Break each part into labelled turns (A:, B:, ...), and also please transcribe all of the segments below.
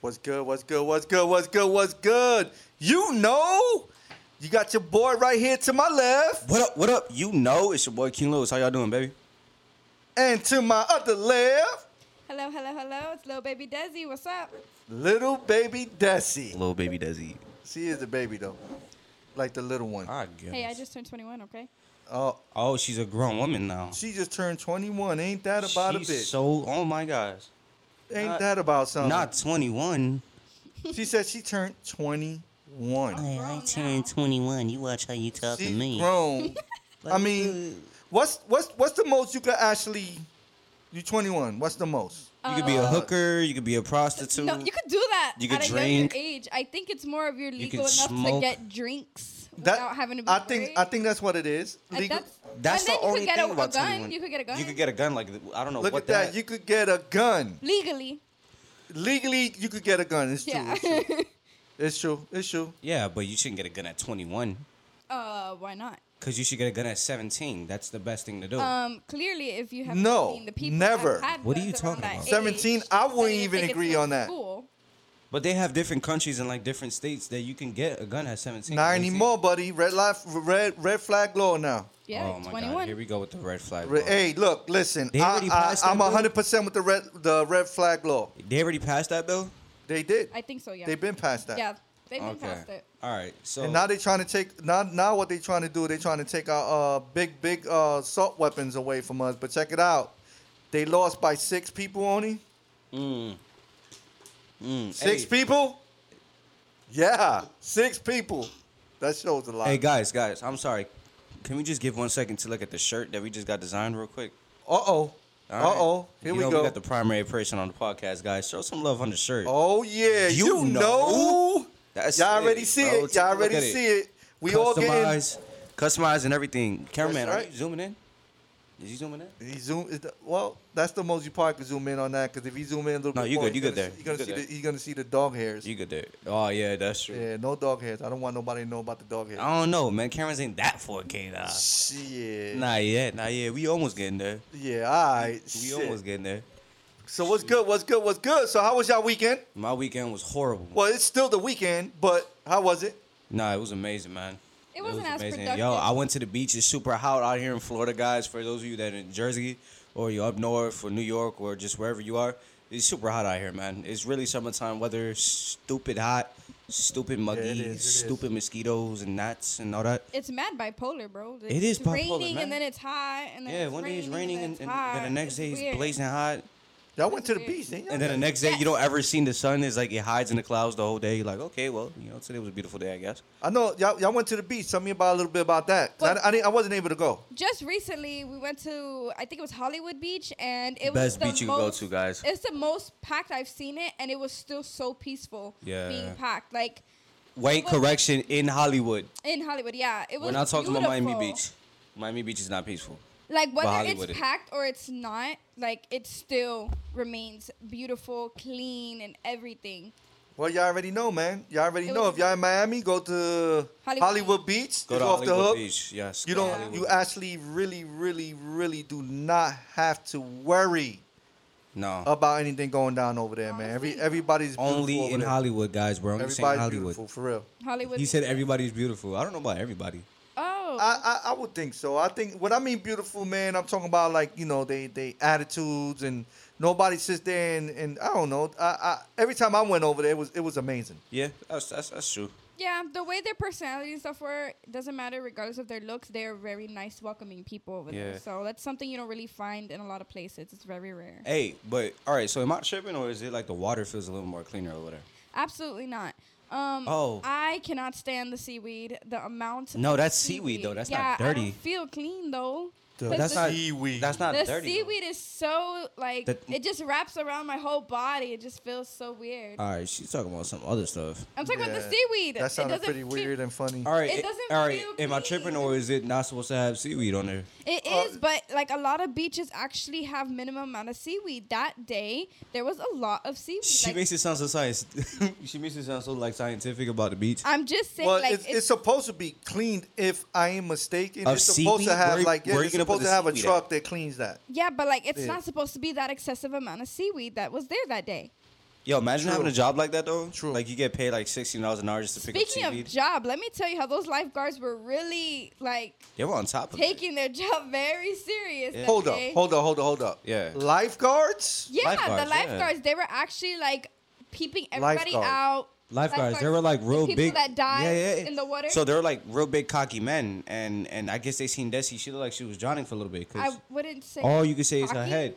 A: What's good? What's good? What's good? What's good? What's good? You know, you got your boy right here to my left,
B: What up? What up? You know it's your boy King Lewis. How y'all doing, baby?
A: and to my other left,
C: Hello, hello, hello. It's little baby Desi. What's up?
A: little baby Desi.
B: Little baby Desi.
A: She is a baby though, like the little one.
B: I guess.
C: Hey, I just turned 21, okay?
A: Oh,
B: Oh, she's a grown woman now.
A: she just turned 21. Ain't that about
B: She's
A: a bitch?
B: So, oh my gosh,
A: Ain't
B: not-
A: that about something?
B: not 21.
A: She said she turned 21.
B: Hey, I turned 21. You watch how you talk
A: She's grown. I mean, what's what's what's the most you could actually? You 21. What's the most?
B: you could be a hooker. You could be a prostitute.
C: Uh, No, you could do that
B: You could
C: at
B: drink.
C: a younger age. I think it's more of you're
B: You
C: legal
B: could
C: enough
B: smoke.
C: to get drinks
A: That
C: without having to be
A: I think
C: afraid.
A: I think that's what it is.
C: And
A: Legal-
C: that's,
B: That's
C: and then
B: the only
C: you could get
B: thing
C: a,
B: about
C: a gun.
B: 21.
C: You could get a gun.
B: You could get a gun. Like I don't know
A: Look
B: what
A: at that. You could get a gun.
C: legally.
A: Legally, you could get a gun. It's true.
C: Yeah.
A: It's true. It's true. It's true.
B: yeah, but you shouldn't get a gun at 21.
C: uh, why not?
B: Cause you should get a gun at 17. That's the best thing to do.
C: Um, clearly, if you have
A: No,
C: seen the people
A: never.
C: that have had
B: What are
C: guns
B: you
C: around
B: talking
C: that
B: about?
C: age,
A: 17, I wouldn't
C: then you
A: even
C: think it's
A: agree
C: still
A: on that.
C: Cool.
B: but they have different countries and like different states that you can get a gun at 17.
A: Not
B: 18.
A: anymore, buddy. Red life, red red flag law now.
C: Yeah,
B: oh my god,
C: 21.
B: here we go with the red flag.
A: Re-
B: law.
A: Hey, look, listen.
B: They
A: I,
B: already
A: I,
B: passed that
A: I'm
B: bill?
A: 100 percent with the red the red flag law.
B: They already passed that bill?
A: They did.
C: I think so. Yeah.
A: They've been past that.
C: Yeah, they've been past it.
B: All right. So
A: And now they're trying to take now now what they're trying to do, they're trying to take our uh, big big uh, assault weapons away from us. But check it out. They lost by six people only.
B: mm,
A: Six
B: hey,
A: people? Yeah, six people. That shows a lot.
B: Hey guys, guys, I'm sorry. Can we just give one second to look at the shirt that we just got designed real quick?
A: Uh oh.
B: All
A: Uh
B: right?
A: oh. Here
B: You
A: we
B: know
A: go.
B: We got the primary person on the podcast, guys. Show some love on the shirt.
A: oh yeah.
B: You
A: You, know.
B: know. That's
A: Y'all already
B: it,
A: see
B: bro.
A: it.
B: Take a
A: Y'all
B: look
A: already
B: at it.
A: see it. We all getting.
B: customize, customize and everything. Cameraman,
A: That's
B: are
A: right.
B: you zooming in? Is you zooming in?
A: He zoom. Is the, well, that's the most you probably could zoom in on that because if you zoom in a little
B: No,
A: bit
B: you
A: more,
B: good, you
A: you're
B: good
A: gonna
B: there.
A: see- You're
B: You
A: gonna
B: good
A: see. The, you're gonna see the dog hairs.
B: You good there? Oh yeah, that's true.
A: yeah, no dog hairs. I don't want nobody to know about the dog hairs. Ah,
B: I don't know, man. Cameras ain't that 4K now.
A: Shit.
B: Nah, yet, nah, yeah. We almost getting there.
A: Yeah. All right.
B: We
A: Shit.
B: almost getting there.
A: So what's good? What's good? What's good? So how was y'all weekend?
B: My weekend was horrible.
A: Well, it's still the weekend, but how was it?
B: Nah, it was amazing, man.
C: It wasn't as
B: Yo,
C: productive.
B: I went to the beach. It's super hot out here in Florida, guys. For those of you that are in Jersey or you're up north or New York or just wherever you are, it's super hot out here, man. It's really summertime weather. Stupid hot, stupid muggy,
A: is, it is.
B: stupid mosquitoes and gnats and all that.
C: It's mad bipolar, bro. It's
B: It is bipolar,
C: raining
B: man.
C: and then it's hot and then
B: Yeah,
C: it's
B: one day
C: raining
B: it's raining and,
C: and,
B: and
C: hot.
B: then the next
C: It's
B: day
C: weird.
B: it's blazing hot.
A: Y'all went to the
C: Weird.
A: beach, didn't y'all?
B: And then the next day,
C: Yes.
B: you don't ever see the sun. It's like it hides in the clouds the whole day. You're like, okay, well, you know, today was a beautiful day, I guess.
A: I know y'all, y'all went to the beach. Tell me about a little bit about that. 'Cause I-
C: Well-
A: I, didn't, I wasn't able to go.
C: Just recently, we went to I think it was Hollywood Beach, and it was
B: Best
C: the
B: beach you can go
C: most,
B: to, guys.
C: It's the most packed I've seen it, and it was still so peaceful.
B: Yeah.
C: being packed like
B: Wait,
C: Well-
B: correction, in Hollywood.
C: in Hollywood. Yeah, it was.
B: We're not talking about Miami
C: beautiful.
B: Beach. Miami Beach is not peaceful.
C: Like whether
B: Hollywood
C: it's
B: is-
C: packed or it's not, like it still remains beautiful, clean, and everything.
A: Well, y'all already know, man. Y'all already
C: It
A: know.
C: was-
A: If y'all in Miami, go to Hollywood,
C: Hollywood
A: Beach.
B: Go to
A: It's off
B: Hollywood
A: the hook.
B: Beach. Yes.
A: You
B: go to
A: don't.
B: Hollywood
A: You
B: Beach.
A: actually, really, really, really do not have to worry
B: no.
A: about anything going down over there, man. Every
C: Honestly.
A: everybody's Oh, beautiful over
B: Only in
A: there.
B: Hollywood, guys. We're only saying
A: Everybody's
B: Hollywood.
A: beautiful for real.
C: Hollywood.
B: He
C: Beach.
B: said "Ah, everybody's beautiful. I don't know about everybody.
C: "Oh,
A: I, I I would think so. I think what I mean beautiful, man. I'm talking about like you know they they attitudes and nobody sits there and, and I don't know. I, I every time I went over there, it was it was amazing.
B: Yeah, that's that's, that's true.
C: Yeah, the way their personality and stuff were doesn't matter regardless of their looks. They are very nice, welcoming people over
B: Yeah.
C: there. So that's something you don't really find in a lot of places. It's very rare.
B: Hey, but all right. So am I tripping, or is it like the water feels a little more cleaner over there?
C: Absolutely not. Um,
B: Oh.
C: I cannot stand the seaweed. The amount.
B: No,
C: of
B: that's seaweed, though. That's not
C: Yeah, I
B: dirty.
C: don't feel clean though.
A: Duh,
C: 'Cause
B: That's
C: the,
B: not
A: seaweed.
B: That's not
C: the
B: dirty. though.
C: seaweed is so like
B: That-
C: it just wraps around my whole body. It just feels so weird.
B: All right, she's talking about some other stuff.
C: I'm talking about
A: Yeah,
C: the seaweed.
A: That
C: It
A: sounded
C: doesn't
A: pretty
C: feel-
A: weird and funny.
B: All right,
C: It
B: eh,
C: doesn't
B: all right.
C: feel
B: Am I
C: clean.
B: tripping, or is it not supposed to have seaweed on there?
C: It
A: Uh,
C: is, but like a lot of beaches actually have minimum amount of seaweed. That day there was a lot of seaweed.
B: She
C: like,
B: makes it sound so science. she makes it sound so like scientific about the beach.
C: I'm just saying,
A: Well,
C: like
A: it's, it's, supposed to be cleaned. If I am mistaken,
B: Of
A: it's supposed
B: seaweed?
A: to have
B: Where-
A: like yeah,
B: where you
A: it's
B: gonna put
A: supposed to
B: the
A: have a
B: seaweed
A: truck that cleans that.
C: yeah, but like it's
A: Yeah.
C: not supposed to be that excessive amount of seaweed that was there that day.
B: Yo, imagine
A: True.
B: having a job like that though.
A: True.
B: Like you get paid like sixteen dollars an hour just to pick
C: Speaking
B: up
C: of
B: seaweed.
C: job, let me tell you how those lifeguards were really like
B: they were on top of it.
C: taking their job very serious. that
A: Hold up,
C: day.
A: hold up, hold up, hold up.
B: Yeah.
A: Lifeguards?
C: Yeah,
B: Lifeguards,
C: the
B: yeah.
C: lifeguards, they were actually like peeping everybody
A: Lifeguards.
C: out.
B: Lifeguards, they were like real
C: the people
B: big.
C: that died in the water.
B: So they were like real big cocky men, and and I guess they seen Desi. She looked like she was drowning for a little bit. Cause
C: I wouldn't say.
B: All you could say is her
C: cocky.
B: head.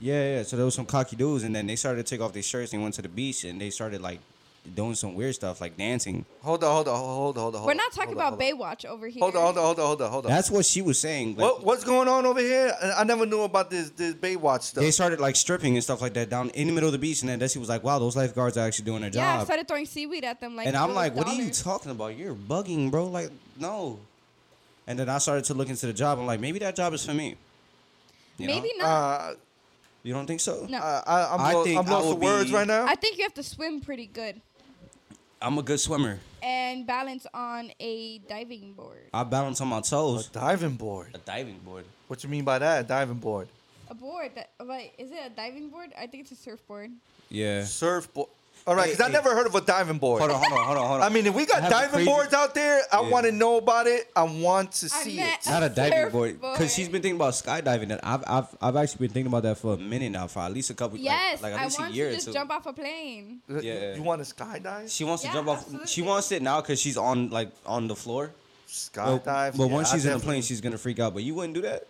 B: Yeah, yeah. So there was some cocky dudes, and then they started to take off their shirts. and went to the beach, and they started like doing some weird stuff, like dancing.
A: Hold up, hold up, hold up, hold up.
C: We're not talking about
A: baby.
C: Baywatch over here.
A: Hold up, hold up, hold up, hold up, hold up.
B: That's what she was saying. Like,
A: What what's going on over here? And I never knew about this this Baywatch stuff.
B: They started like stripping and stuff like that down in the middle of the beach, and then Desi was like, "Wow, those lifeguards are actually doing their
C: Yeah, I
B: job."
C: started throwing seaweed at them. Like,
B: and I'm like, "What are you
C: dollars.
B: talking about? You're bugging, bro. Like, no." And then I started to look into the job. I'm like, maybe that job is for me. You know?
C: Maybe not.
A: uh,
B: You don't think so?
C: no,
A: I, I, I'm,
B: I
A: lo-
B: think
A: I'm
B: I
A: lost
B: will
A: for words
B: be-
A: right now.
C: I think you have to swim pretty good
B: I'm a good swimmer.
C: and balance on a diving board,
B: I balance on my
A: a
B: toes.
A: diving board.
B: A diving board.
A: What you mean by that? A diving board?
C: a board that. Wait, is it a diving board? I think it's a surfboard.
B: Yeah.
A: Surfboard. All right,
B: Hey,
A: because I
B: hey.
A: never heard of a diving board.
B: Hold on, hold on, hold on, hold on.
A: I mean, if we
B: I
A: got
B: have the
A: diving
B: crazy-
A: boards out there, I
B: Yeah.
A: want to know about it. I want to
C: I
A: see
C: met
A: it.
B: not a diving board,
C: surfboard.
B: because she's been thinking about skydiving. And I've, I've, I've actually been thinking about that for a minute now, for at least a couple. like-
C: Yes,
B: like, at least
C: I
B: a
C: want
B: year
C: to
B: or
C: just
B: two.
C: jump off a plane.
A: You-
B: Yeah.
A: You want to skydive?
B: She wants
C: Yeah,
B: to jump off. She
C: absolutely.
B: wants it now because she's on like on the floor.
A: Skydive.
B: but but
A: yeah,
B: once
A: I
B: she's in a
A: definitely-
B: plane, she's gonna freak out. But you wouldn't do that.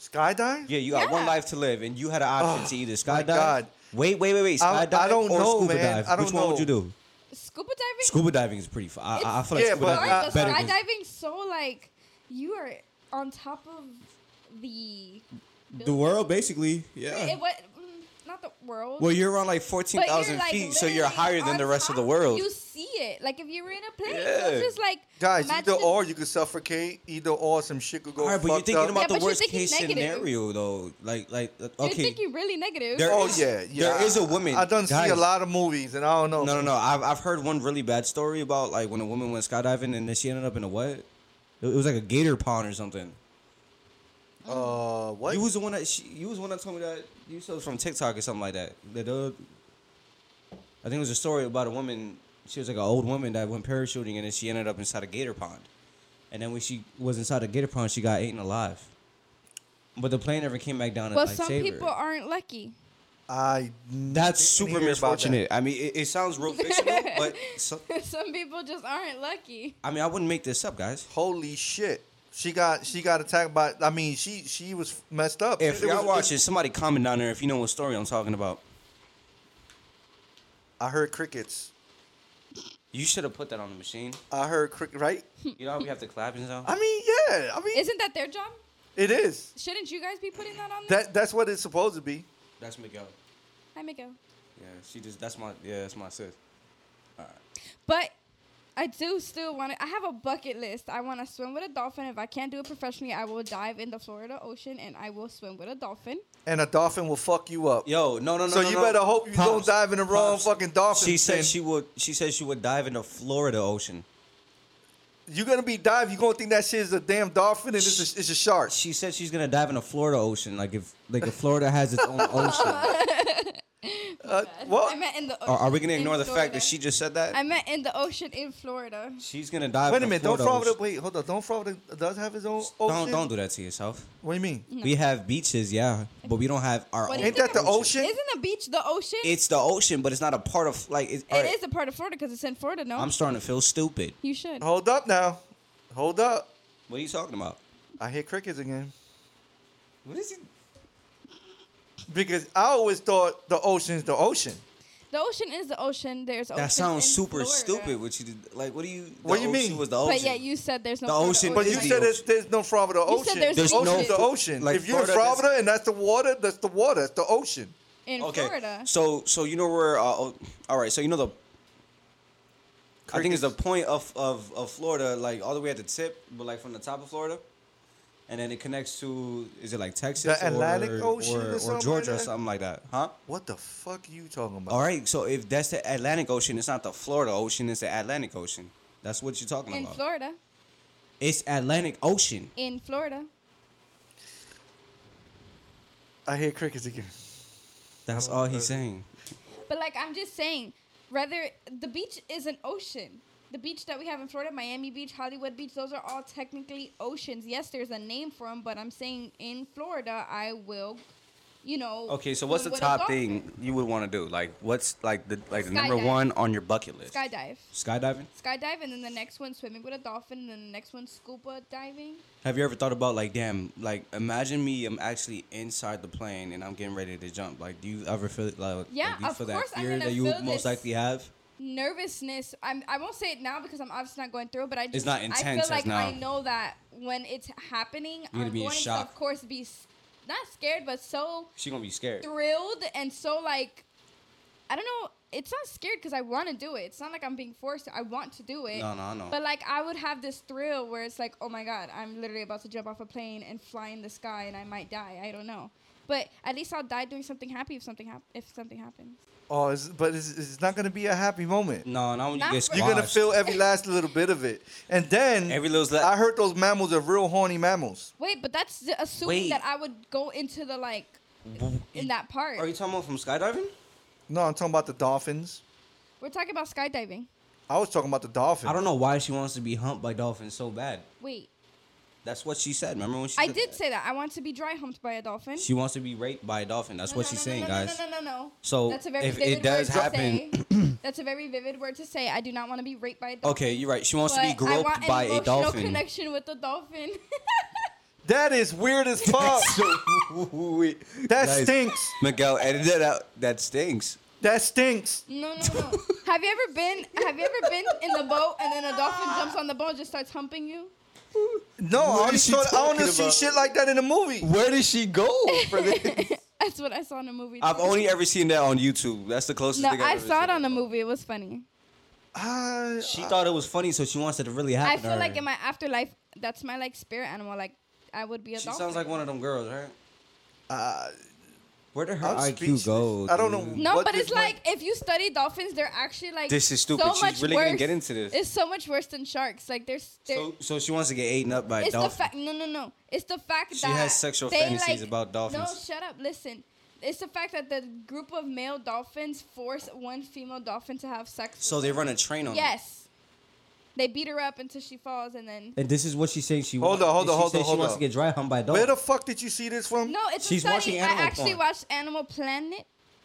A: Skydive?
B: Yeah, you got one
C: Yeah.
B: life to live, and you had an option to either
A: Oh, my
B: skydive.
A: God.
B: Wait, wait, wait, wait.
A: I- I
B: Skydive
A: don't
B: or
A: know,
B: scuba
A: man.
B: dive.
A: I don't
B: Which one would you
A: know.
B: do?
C: Scuba diving.
B: Scuba diving is pretty. Fu- I, I I feel like
A: Yeah,
B: scuba
A: but
B: diving
A: I-
B: is
C: But
B: better.
C: the
B: than-
C: skydiving so like you are on top of the
B: the world, basically. Yeah.
C: It, what, not the world.
B: Well, you're around like
C: but
B: fourteen
C: you're,
B: thousand
C: like,
B: feet, so you're
C: literally
B: higher than
C: on
B: the rest of the
C: top.
B: world.
C: You see it like if you were in a plane. So
B: Yeah.
C: it's just like
A: Guys,
C: imagine-
A: either or you could suffocate. Either or some shit could go.
B: All right, but you're
A: fucked
B: thinking
A: up.
B: about
C: Yeah,
B: the
C: but you're
B: worst
C: thinking
B: case
C: negative.
B: scenario, though. Like, like, uh,
C: You're
B: okay.
C: thinking really negative.
B: There
A: Oh
B: is-
A: yeah, yeah.
B: there is a woman-
A: I, I done see a
B: guys.
A: lot of movies, and I don't know.
B: No, no, no. I've, I've heard one really bad story about like when a woman went skydiving and then she ended up in a what? It it was like a gator pond or something.
A: Uh, what?
B: You was the one that she, you was the one that told me that you said it was from TikTok or something like that. That uh, I think it was a story about a woman. She was like an old woman that went parachuting and then she ended up inside a gator pond. And then when she was inside a gator pond, she got eaten alive. But the plane never came back down. and,
C: but
B: like,
C: some
B: saved her.
C: people aren't lucky.
A: I didn't
B: That's super
A: hear about that.
B: misfortunate. I mean, it, it sounds real fictional, but so,
C: some people just aren't lucky.
B: I mean, I wouldn't make this up, guys.
A: Holy shit. She got she got attacked by. I mean, she she was messed up.
B: If
A: It
B: y'all
A: was-
B: watching, somebody comment down there if you know what story I'm talking about.
A: I heard crickets.
B: You should have put that on the machine.
A: I heard cricket. Right?
B: You know how we have the clapping sound?
A: I mean, yeah. I mean,
C: Isn't that their job?
A: it is.
C: Shouldn't you guys be putting that on? there?
A: That that's what it's supposed to be.
B: That's Miguel.
C: Hi, Miguel.
B: Yeah, she just, that's my, yeah, that's my sis.
C: But I do still want to. I have a bucket list. I want to swim with a dolphin. If I can't do it professionally, I will dive in the Florida Ocean and I will swim with a dolphin.
A: And a dolphin will fuck you up.
B: Yo, no, no, no.
A: So
B: no,
A: you
B: no.
A: better hope you don't dive in the wrong fucking dolphin
B: She said
A: pen.
B: she would. She said she would dive in the Florida Ocean.
A: You're gonna be dive. You're gonna think that shit is a damn dolphin and it's a, it's a shark.
B: She said she's gonna dive in the Florida Ocean, like if like if Florida has its own ocean.
A: Uh,
C: I
A: what?
C: meant in the.
B: Are, are we
C: ocean
B: gonna
C: in
B: ignore the fact that
C: Florida.
B: she just said that?
C: I meant in the ocean in Florida.
B: she's gonna dive.
A: Wait
B: in
A: a
B: the
A: minute. Don't
B: Florida
A: Florida.
B: Ocean.
A: Wait, hold on. Don't Florida does have his own ocean?
B: Don't don't do that to yourself.
A: What do you mean?
B: We have beaches, yeah, but we don't have our
C: What
B: own.
C: do you
A: Ain't that the ocean?
C: Isn't a beach the ocean? It is
B: It's the ocean, but it's not a part of like. It's, all right,
C: a part of Florida because it's in Florida. No,
B: I'm Oh. starting to feel stupid.
C: you should.
A: Hold up now. Hold up.
B: What are you talking about?
A: I hear crickets again.
B: What is it?
A: Because I always thought the ocean's the ocean.
C: The ocean is the ocean. There's ocean
B: That sounds
C: in
B: super
C: Florida.
B: stupid. What you did? Like, what do you?
A: What
B: the
A: do you
B: ocean
A: mean?
B: Was the ocean?
C: But yeah, you said there's no.
B: The
C: Florida
B: ocean-
A: But you
B: It's the
A: said there's,
B: ocean.
A: there's no Florida
C: You
A: ocean.
C: said there's
B: There's
A: the ocean's
B: no-
A: the ocean.
B: like
A: if you're in
B: Florida, that's-
A: Florida and that's the water, that's the water. It's the ocean.
C: in
B: okay.
C: Florida.
B: So, so you know where? Uh, oh, all right. So you know the. I think it's the
A: Crickets.
B: point of, of of Florida, like all the way at the tip, but like from the top of Florida, and then it connects to is it like Texas,
A: Atlantic
B: or,
A: Ocean or
B: or,
A: something like
B: Georgia or
A: that?
B: something like that, huh?
A: What the fuck are you talking about?
B: All right. So if that's the Atlantic Ocean, it's not the Florida Ocean, it's the Atlantic Ocean. That's what you're talking
C: in
B: about.
C: Florida.
B: It's Atlantic Ocean.
C: In Florida.
A: I hear crickets again. Oh,
B: That's all he's saying.
C: But like I'm just saying, rather the beach is an ocean. The beach that we have in Florida, Miami Beach, Hollywood Beach, those are all technically oceans. Yes, there's a name for them, but I'm saying in Florida, I will, you know.
B: Okay, so what's
C: go
B: the
C: with a
B: top
C: dolphin.
B: thing you would want to do? Like, what's like the like the
C: Skydive.
B: number one on your bucket list?
C: Skydive.
B: Skydiving.
C: Skydive, and then the next one swimming with a dolphin, and then the next one scuba diving.
B: Have you ever thought about like, damn, like imagine me, I'm actually inside the plane and I'm getting ready to jump. Like, do you ever feel like, like
C: Yeah,
B: do you
C: of
B: feel
C: course
B: that
C: I'm
B: fear
C: gonna
B: that you
C: feel
B: most
C: this.
B: likely have?
C: nervousness. I'm, I won't say it now because I'm obviously not going through it, but I just
B: not
C: I
B: intense
C: feel
B: as
C: like I
B: now.
C: know that when it's happening,
B: gonna
C: I'm
B: be in
C: going to
B: shock.
C: of course be s- not scared, but so
B: She gonna be scared.
C: thrilled and so like I don't know. It's not scared because I want to do it. It's not like I'm being forced. to. I want to do it.
B: No, no, I know.
C: But like I would have this thrill where it's like, oh my god, I'm literally about to jump off a plane and fly in the sky, and I might die. I don't know. But at least I'll die doing something happy if something hap- if something happens.
A: Oh, it's, but it's, it's not gonna be a happy moment.
B: No, not when you
C: Not
B: get
C: for-
B: squashed.
A: You're gonna feel every last little bit of it, and then
B: Every little sla-
A: I heard those mammals are real horny mammals.
C: Wait, but that's the- assuming
B: Wait.
C: that I would go into the like in that part.
B: Are you talking about from skydiving?
A: No, I'm talking about the dolphins.
C: We're talking about skydiving.
A: I was talking about the dolphins.
B: I don't know why she wants to be humped by dolphins so bad.
C: Wait,
B: That's what she said. Remember when she?
C: I
B: said
C: did
B: that?
C: say that I want to be dry humped by a dolphin.
B: She wants to be raped by a dolphin. That's
C: No,
B: what
C: no,
B: she's
C: no, no,
B: saying,
C: no,
B: guys.
C: No, no, no, no.
B: So,
C: that's a very
B: if it
C: vivid
B: does
C: word to
B: happen-
C: say. that's a very vivid word to say. I do not want to be raped by a dolphin.
B: Okay, you're right. She wants to be
C: but I want
B: groped
C: an
B: by a
C: emotional
B: dolphin.
C: connection with a dolphin.
A: That is weird as fuck. that
B: Guys,
A: stinks.
B: Miguel, edit that out. That stinks.
A: That stinks.
C: no, no, no. have you ever been? Have you ever been in the boat and then a dolphin jumps on the boat and just starts humping you?
A: No, I
B: What
A: only
B: is she
A: saw, I only
B: talking
A: see
B: about?
A: shit like that in a movie.
B: Where did she go for this?
C: That's what I saw in a movie.
B: I've
C: too.
B: only ever seen that on YouTube. That's the closest
C: No,
B: thing
C: I
B: I've ever
C: saw it
B: seen.
C: on a movie. It was funny.
A: I,
B: She thought it was funny, so she wants it to really happen.
C: I
B: to
C: feel like
B: her.
C: in my afterlife, that's my like spirit animal. Like I would be a
B: She
C: dolphin.
B: sounds like one of them girls, right? Uh,
A: I-
B: Where did her
A: I'm
B: IQ
A: speechless.
B: go?
A: I don't
B: dude?
A: know.
C: No,
A: What
C: but
A: this
C: it's
A: might-
C: like if you study dolphins, they're actually like
B: This is stupid.
C: So
B: She's
C: much
B: really
C: worse.
B: gonna get into this.
C: It's so much worse than sharks. Like there's there.
B: So, so she wants to get eaten up by a
C: it's the
B: dolphin.
C: fact. No, no, no. It's the fact
B: She
C: that
B: has sexual
C: they,
B: fantasies
C: like-
B: about dolphins.
C: No, shut up. Listen. It's the fact that the group of male dolphins force one female dolphin to have sex.
B: so um,
C: with
B: they
C: her.
B: run a train on her.
C: Yes. They beat her up until she falls, and then
B: And this is what she's saying. She
A: Hold
B: wants.
A: on, hold on,
B: she
A: hold
B: said
A: on,
B: She
A: hold
B: wants
A: on.
B: to get dry humped by a
A: where
B: dolphin.
A: the fuck did you see this from?
C: no, it's
B: She's
C: a study.
B: watching
C: I
B: Animal
C: actually
B: Farm.
C: watched Animal Planet.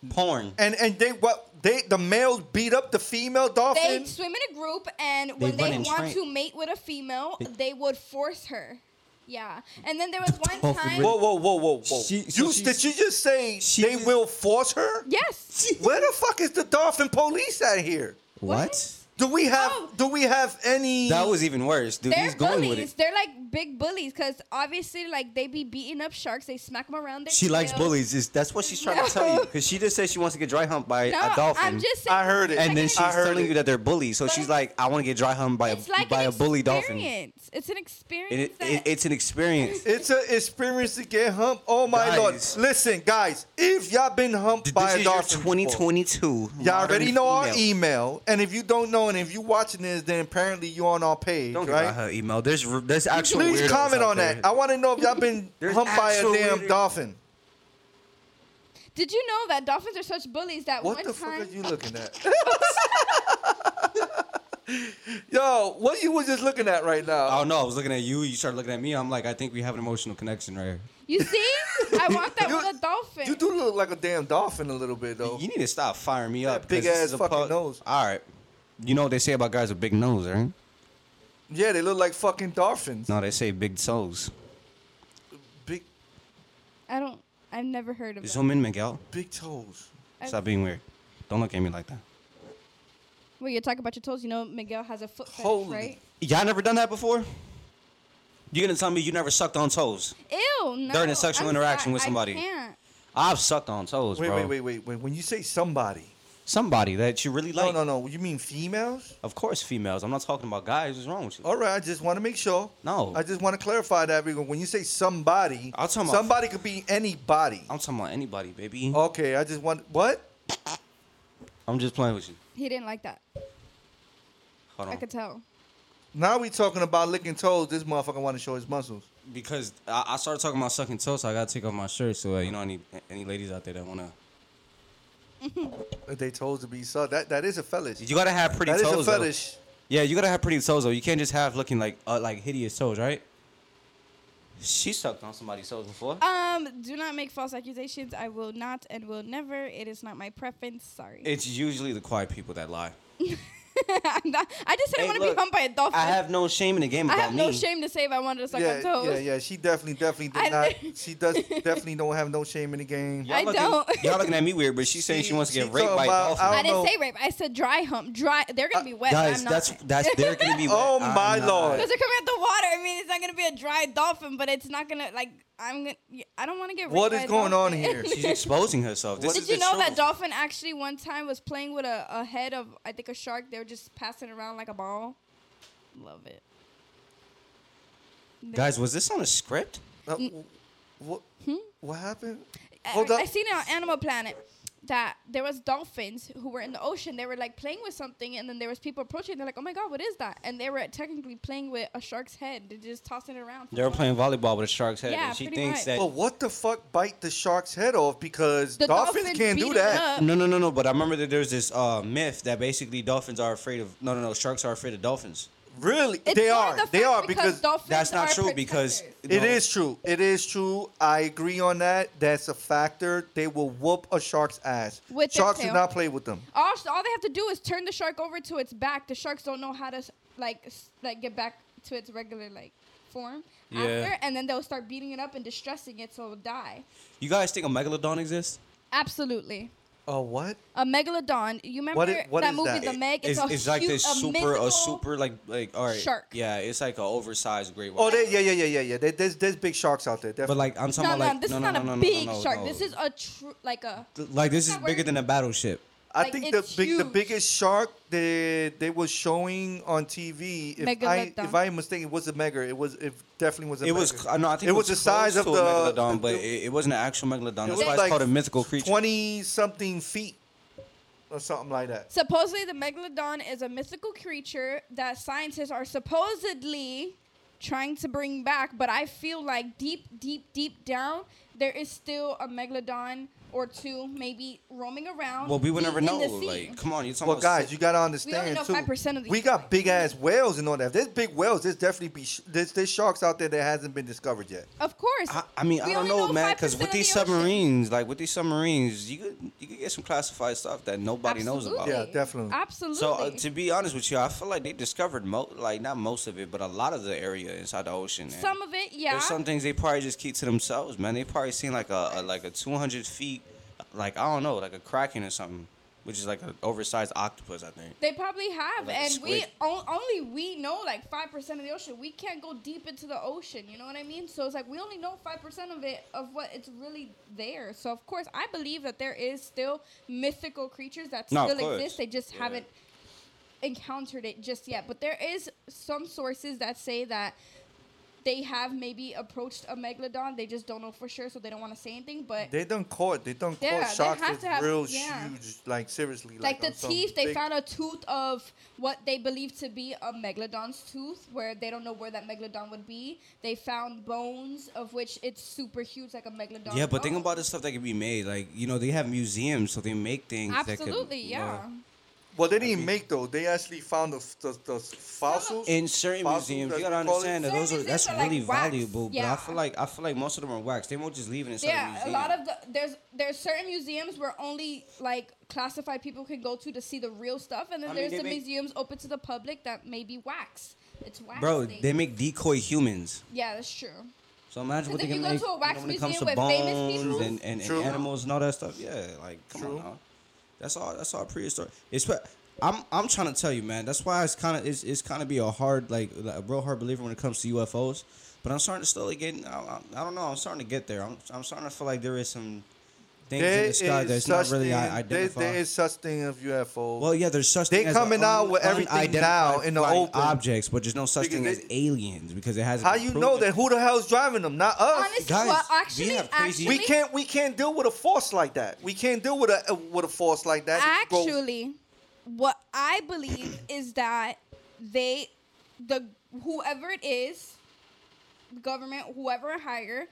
B: Porn.
A: And and they what they the males beat up the female
C: They
A: dolphin.
C: swim in a group, and when
B: run
C: they
B: in
C: want
B: train.
C: to mate with a female,
B: They-
C: they would force her. Yeah, and then there was one
B: Dolphin
C: time.
B: really-
A: whoa, whoa, whoa, whoa, whoa!
B: She- so
A: you
B: she's-
A: did you just say
B: She
A: they
B: just-
A: will force her?
C: Yes.
A: Where the fuck is the dolphin police at here?
B: What?
A: Do we have
C: No.
A: do we have any?
B: That was even worse, dude.
C: They're
B: He's going
C: bullies.
B: with it.
C: They're like big bullies because obviously, like they be beating up sharks. They smack them around. Their
B: She likes
C: tails.
B: bullies. Is that's what she's trying to tell you? Because she just said she wants to get dry humped by
C: No,
B: a dolphin.
C: I'm just saying.
A: I heard it,
B: and then
C: like
B: she's
A: I heard
B: telling
A: it.
B: you that they're bullies. So
C: But
B: she's
C: it's-
B: like, I want to get dry humped by a
C: It's like
B: by
C: an
B: a bully dolphin. It,
C: experience. It's an experience.
B: it,
C: that
B: it's an experience.
A: It's an experience to get humped. Oh my
B: Guys. lord.
A: lord! Listen, guys, if y'all been humped by
B: this
A: a
B: is your
A: dolphin, before,
B: 2022.
A: y'all already
B: modern
A: know our
B: female.
A: email. And if you don't know, and if you watching this, then apparently you on our page,
B: Don't give out
A: right?
B: her email. There's r- there's actual.
A: Please
B: weirdos
A: comment
B: out
A: on
B: there.
A: that. I want to know if y'all been
B: There's
A: humped by a
B: actual
A: damn
B: weirdo-
A: dolphin.
C: Did you know that dolphins are such bullies that
A: What
C: one
A: the
C: time?
A: fuck are you looking at? Yo, what you was just looking at right
B: I
A: now?
B: don't know. Oh, I was looking at you. You started looking at me. I'm like, I think we have an emotional connection right here.
C: You see, I want that
A: You-
C: with a dolphin.
A: You do look like a damn dolphin a little bit though.
B: You need to stop firing me
A: That
B: up. 'cause
A: big
B: this
A: ass
B: is a
A: fucking
B: pod-
A: nose.
B: All right. You know what they say about guys with big nose, right?
A: Yeah, they look like fucking dolphins.
B: No, they say big toes.
A: Big,
C: I don't. I've never heard of it.
B: Zoom in, Miguel.
A: big toes.
C: I've-
B: Stop being weird. Don't look at me like that.
C: Well, you talk about your toes. You know, Miguel has a foot fetish,
A: Holy-
C: right?
B: Y'all never done that before? You're gonna tell me you never sucked on toes?
C: Ew. No,
B: During a sexual
C: I'm
B: interaction
C: not-
B: with somebody.
C: I can't.
B: I've sucked on toes,
A: Wait,
B: bro.
A: wait, wait, wait, wait. When you say somebody,
B: Somebody that you really like.
A: no, no, no. You mean females?
B: Of course, females. I'm not talking about guys. What's wrong with you?
A: All right, I just want to make sure.
B: No.
A: I just want to clarify that because when you say somebody,
B: I'm talking about-
A: somebody could be anybody.
B: I'm talking about anybody, baby.
A: Okay, I just want what?
B: I'm just playing with you.
C: He didn't like that.
B: Hold
C: I
B: on.
C: could tell.
A: Now we talking about licking toes. This motherfucker want to show his muscles.
B: Because I, I started talking about sucking toes, so I gotta take off my shirt. So uh, you know, any any ladies out there that wanna
A: If they toes to be sucked, that that is a fetish.
B: You gotta have pretty
A: That is
B: toes.
A: a
B: though.
A: fetish.
B: Yeah, you gotta have pretty toes though. You can't just have looking like uh, like hideous toes, right? She sucked on somebody's toes before.
C: Um, do not make false accusations. I will not and will never. It is not my preference. Sorry.
B: It's usually the quiet people that lie.
C: I'm not- i just didn't
B: Hey,
C: want to be
B: look,
C: humped by a dolphin.
B: I have no shame in the game
C: Oh, I
B: about
C: have
B: me.
C: no shame to say if I wanted to suck
A: yeah,
C: on toes.
A: yeah, yeah. She definitely, definitely did
C: I-
A: not. She does definitely don't have no shame in the game.
C: I
B: looking,
C: don't.
B: Y'all looking at me weird, but she's saying she,
A: She-
B: wants to
A: she
B: get raped
A: talking
B: by a
A: about
B: dolphin.
A: I
C: I,
A: don't
C: didn't
A: know.
C: say rape. I said dry hump. Dry. They're gonna be wet.
B: Guys,
C: I'm not.
B: that's that's they're gonna be. wet.
A: Oh
B: I'm
A: my
B: not.
A: lord.
C: Because they're coming out the water. I mean, it's not gonna be a dry dolphin, but it's not gonna like. I'm gonna. I don't want to get. raped
A: What
C: by
A: is
C: a
A: going on
C: dolphin.
A: here?
B: She's exposing herself. This
A: What-
B: is
C: Did you
B: the
C: know
B: truth.
C: that dolphin actually one time was playing with a, a head of I think a shark? They were just passing around like a ball. Love it.
B: Guys, was this on a script?
A: Uh,
C: Hmm?
A: what? What happened?
C: I,
A: Hold up.
C: Uh, I seen it on Animal Planet that there was dolphins who were in the ocean. They were like playing with something, and then there was people approaching. They're like, "Oh my god, what is that?" And they were technically playing with a shark's head. They're just tossing it around.
B: They were playing volleyball with a shark's head,
C: Yeah,
B: and she
C: pretty
B: thinks
C: much.
B: that.
A: But what the fuck bite the shark's head off because
C: The
A: dolphins,
C: dolphins
A: can't
C: beat
A: do
C: it
A: that.
C: up.
B: No, no, no, no. But I remember that there's this uh, myth that basically dolphins are afraid of. No, no, no. Sharks are afraid of dolphins.
A: Really,
C: It's
A: they
C: more
A: are.
C: the
A: They
C: fact
A: are because
C: dolphins
B: That's not
C: are
B: true because
C: protectors.
A: it
B: no.
A: is true. It is true. I agree on that. That's a factor. They will whoop a shark's ass.
C: With their
A: Sharks do
C: tail.
A: not play with them.
C: all, sh- all they have to do is turn the shark over to its back. The sharks don't know how to s- like s- like get back to its regular like form
B: Yeah.
C: after, and then they'll start beating it up and distressing it so it'll die.
B: You guys think a megalodon exists?
C: Absolutely.
A: Oh, what?
C: A megalodon. You remember
A: What i- what
C: that
A: is
C: movie,
A: that?
C: The Meg?
B: it's,
C: a
B: it's like
C: huge-
B: this
C: a
B: super,
C: mythical-
B: a super like like all right.
C: shark.
B: Yeah, it's like an oversized great white.
A: Oh, they, yeah, yeah, yeah, yeah, yeah. There- There's there's big sharks out there.
B: But
A: Definitely.
B: like I'm talking
C: No, no,
B: about like
C: this
B: no,
C: is
B: no,
C: not
B: no,
C: a
B: no, no,
C: big
B: no,
C: shark.
B: no.
C: This is a true like a.
B: like this is
C: that
B: bigger
C: word?
B: than a battleship.
A: I
C: like,
A: think the
C: it's
A: big the
C: huge.
A: biggest shark they they was showing on TV. If I
C: Megalodon.
A: if I'm mistaken, it was a mega. It was it definitely was a.
B: It was
A: mega.
B: I know I think
A: it was the size
B: close
A: of
B: to a
A: the
B: megalodon, but
A: the-
B: it, it wasn't an actual megalodon. That's
A: was
B: why it's
A: like
B: called a mythical creature.
A: twenty something feet or something like that.
C: Supposedly, the megalodon is a mythical creature that scientists are supposedly trying to bring back. But I feel like deep, deep, deep down, there is still a megalodon or two maybe roaming around.
B: well, we would
C: deep
B: never
C: in
B: know.
C: the sea.
B: Like, come on, you're talking
A: Well,
B: about
A: guys, you gotta understand
C: know
A: too.
C: 5% of the
A: we got big ass whales and all that. If there's big whales, there's definitely be sh- there's, there's sharks out there that hasn't been discovered yet.
C: of course.
B: I, I mean, I
C: we
B: don't
C: only
B: know, man, because
C: 5%
B: with
C: of
B: these
C: the ocean.
B: submarines, like with these submarines, you could you could get some classified stuff that nobody knows about.
C: Absolutely.
A: Yeah, definitely.
C: Absolutely.
B: So uh, to be honest with you, I feel like they discovered mo- like not most of it, but a lot of the area inside the ocean. and
C: some of it, yeah.
B: There's some things they probably just keep to themselves, man. They probably seen like a, a like a 200 feet, like I don't know, like a kraken or something, which is like an oversized octopus, I think.
C: They probably have,
B: Like a
C: and we
B: squid.
C: on, only we know like five percent of the ocean. We can't go deep into the ocean, you know what I mean? So it's like we only know five percent of it of what it's really there. So of course, I believe that there is still mythical creatures that
B: No, of
C: still
B: course.
C: exist. They just
B: Yeah.
C: haven't encountered it just yet. But there is some sources that say that they have maybe approached a megalodon. They just don't know for sure, so they don't want to say anything. But
A: They done caught. They done
C: Eh. Yeah,
A: caught sharks
C: they have
A: with
C: to have-
A: real
C: yeah.
A: huge, like seriously,
C: like,
A: like, on
C: the
A: some
C: teeth they
A: big-
C: found a tooth of what they believe to be a megalodon's tooth where they don't know where that megalodon would be they found bones of which it's super huge like a megalodon
B: Yeah, but think
C: bone.
B: about the stuff that can be made. Like you know, they have museums, so they make things. that could,
C: absolutely
B: you
C: yeah
B: know.
A: Well, they didn't make though. They actually found the the, the fossils.
B: in certain
A: Fossils,
B: museums,
A: that's
B: you gotta
A: what we call it.
B: understand that those are
C: Certain
B: that's
C: museums are
B: really
C: like wax.
B: valuable.
C: Yeah.
B: But I feel like I feel like most of them are wax. They won't just leave it inside a
C: yeah, a
B: museum.
C: lot of the there's there's certain museums where only like classified people can go to to see the real stuff, and then
B: I mean,
C: there's
B: they
C: the
B: make-
C: museums open to the public that may be wax. It's wax.
B: bro,
C: thing.
B: they make decoy humans.
C: yeah, that's true.
B: So imagine what
C: If
B: they can
C: you go
B: make
C: to a wax
B: you know, when it comes
C: museum
B: to
C: with famous
B: bones
C: people-
B: and, and, and
A: True.
B: animals and all that stuff. Yeah, like come
A: True.
B: on, now. that's all. That's all prehistoric. It's what- I'm I'm trying to tell you, man. That's why it's kind of it's, it's kind of be a hard like, like, a real hard believer when it comes to UFOs. But I'm starting to slowly get. I, I, I don't know. I'm starting to get there. I'm, I'm starting to feel like there is some things in
A: There
B: the sky
A: is
B: that's not
A: such
B: really
A: thing-
B: i-
A: there-
B: identified.
A: there is such thing of UFO.
B: well, yeah, there's such.
A: They
B: thing as
A: coming out with
B: un-
A: everything now in the
B: unidentified flying
A: open.
B: objects, but there's no such
A: Because
B: thing
A: they-
B: as aliens because it hasn't.
A: How
B: been
A: you
B: proven.
A: know that? Who the hell's driving them? Not us.
C: Honestly,
B: guys,
C: well,
B: we
C: actually,
B: have crazy-
A: we
C: actually-
A: can't we can't deal with a force like that. We can't deal with a with a force like that. It goes-
C: actually what i believe is that they the whoever it is government whoever hire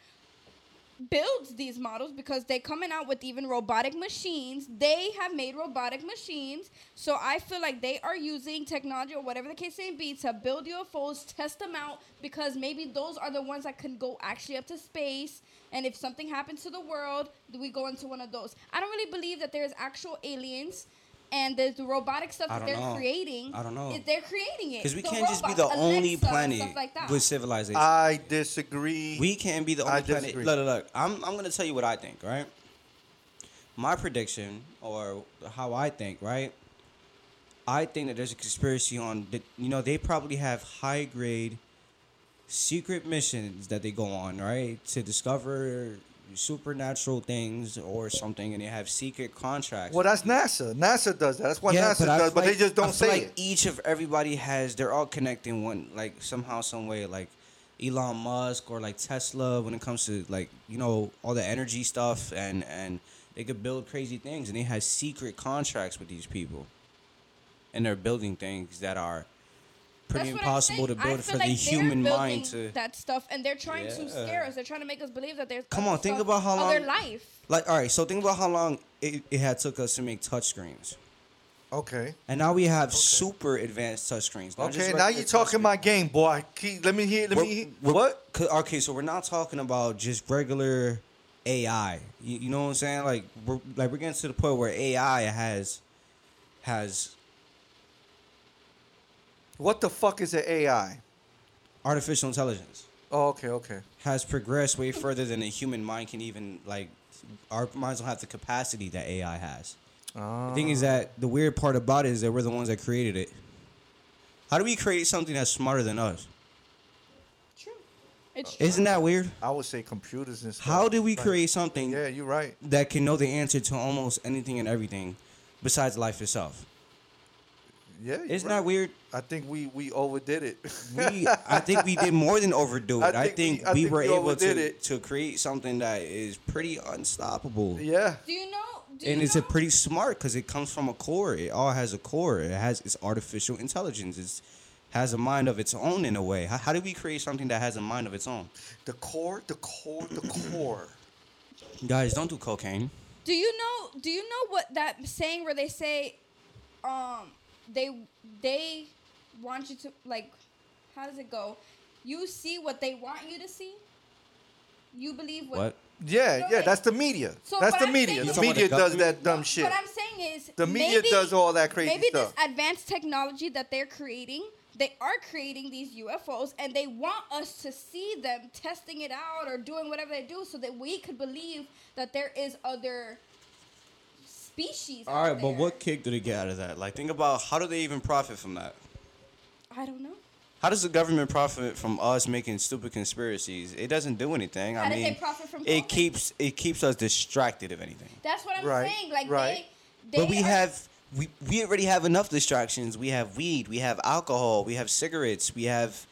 C: builds these models because they're coming out with even robotic machines. They have made robotic machines. So I feel like they are using technology or whatever the case may be to build UFOs, test them out, because maybe those are the ones that can go actually up to space. And if something happens to the world, we go into one of those. I don't really believe that there's actual aliens. And there's the robotic stuff
B: I
C: that
B: don't
C: they're
B: know.
C: creating.
B: I don't know.
C: is They're creating it.
B: Because we
C: The
B: can't just be the
C: robots,
B: only
C: Alexa, and
B: planet
C: stuff like that.
B: with civilization.
A: I disagree.
B: we can't be the only
A: I
B: planet.
A: disagree.
B: Look, look, look. I'm, I'm going to tell you what I think, right? My prediction, or how I think, right? I think that there's a conspiracy on, the- you know, they probably have high grade secret missions that they go on, right? To discover supernatural things or something, and they have secret contracts.
A: well, that's NASA. NASA does that. That's what NASA
B: I
A: does,
B: feel
A: but
B: like-
A: they just
B: I
A: don't say
B: feel like
A: it.
B: Each of everybody has they're all connecting one like somehow, some way, like Elon Musk or like Tesla when it comes to like, you know, all the energy stuff and and they could build crazy things and they have secret contracts with these people. And they're building things that are pretty
C: That's what I'm
B: impossible to
C: saying. I
B: build for
C: feel
B: the
C: like they're
B: human mind
C: building
B: to
C: that stuff, and they're trying to scare
B: Yeah.
C: us. They're trying to make us believe that there's
B: Come
C: other
B: on, think
C: stuff-
B: about how
C: other
B: long-
C: life.
B: like all right, so think about how long it, it had took us to make touchscreens.
A: Okay.
B: And now we have super advanced touchscreens. not just
A: Okay, now
B: regular
A: you're talking
B: touchscreens.
A: my game, boy. Keep, let me hear. Let me hear.
B: We're-
A: What?
B: 'cause- okay, so we're not talking about just regular AI. You, you know what I'm saying? Like we're like we're getting to the point where AI has has
A: What the fuck is an AI?
B: artificial intelligence
A: Oh, okay, okay.
B: has progressed way further than a human mind can even like. Our minds don't have the capacity that AI has. The
A: Uh,
B: thing is that the weird part about it is that we're the ones that created it. How do we create something that's smarter than us?
C: True, it's true.
B: Isn't that weird?
A: I would say computers and stuff.
B: How did we
A: Like,
B: create something
A: Yeah, you're right.
B: that can know the answer to almost anything and everything besides life itself.
A: Yeah, you're
B: It's
A: right.
B: not weird.
A: I think we we overdid it.
B: We, I think we did more than overdo
A: I
B: it. I
A: think
B: think,
A: we- I
B: we
A: think
B: were
A: we
B: able
A: overdid
B: to,
A: it.
B: to create something that is pretty unstoppable.
A: yeah.
C: Do you know? Do
B: And
C: you
B: it's
C: know?
B: a pretty smart because it comes from a core. It all has a core. It has its artificial intelligence. It has a mind of its own in a way. How, how do we create something that has a mind of its own?
A: The core, the core, the core.
B: Guys, don't do cocaine.
C: Do you know? Do you know what that saying where they say, um, they they want you to like, how does it go? You see what they want you to see. You believe what?
B: What?
A: Yeah,
C: No,
A: yeah.
C: wait.
A: That's the media.
C: So
A: that's
C: what
A: the
C: I'm
A: media.
C: saying
A: The
B: is-
A: media
B: Someone that
A: does
B: got-
A: that dumb
C: No,
A: shit.
C: What I'm saying is
A: The media
C: maybe-
A: does all that crazy
C: Maybe
A: stuff.
C: this advanced technology that they're creating, they are creating these UFOs and they want us to see them testing it out or doing whatever they do so that we could believe that there is other species.
B: All right,
C: out
B: but
C: there.
B: what kick do they get out of that? Like, think about how do they even profit from that?
C: I don't know.
B: How does the government profit from us making stupid conspiracies? It doesn't do anything.
C: How
B: I
C: did they
B: mean,
C: profit from COVID?
B: it keeps it keeps us distracted of anything.
C: That's what I'm
A: Right,
C: saying. Like
A: right.
C: they, they
B: but we
C: are-
B: have we, we already have enough distractions. We have weed, we have alcohol, we have cigarettes, we have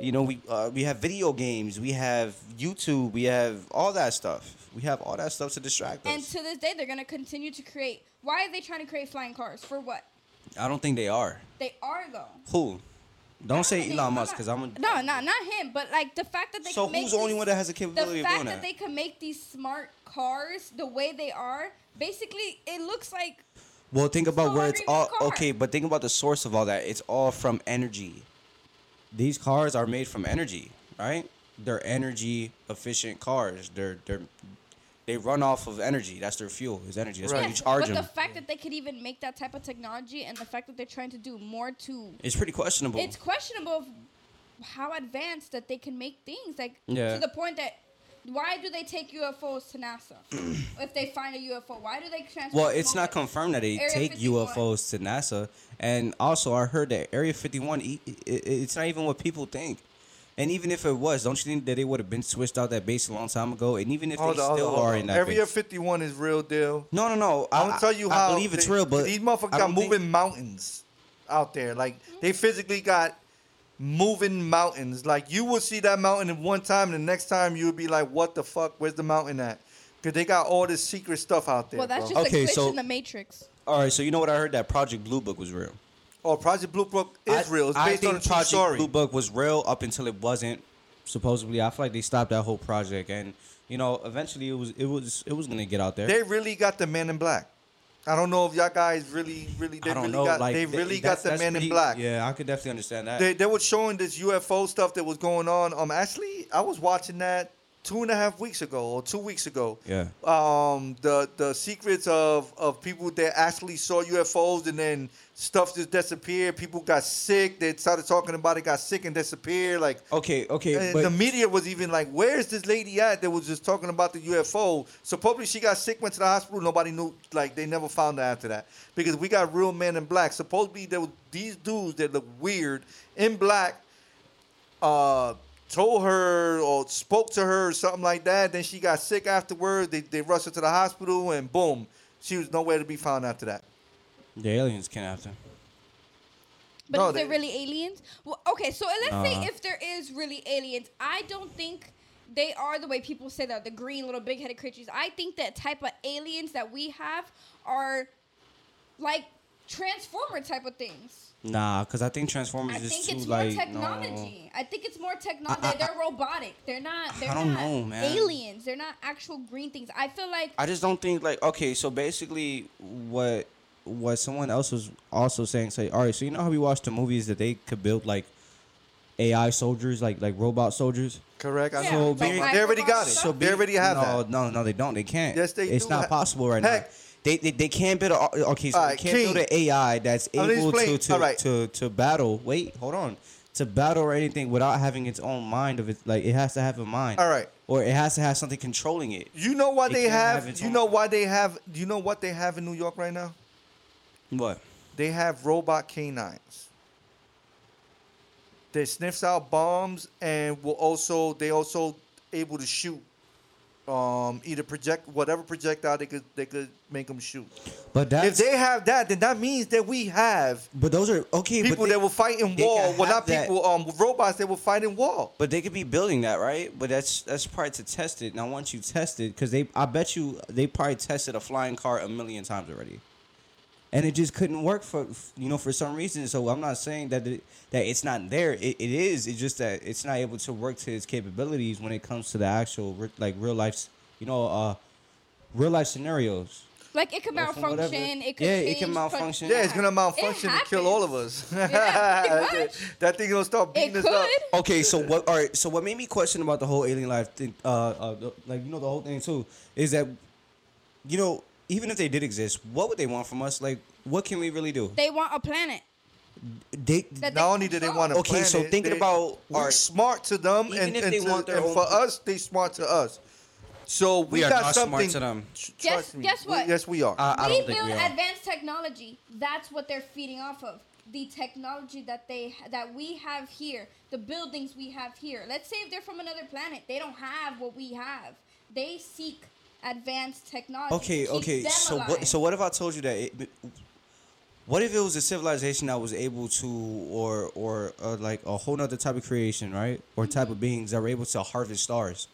B: you know we uh, we have video games, we have YouTube, we have all that stuff. We have all that stuff to distract
C: and
B: us.
C: to this day they're gonna continue to create. Why are they trying to create flying cars? For what?
B: I don't think they are.
C: They are though.
B: Who? Don't say
C: They-
B: Elon
C: I'm
B: Musk
C: not-
B: because I'm a
C: no, no, not him. But like the fact that they
B: So
C: can make
B: who's the only
C: these-
B: one that has the capability
C: the
B: of
C: fact
B: doing
C: that,
B: that?
C: they can make these smart cars the way they are. Basically, it looks like
B: Well, think about
C: So
B: where
C: why
B: it's
C: bring
B: all
C: your car?
B: okay, but think about the source of all that. It's all from energy. These cars are made from energy, right? They're energy efficient cars. They're they're they run off of energy. That's their fuel. Is energy. That's why
A: Right.
B: you
C: Yes,
B: charge
C: but
B: them.
C: the fact that they could even make that type of technology and the fact that they're trying to do more to
B: it's pretty questionable.
C: it's questionable of how advanced that they can make things like
B: Yeah.
C: to the point that why do they take UFOs to NASA if they find a UFO? Why do they transfer?
B: well,
C: them
B: it's not
C: over?
B: confirmed that they
C: Area
B: take
C: 51.
B: UFOs to NASA. And also, I heard that Area 51, e- i- i- it's not even what people think. And even if it was, don't you think that they would have been switched out that base a long time ago? And even if
A: Hold
B: they
A: on, hold
B: still
A: on, hold
B: are
A: on.
B: in that
A: Area
B: base.
A: 51 is real deal.
B: No, no, no.
A: I'm gonna tell you
B: I-
A: how
B: I believe it's
A: they-
B: real, but
A: these
B: I
A: motherfuckers got
B: don't
A: moving
B: think-
A: mountains out there. Like they physically got moving mountains. Like you will see that mountain at one time, and the next time you would be like, "What the fuck? Where's the mountain at?" Because they got all this secret stuff out there.
C: Well, that's
A: bro.
C: just
B: Okay,
C: a glitch
B: so-
C: in the Matrix.
B: All right, so you know what I heard that Project Blue Book was real.
A: oh, Project Blue Book is
B: I-
A: real. It's
B: I
A: based
B: think
A: on a true
B: Project
A: story.
B: Blue Book was real up until it wasn't, supposedly. I feel like they stopped that whole project, and you know, eventually it was it was it was gonna get out there.
A: They really got the man in black. I don't know if y'all guys really, really, they
B: I don't
A: really
B: know,
A: got,
B: like
A: they
B: th-
A: really
B: that's-
A: got the
B: that's
A: man in
B: pretty-
A: black.
B: Yeah, I could definitely understand that.
A: They, they were showing this UFO stuff that was going on. Um, actually, I was watching that two and a half weeks ago or two weeks ago.
B: Yeah.
A: Um, the the secrets of of people that actually saw UFOs and then stuff just disappeared. People got sick. They started talking about it, got sick and disappeared. Like
B: okay, okay,
A: and
B: but
A: Eh, the media was even like, "Where's this lady at?" That was just talking about the UFO. So probably she got sick, went to the hospital. Nobody knew. Like they never found her after that because we got real men in black. Supposedly there was these dudes that look weird in black. Uh, told her or spoke to her or something like that. Then she got sick afterwards. They they rushed her to the hospital and boom, she was nowhere to be found after that.
B: the aliens came after.
C: But
A: No,
C: is there
A: they-
C: really aliens? Well, okay, so let's
B: Nah.
C: say if there is really aliens, I don't think they are the way people say that the green little big headed creatures. I think that type of aliens that we have are like transformer type of things.
B: Nah, because I think Transformers
C: I
B: is
C: think
B: too
C: it's more
B: like
C: technology. I think it's more technology.
B: I- I-
C: they're robotic. They're not. They're
B: don't
C: not
B: know, man.
C: Aliens. They're not actual green things. I feel like
B: I just don't think like okay, so basically what what someone else was also saying, say, all right, so you know how we watched the movies that they could build like AI soldiers, like like robot soldiers.
A: Correct. I
C: Yeah,
A: know.
C: like
A: they
C: my
A: already got it.
C: So
A: they already have
B: no,
A: that.
B: No, no, they don't. They can't.
A: Yes, they
B: It's
A: do
B: not
A: ha-
B: possible right
A: Heck.
B: now. They, they, they can't build a okay. So
A: Alright,
B: they can't build
A: King.
B: an AI that's
A: Let me
B: able to
A: explain.
B: to,
A: Alright.
B: to to battle. Wait, hold on. To battle or anything without having its own mind of it, like it has to have a mind.
A: Alright.
B: Or it has to have something controlling it.
A: You know why
B: It
A: they
B: can't
A: have,
B: have its
A: you
B: own-
A: know why they have you know what they have in New York right now?
B: What?
A: They have robot canines. They sniffs out bombs and will also they also able to shoot um either project whatever projectile they could they could make them shoot.
B: But that's
A: if they have that, then that means that we have
B: But those are okay. but
A: people
B: they,
A: that will fight in
B: they
A: war.
B: can
A: Well,
B: have
A: not
B: that.
A: people, um, robots that will fight in war.
B: But they could be building that, right? But that's that's probably to test it. Now, once you test it, because they, I bet you, they probably tested a flying car a million times already, and it just couldn't work for f- you know for some reason. So I'm not saying that it, that it's not there. It, it is. It's just that it's not able to work to its capabilities when it comes to the actual re- like real life, s- you know, uh, real life scenarios.
C: like it could
B: Or from whatever.
C: malfunction. It could
B: Yeah, it can
C: change, but-
B: malfunction.
A: Yeah, it's gonna
C: It
A: malfunction and kill all of
C: happens.
A: us.
C: Yeah, pretty much.
A: that thing gonna start beating us
C: It
A: up.
C: could.
B: Okay, so what? All right, so what made me question about the whole alien life thing, uh, uh, the- like you know the whole thing too, is that, you know, even if they did exist, what would they want from us? Like, what can we really do?
C: They want a planet.
B: They,
C: That
A: Not
C: they
A: only do they
C: control.
A: want to
B: Okay, so thinking about
A: are
B: our-
A: smart to them,
B: Even
A: and,
B: if
A: and
B: they
A: to-
B: want their
A: and
B: own-
A: for us, they smart to us. So we,
B: We are
A: got
B: not smart
A: something.
B: to them. Uh,
A: Tr-
C: Guess-
A: trust me.
C: guess
A: We-
C: what?
A: yes, we are.
B: I, Oh, I
C: we
B: don't think
C: build
B: we are.
C: advanced technology. That's what they're feeding off of. The technology that they that we have here, the buildings we have here. Let's say if they're from another planet, they don't have what we have. They seek advanced technology.
B: Okay,
C: to keep
B: okay.
C: them
B: So what?
C: alive.
B: So what if I told you that? It, what if it was a civilization that was able to, or or uh, like a whole nother type of creation, right? Or type
C: Mm-hmm.
B: of beings that were able to harvest stars.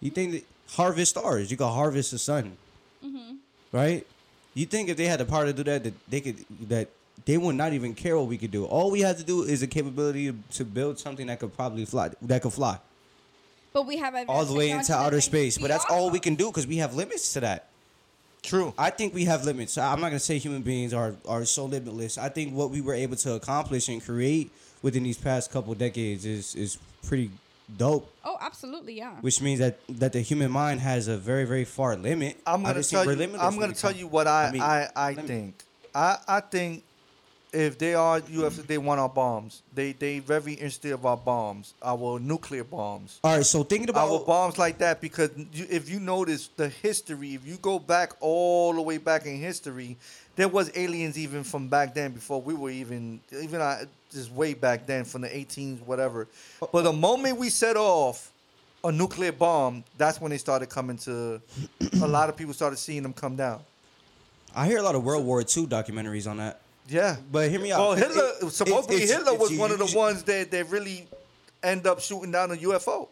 B: You think that harvest stars? You could harvest the sun,
C: Mm-hmm.
B: right? You think if they had the power to do that, that they could that they would not even care what we could do. All we had to do is the capability to build something that could probably fly, that could fly
C: but we have advanced
B: all the way
C: technology
B: into
C: that
B: outer
C: makes
B: space.
C: the
B: But that's all we
C: awesome.
B: can do because we have limits to that.
A: True.
B: I think we have limits. I- I'm not gonna say human beings are are so limitless. I think what we were able to accomplish and create within these past couple decades is is pretty dope.
C: Oh, absolutely, yeah.
B: Which means that that the human mind has a very very far limit.
A: I'm
B: I
A: gonna
B: just think
A: tell
B: we're
A: you.
B: limitless
A: I'm
B: when
A: gonna
B: it
A: tell
B: comes-
A: you what I
B: I mean,
A: I, I
B: let me-
A: think. I I think if they are UFO, they want our bombs. They they very interested of our bombs, our nuclear bombs.
B: All right, so thinking
A: our
B: about
A: bombs like that because you, if you notice the history, if you go back all the way back in history, there was aliens even from back then before we were even even uh, just way back then from the 18s whatever. But the moment we set off a nuclear bomb, that's when they started coming to. a lot of people started seeing them come down.
B: I hear a lot of World War II documentaries on that.
A: Yeah,
B: But hear me out.
A: well,
B: It-
A: Oh, Hitler
B: it- it's-
A: supposedly
B: it's-
A: Hitler
B: it's
A: was one of the
B: usu-
A: ones that that really end up shooting down a UFO.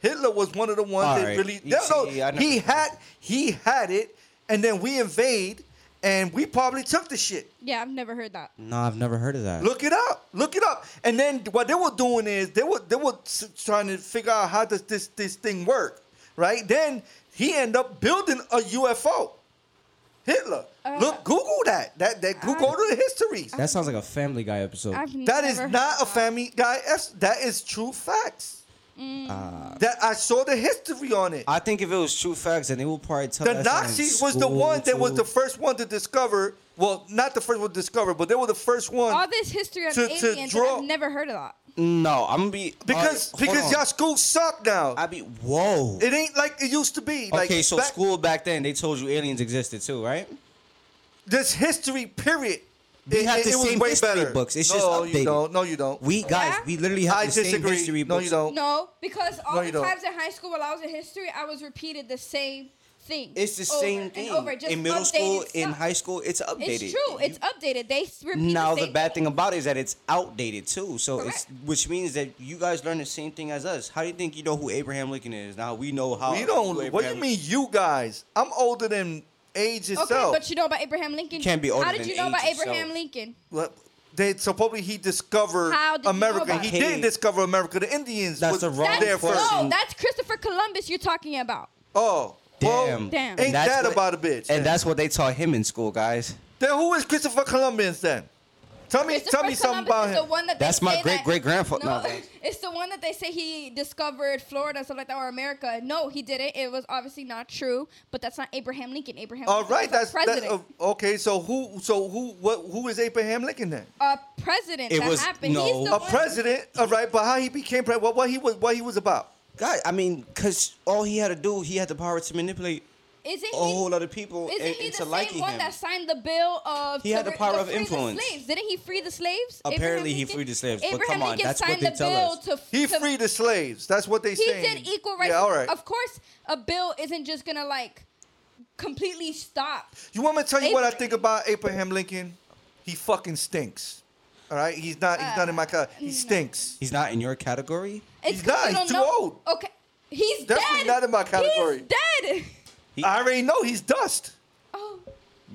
A: Hitler was one of the ones
B: All
A: that
B: right.
A: really
B: You
A: no, no,
B: see, I never-
A: he had he had it, and then we invade, and we probably took the shit.
C: Yeah, I've never heard that.
B: No, I've never heard of that.
A: Look it up. Look it up. And then what they were doing is they were they were s- trying to figure out how does this this thing work, right? Then he ended up building a UFO. Hitler.
C: Uh,
A: Look, Google that. That that Google the histories.
B: that sounds like a Family Guy episode.
C: I've
A: That
C: never
A: is
C: heard
A: not a
C: that.
A: Family Guy. es- That is true facts.
C: Mm.
B: Uh,
A: That I saw the history on it.
B: I think if it was true facts, then they will probably tell
A: the
B: us in
A: Nazis was the
B: school,
A: one that was
B: too.
A: the first one to discover. Well, not the first one to discover, but they were the first one.
C: All this history on
A: To- to
C: aliens, and
A: draw-
C: I've never heard of that.
B: No, I'm gonna be
A: because
B: uh, hold
A: because
B: on.
A: y'all school suck now.
B: I be whoa.
A: it ain't like it used to be. Like,
B: okay, so
A: back-
B: school back then they told you aliens existed too, right?
A: This history period.
B: We had the same history books. It's
A: no,
B: just
A: you
B: updated.
A: don't. No, you don't.
B: We guys,
C: Yeah.
B: we literally have
A: I
B: the same
A: disagree.
B: history
A: no,
B: books.
A: you don't.
C: No, because all
A: No, you
C: the
A: don't.
C: times in high school while I was in history, I was repeated the same thing.
B: It's the
C: over
B: same
C: and
B: thing
C: over, just
B: in middle school,
C: updated
B: in
C: stuff.
B: high school. It's updated.
C: It's true. It's updated. They s- repeat
B: now
C: the,
B: the
C: same
B: bad thing about it is that it's outdated too. So
C: Correct.
B: it's which means that you guys learn the same thing as us. How do you think you know who Abraham Lincoln is? Now we know how.
A: We
B: who
A: don't. What do you
B: Abraham-
A: mean, you guys? I'm older than age
C: Okay,
A: itself.
C: but you know about Abraham Lincoln.
B: can't be older
C: How did
B: than
C: you know about
B: age itself.
C: Abraham Lincoln?
A: Well, They supposedly he discovered
C: How did he know
A: America.
C: about
A: He
B: it?
A: didn't discover America. The Indians.
B: That's
A: was
B: the wrong
A: there
C: That's,
B: person.
A: first.
C: no, that's Christopher Columbus you're talking about.
A: Oh, well,
B: Damn.
C: Damn.
A: Ain't
B: And that's
A: that
B: what-
A: about a bitch?
B: And that's what they taught him in school, guys.
A: then who is Christopher Columbus then? Tell me,
C: Christopher
A: tell me something
C: Columbus
A: about
C: is
A: him.
C: The one that they
B: That's my
C: say
B: great
C: that-
B: great grandfather.
C: No, it's the one that they say he discovered Florida and stuff like that, or America. No, he didn't. It was obviously not true. But that's not Abraham Lincoln. Abraham.
A: All
C: Lincoln
A: right,
C: was
A: that's
C: a
A: that,
C: president.
A: uh, okay. So who, so who, what, who is Abraham Lincoln then?
C: a president.
B: It
C: that
B: was-
C: happened.
B: no.
C: He's the
A: A
C: one-
A: president, all right. But how he became president? What, what he was, what he was about?
B: God, I mean, cause all he had to do, he had the power to manipulate
C: Isn't
B: a
C: he?
B: whole lot of people
C: Isn't
B: and,
C: he
B: and
C: the
B: to
C: same
B: liking
C: one
B: him.
C: that signed the bill of?
B: He had
C: to
B: the power
C: to
B: of
C: free the
B: influence.
C: slaves? Didn't he free the slaves? Abraham
B: Apparently, he
C: Lincoln?
B: freed the slaves, but
C: Abraham
B: come on,
C: Lincoln
B: that's what
C: signed
B: they
C: the
B: tell
C: bill
B: us.
C: to. f-
A: He
C: to-
A: freed the slaves. That's what they
C: He
A: say.
C: did equal rights.
A: Yeah, all right.
C: Of course, a bill isn't just gonna like completely stop.
A: You want me to tell you what I
C: Abraham-
A: think about Abraham Lincoln? He fucking stinks. All right, he's not. He's not
C: Uh,
A: in my cut. He stinks.
B: He's not in your category.
A: He's
C: 'cause
A: not.
C: you
A: He's
C: don't
A: too
C: know-
A: old.
C: Okay. He's
A: Definitely
C: dead.
A: not in my category.
C: He's dead.
B: He-
A: I already know he's dust.
C: Oh.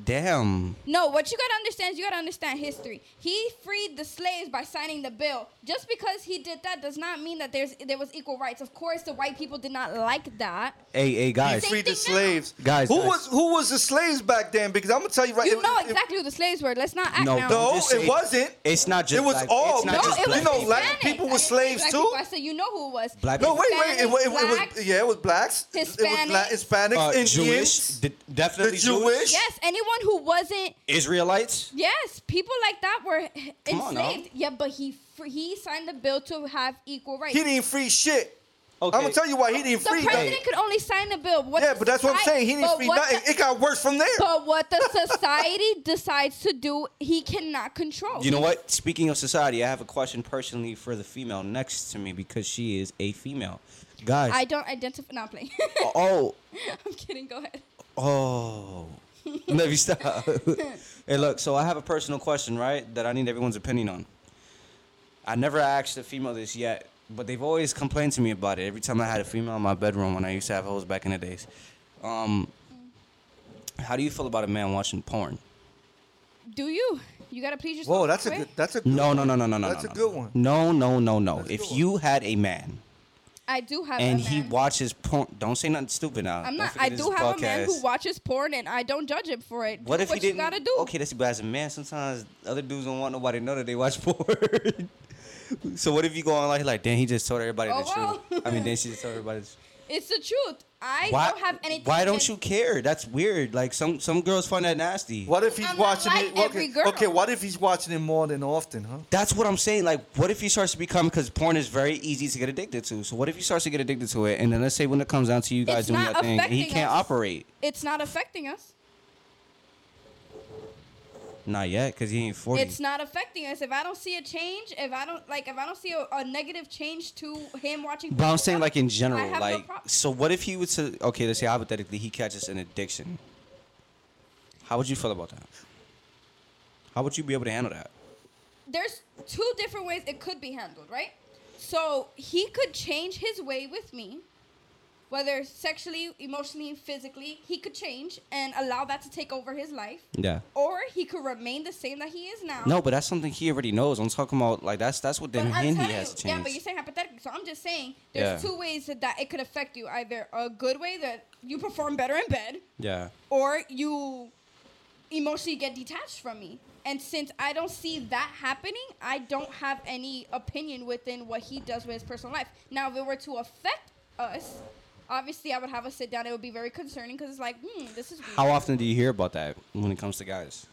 B: Damn.
C: No, what you gotta understand is you gotta understand history. He freed the slaves by signing the bill. Just because he did that does not mean that there's there was equal rights. Of course, the white people did not like that.
B: Hey, hey,
A: He
B: guys.
C: Same
A: freed the
C: thing now.
A: slaves.
B: Guys,
A: who
B: guys.
A: was who was the slaves back then? Because I'm gonna tell you right.
C: You
A: it-
C: know
A: it-
C: exactly who the slaves were. Let's not act
B: No,
C: now.
A: No,
B: I'm just
A: it
B: saying-
A: wasn't.
B: It's not just.
A: It was
B: black,
A: all-
B: It's not
A: No,
B: just
A: it was-
B: black
A: you know,
B: people.
A: black people were
C: I didn't say
A: slaves
C: black
A: too?
C: people. I said you know who it was.
B: Black
A: No,
B: people.
A: wait, wait. It, wa- it, wa- it
C: Hispanics,
A: was yeah, it was blacks. It was black,
C: Hispanics.
A: Hispanics,
B: Uh,
A: Indians,
B: Jewish, d-
A: the
B: definitely
A: Jewish.
C: Yes, anyone who wasn't
B: Israelites.
C: Yes, people like that were h-
B: Come on now.
C: enslaved. Yeah, but he fr- he signed the bill to have equal rights.
A: He didn't free shit.
B: Okay.
A: I'm gonna tell you why he didn't
C: the
A: free.
C: president
A: nothing.
C: could only sign the bill. What
A: Yeah,
C: the
A: but that's what I'm
C: soci-
A: saying. He didn't
C: but
A: free
C: what
A: nothing.
C: the-
A: it got worse from there.
C: but what the society decides to do, he cannot control.
B: You know what? Speaking of society, I have a question personally for the female next to me because she is a female. Guys.
C: I don't identify. Not playing.
B: oh.
C: I'm kidding. Go ahead.
B: Oh. Let me stop. hey, look, so I have a personal question, right? That I need everyone's opinion on. I never asked a female this yet, but they've always complained to me about it every time I had a female in my bedroom when I used to have hoes back in the days. Um, how do you feel about a man watching porn?
C: Do you? You gotta please yourself.
A: Whoa, that's a
C: right?
A: good. That's a good
B: No, no, no, no, no, no.
A: That's
B: no,
A: a
B: no.
A: good one.
B: No, no, no, no.
A: That's a good
B: if
A: one.
B: you had a man
C: I do have.
B: and
C: a man.
B: he watches porn, don't say nothing stupid now.
C: I'm
B: Don't
C: not.
B: forget
C: I
B: this
C: do have a man who
B: podcast.
C: watches porn, and I don't judge him for it.
B: What
C: do
B: if
C: what
B: he didn't?
C: You gotta do.
B: Okay, that's but as a man, sometimes other dudes don't want nobody to know that they watch porn. so what if you go online like, damn, he just told everybody
C: Oh,
B: the
C: well.
B: truth. I mean, then she just told everybody. The truth.
C: It's the truth. I
B: Why?
C: don't have anything.
B: why don't
C: against-
B: you care? That's weird. Like some some girls find that nasty.
A: What if he's
C: I'm not
A: watching
C: like
A: it? Okay,
C: every girl.
A: okay. What if he's watching it more than often, huh?
B: That's what I'm saying. Like, what if he starts to become because porn is very easy to get addicted to. So what if he starts to get addicted to it, and then let's say when it comes down to you guys
C: It's
B: doing
C: not
B: your thing, and he
C: affecting
B: can't
C: us.
B: operate.
C: It's not affecting us.
B: Not yet, because he ain't forty.
C: It's not affecting us. If I don't see a change, if I don't like, if I don't see a, a negative change to him watching,
B: But I'm
C: porn,
B: saying like in
C: I
B: general,
C: have no
B: like
C: prob-
B: so what if he would to okay, let's say hypothetically he catches an addiction. How would you feel about that? How would you be able to handle that?
C: there's two different ways it could be handled, right? So he could change his way with me, whether sexually, emotionally, physically, he could change and allow that to take over his life,
B: Yeah.
C: or he could remain the same that he is now.
B: No, but that's something he already knows. I'm talking about like that's that's what
C: But
B: then
C: I'm
B: then he
C: telling
B: has
C: you,
B: to
C: Yeah, but you're
B: change.
C: saying hypothetically. So I'm just saying there's
B: Yeah.
C: two ways that, that it could affect you. Either a good way that you perform better in bed,
B: Yeah.
C: or you emotionally get detached from me. And since I don't see that happening, I don't have any opinion within what he does with his personal life. Now, if it were to affect us, obviously I would have a sit down. It would be very concerning because it's like, hmm, this is weird.
B: How often do you hear about that when it comes to guys?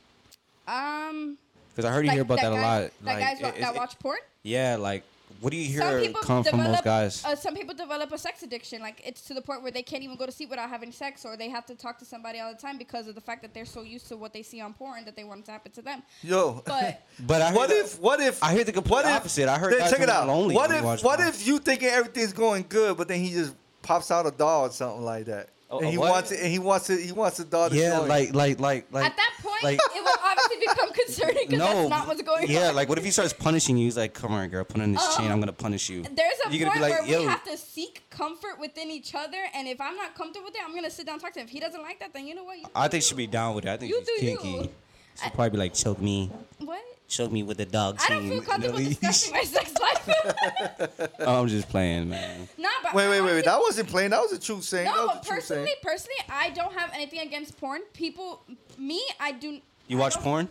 C: um,
B: Because I heard you
C: like
B: hear about that, a
C: guy-
B: lot.
C: That
B: like,
C: guys wa-
B: it-
C: that
B: it-
C: watch porn.
B: Yeah, like what do you hear come from those
C: develop-
B: guys?
C: Uh, some people develop a sex addiction. Like it's to the point where they can't even go to sleep without having sex, or they have to talk to somebody all the time because of the fact that they're so used to what they see on porn that they want it to happen to them.
A: Yo.
C: But
B: but I heard
A: what
B: that-
A: if? What if?
B: I heard the complete
A: what if-
B: opposite. I heard
A: Then
B: guys
A: check it
B: who are
A: out.
B: lonely
A: what
B: when
A: if?
B: they watch
A: What
B: porn.
A: if you thinking everything's going good, but then he just pops out a doll or something like that,
B: A-
A: and
B: a
A: he
B: what?
A: wants it, and he wants it, he wants the doll to
B: yeah,
A: show it.
B: like like like like
C: at that point,
B: like-
C: it will obviously become concerning because that's not what's going
B: yeah,
C: on. Um,
B: like what if he starts punishing you? He's like, "Come on, girl, put on this chain. I'm gonna punish you."
C: There's a
B: You're
C: point
B: gonna be
C: where
B: like, "Yo,
C: we have to seek comfort within each other, and if I'm not comfortable with it, I'm gonna sit down and talk to him. If he doesn't like that, then you know what? You
B: I
C: do
B: think she'd
C: you.
B: be down with it. I think
C: You
B: she's
C: do you.
B: kinky. She'd probably be like, "Choke me,
C: What?
B: choke me with the dog
C: I
B: chain."
C: don't feel
B: and
C: comfortable
B: the leash."
C: discussing my sex life.
B: I'm just playing, man.
C: nah, but
A: Wait, wait, wait,
C: honestly,
A: wait. That wasn't plain. That was a true saying. that
C: No,
A: was
C: but
A: a true saying.
C: personally, personally, I don't have anything against porn. People, me, I do.
B: You
C: I
B: watch
C: don't-
B: porn?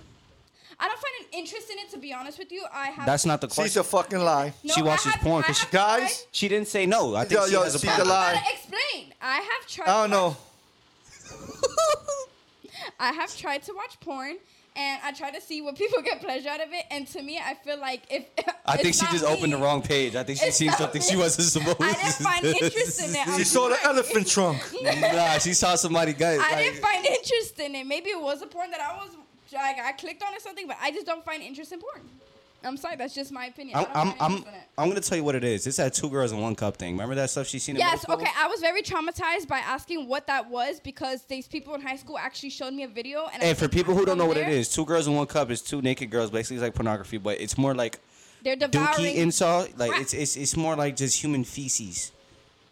C: I don't find an interest in it. To be honest with you, I have.
B: That's not the
A: She's
B: question.
A: a fucking lie.
C: No,
B: she
C: I
B: watches
C: have-
B: porn
C: I
B: 'cause she-
C: have
A: Guys,
B: She didn't say no. I think
A: Yo,
B: she
A: yo,
B: has a
A: she's
B: problem.
A: a lie.
C: tried- I gotta explain. I have tried.
A: I don't know.
C: I have tried to watch porn. And I try to see what people get pleasure out of it, and to me, I feel like if
B: I think
C: it's
B: she
C: not
B: just
C: me.
B: opened the wrong page. I think she
C: It's
B: seen
C: not
B: something
C: me.
B: she wasn't supposed.
C: I didn't find interest in it. I'm
A: She saw the
C: sorry.
A: elephant trunk.
B: nah, she saw somebody get.
C: I
B: like-
C: didn't find interest in it. Maybe it was a porn that I was like I clicked on or something, but I just don't find interest in porn. I'm sorry, that's just my opinion.
B: I'm,
C: I don't
B: I'm,
C: find
B: I'm,
C: interest in it.
B: I'm gonna tell you what it is. It's that two girls in one cup thing. Remember that stuff she seen? in
C: Yes,
B: middle school?
C: okay. I was very traumatized by asking what that was because these people in high school actually showed me a video. And, I "Oh,
B: And for
C: think
B: people who don't know
C: from
B: what it
C: there,
B: is, two girls in one cup is two naked girls. Basically, it's like pornography, but it's more like
C: they're
B: dookie
C: devouring.
B: insult. Like
C: Right.
B: it's it's it's more like just human feces.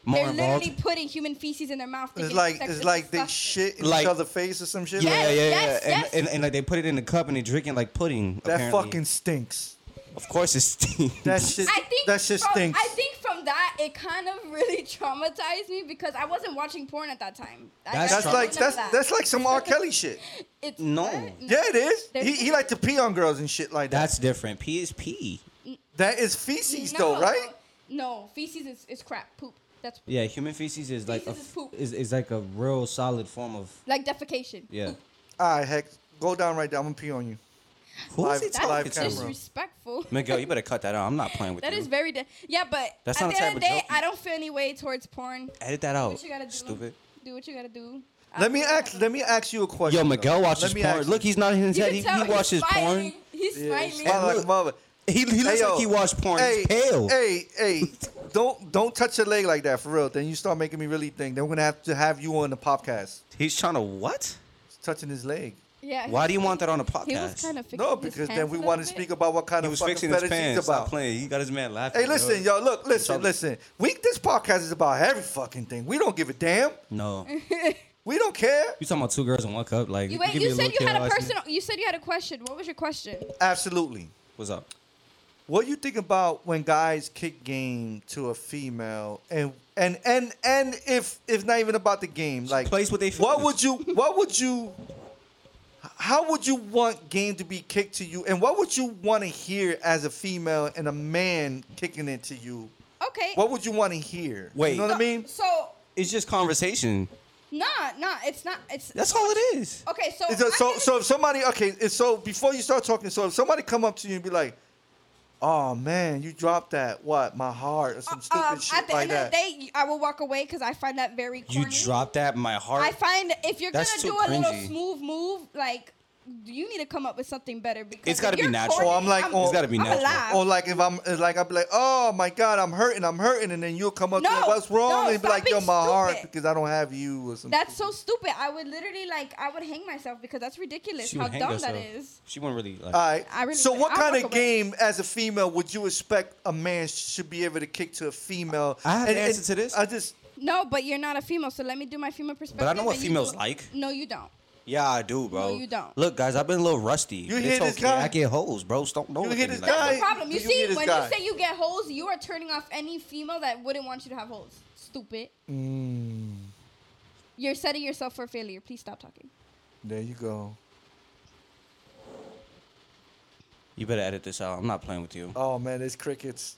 B: More
C: they're
B: involved.
C: literally putting human feces in their mouth. to
A: It's
C: get
A: like
C: sex
A: it's
C: with
A: like they
C: disgusting.
A: shit in
B: Like-
A: each other's face or some shit.
B: yeah,
A: like
B: yeah,
A: that.
B: yeah,
C: yes,
B: yeah. And,
C: yes.
B: and, and like they put it in the cup and they drink it like pudding.
A: That
B: apparently.
A: fucking stinks.
B: Of course, it stinks.
A: That shit.
C: I think
A: that shit
C: from,
A: stinks.
C: I think from that it kind of really traumatized me because I wasn't watching porn at that time. I-
B: That's
C: I
A: that's
C: don't
A: like
C: remember
A: that's
C: that.
A: that's like some R. Kelly shit.
C: It's
B: No.
C: what?
A: Yeah, it is.
C: There's-
A: He he like to pee on girls and shit like that.
B: That's different. P is P.
A: that is feces though, right?
C: No, feces is, is crap, poop. That's
B: Yeah, human feces is like
C: Feces is
B: a,
C: poop.
B: is, is like a real solid form of
C: like defecation.
B: yeah.
A: All right, heck, go down right there. I'm gonna pee on you.
B: Who
A: Live-
B: it
A: That's
B: talking
A: live
B: to?
A: camera.
C: disrespectful.
B: Miguel, you better cut that out. I'm not playing with
C: That
B: you.
C: is very de- yeah, but
B: That's
C: at
B: not
C: the
B: the
C: end of the
B: type of
C: day,
B: joke you-
C: I don't feel any way towards porn.
B: Edit that out.
C: What you gotta do?
B: Stupid.
C: Do what you gotta do.
A: Let me
C: I'll-
A: ask. Let me ask you a question.
B: Yo, Miguel
A: though.
B: watches
A: Let me
B: porn.
A: ask
B: Look, he's not in his
C: You
B: head.
C: can
B: He,
C: tell
B: he
C: he's
B: watches
C: smiling.
B: porn.
C: He's
A: Yeah,
C: smiling.
A: smile like a mother.
B: He, he looks
A: Hey, yo.
B: like he watched porn. He's pale.
A: Hey, hey, don't don't touch your leg like that for real. Then you start making me really think. Then we're gonna have to have you on the podcast.
B: He's trying to what?
A: He's touching his leg.
C: Yeah.
B: Why
C: he-
B: do you want that on a
C: He was
B: podcast?
C: kind of fixing
A: No,
C: his
A: because then
C: pants
A: we
C: a
A: want to
C: little
A: speak
C: bit.
A: about what kind
B: he
A: of
B: was
A: fucking
B: fixing his
A: fetish he's
B: pants. Stop
A: about.
B: playing. He got his man laughing.
A: Hey, listen,
B: yo.
A: y'all. Look, listen,
B: Stop.
A: listen. We this podcast is about every fucking thing. We don't give a damn.
B: No,
A: We don't care.
B: you talking about two girls in one cup? Like
C: You wait.
B: give me
C: You
B: a
C: said
B: little
C: you
B: kid
C: had a
B: last name.
C: personal. You said you had a question. What was your question?
A: Absolutely.
B: What's up?
A: What you think about when guys kick game to a female and and and and if if not even about the game, like
B: plays with they
A: What
B: feelings.
A: would you what would you how would you want game to be kicked to you and what would you want to hear as a female and a man kicking it to you?
C: Okay. Uh,
A: What would you want to hear?
B: Wait.
A: You know what I mean?
C: So
B: It's just conversation.
C: nah, nah. It's not. It's
B: That's all it is.
C: okay. So
A: Is it-
C: I
A: so
C: can-
A: so if somebody okay, it's so before you start talking, so if somebody come up to you and be like, "Oh man, you dropped that what my heart or some stupid
C: um,
A: shit
C: at the
A: like
C: end
A: that."
C: of the day, I will walk away because I find that very
B: You
C: corny.
B: dropped that my heart.
C: I find if you're
B: That's
C: gonna
B: too
C: do a little
B: cringy.
C: smooth move, like you need to come up with something better because
B: It's
C: if
B: gotta be
C: you're
B: natural.
C: corny,
A: Oh, I'm like, oh, It's
B: gotta be
C: I'm
B: natural.
C: alive.
A: Or like if I'm like I'll be like, oh my god, I'm hurting, I'm hurting, and then you'll come up to me,
C: No,
A: what's wrong?
C: no,
A: and you'll be
C: stop
A: like, yo,
C: being
A: my heart
C: stupid.
A: because I don't have you or something.
C: That's so stupid. I would literally like I would hang myself because that's ridiculous.
B: she
C: how
B: would hang
C: dumb
B: herself.
C: that is.
B: She wouldn't really like.
A: all right.
C: I really
A: so
C: would-
A: what
C: I'll
A: kind
C: walk
A: of
C: away.
A: game as a female would you expect a man should be able to kick to a female?
B: I have an answer to this.
A: I just
C: No, but you're not a female, so let me do my female perspective.
B: know what
C: and you
B: females
C: do it.
B: like.
C: No, you don't.
B: Yeah, I do, bro.
C: you don't.
B: Look, guys, I've been a little rusty. You
A: hear
B: it's
A: this
B: okay.
A: guy?
B: I get hoes, bro. Don't know.
A: You
B: it
A: hear
B: to me
A: this
B: like that.
A: guy?
C: That's the problem. You
A: Do you
C: see,
A: hear this
C: when
A: guy?
C: you say you get holes, you are turning off any female that wouldn't want you to have holes. Stupid.
A: mm,
C: You're setting yourself for failure. Please stop talking.
A: There you go.
B: You better edit this out. I'm not playing with you,
A: Oh man, it's crickets.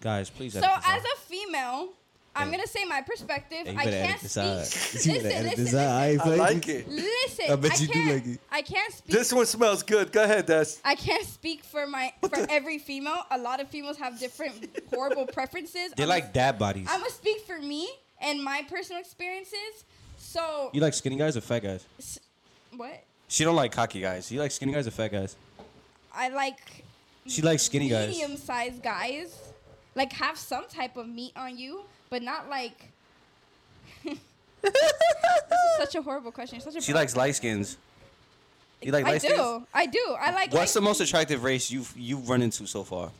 B: guys. Please.
C: So
B: edit this
C: as
B: out.
C: a female, I'm gonna say my perspective.
B: Hey, you
C: I
B: better
C: can't
B: edit this out.
C: speak.
B: You
C: Listen,
B: better edit
C: listen,
B: this
C: listen,
B: out. ain't
A: I
B: playing
A: like
B: with you.
A: it.
C: listen.
B: I bet you do
C: can't,
B: like it.
C: I can't speak.
A: This one smells good. Go ahead, Des.
C: I can't speak for my for every female. A lot of females have different horrible preferences.
B: They
C: I'm
B: like dad bodies.
C: I'm gonna speak for me and my personal experiences. So
B: You like skinny guys or fat guys?
C: s- what
B: She don't like cocky guys. You like skinny guys or fat guys?
C: I like
B: She likes skinny guys.
C: medium sized guys, like have some type of meat on you, but not like. this is such a horrible question. You're Such a
B: She
C: bad-
B: likes light skins. You like
C: I
B: light
C: do.
B: skins?
C: I do. I like.
B: What's the
C: like,
B: most attractive race you've you've run into so far?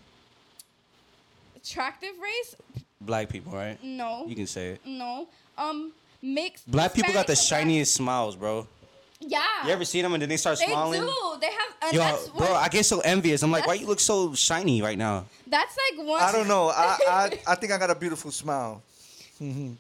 C: attractive race?
B: Black people, right?
C: No.
B: You can say it.
C: no. Um, mixed.
B: Black people got the
C: Hispanic or
B: shiniest smiles, bro.
C: black- Yeah.
B: You ever seen them and then they start
C: They
B: smiling?
C: do. They have. uh,
B: Yo,
C: Yo,
B: bro, I get so envious. I'm like, why
C: That's-
B: you look so shiny right now?
C: That's like one.
A: I don't know. I, I I think I got a beautiful smile. Mm-hmm.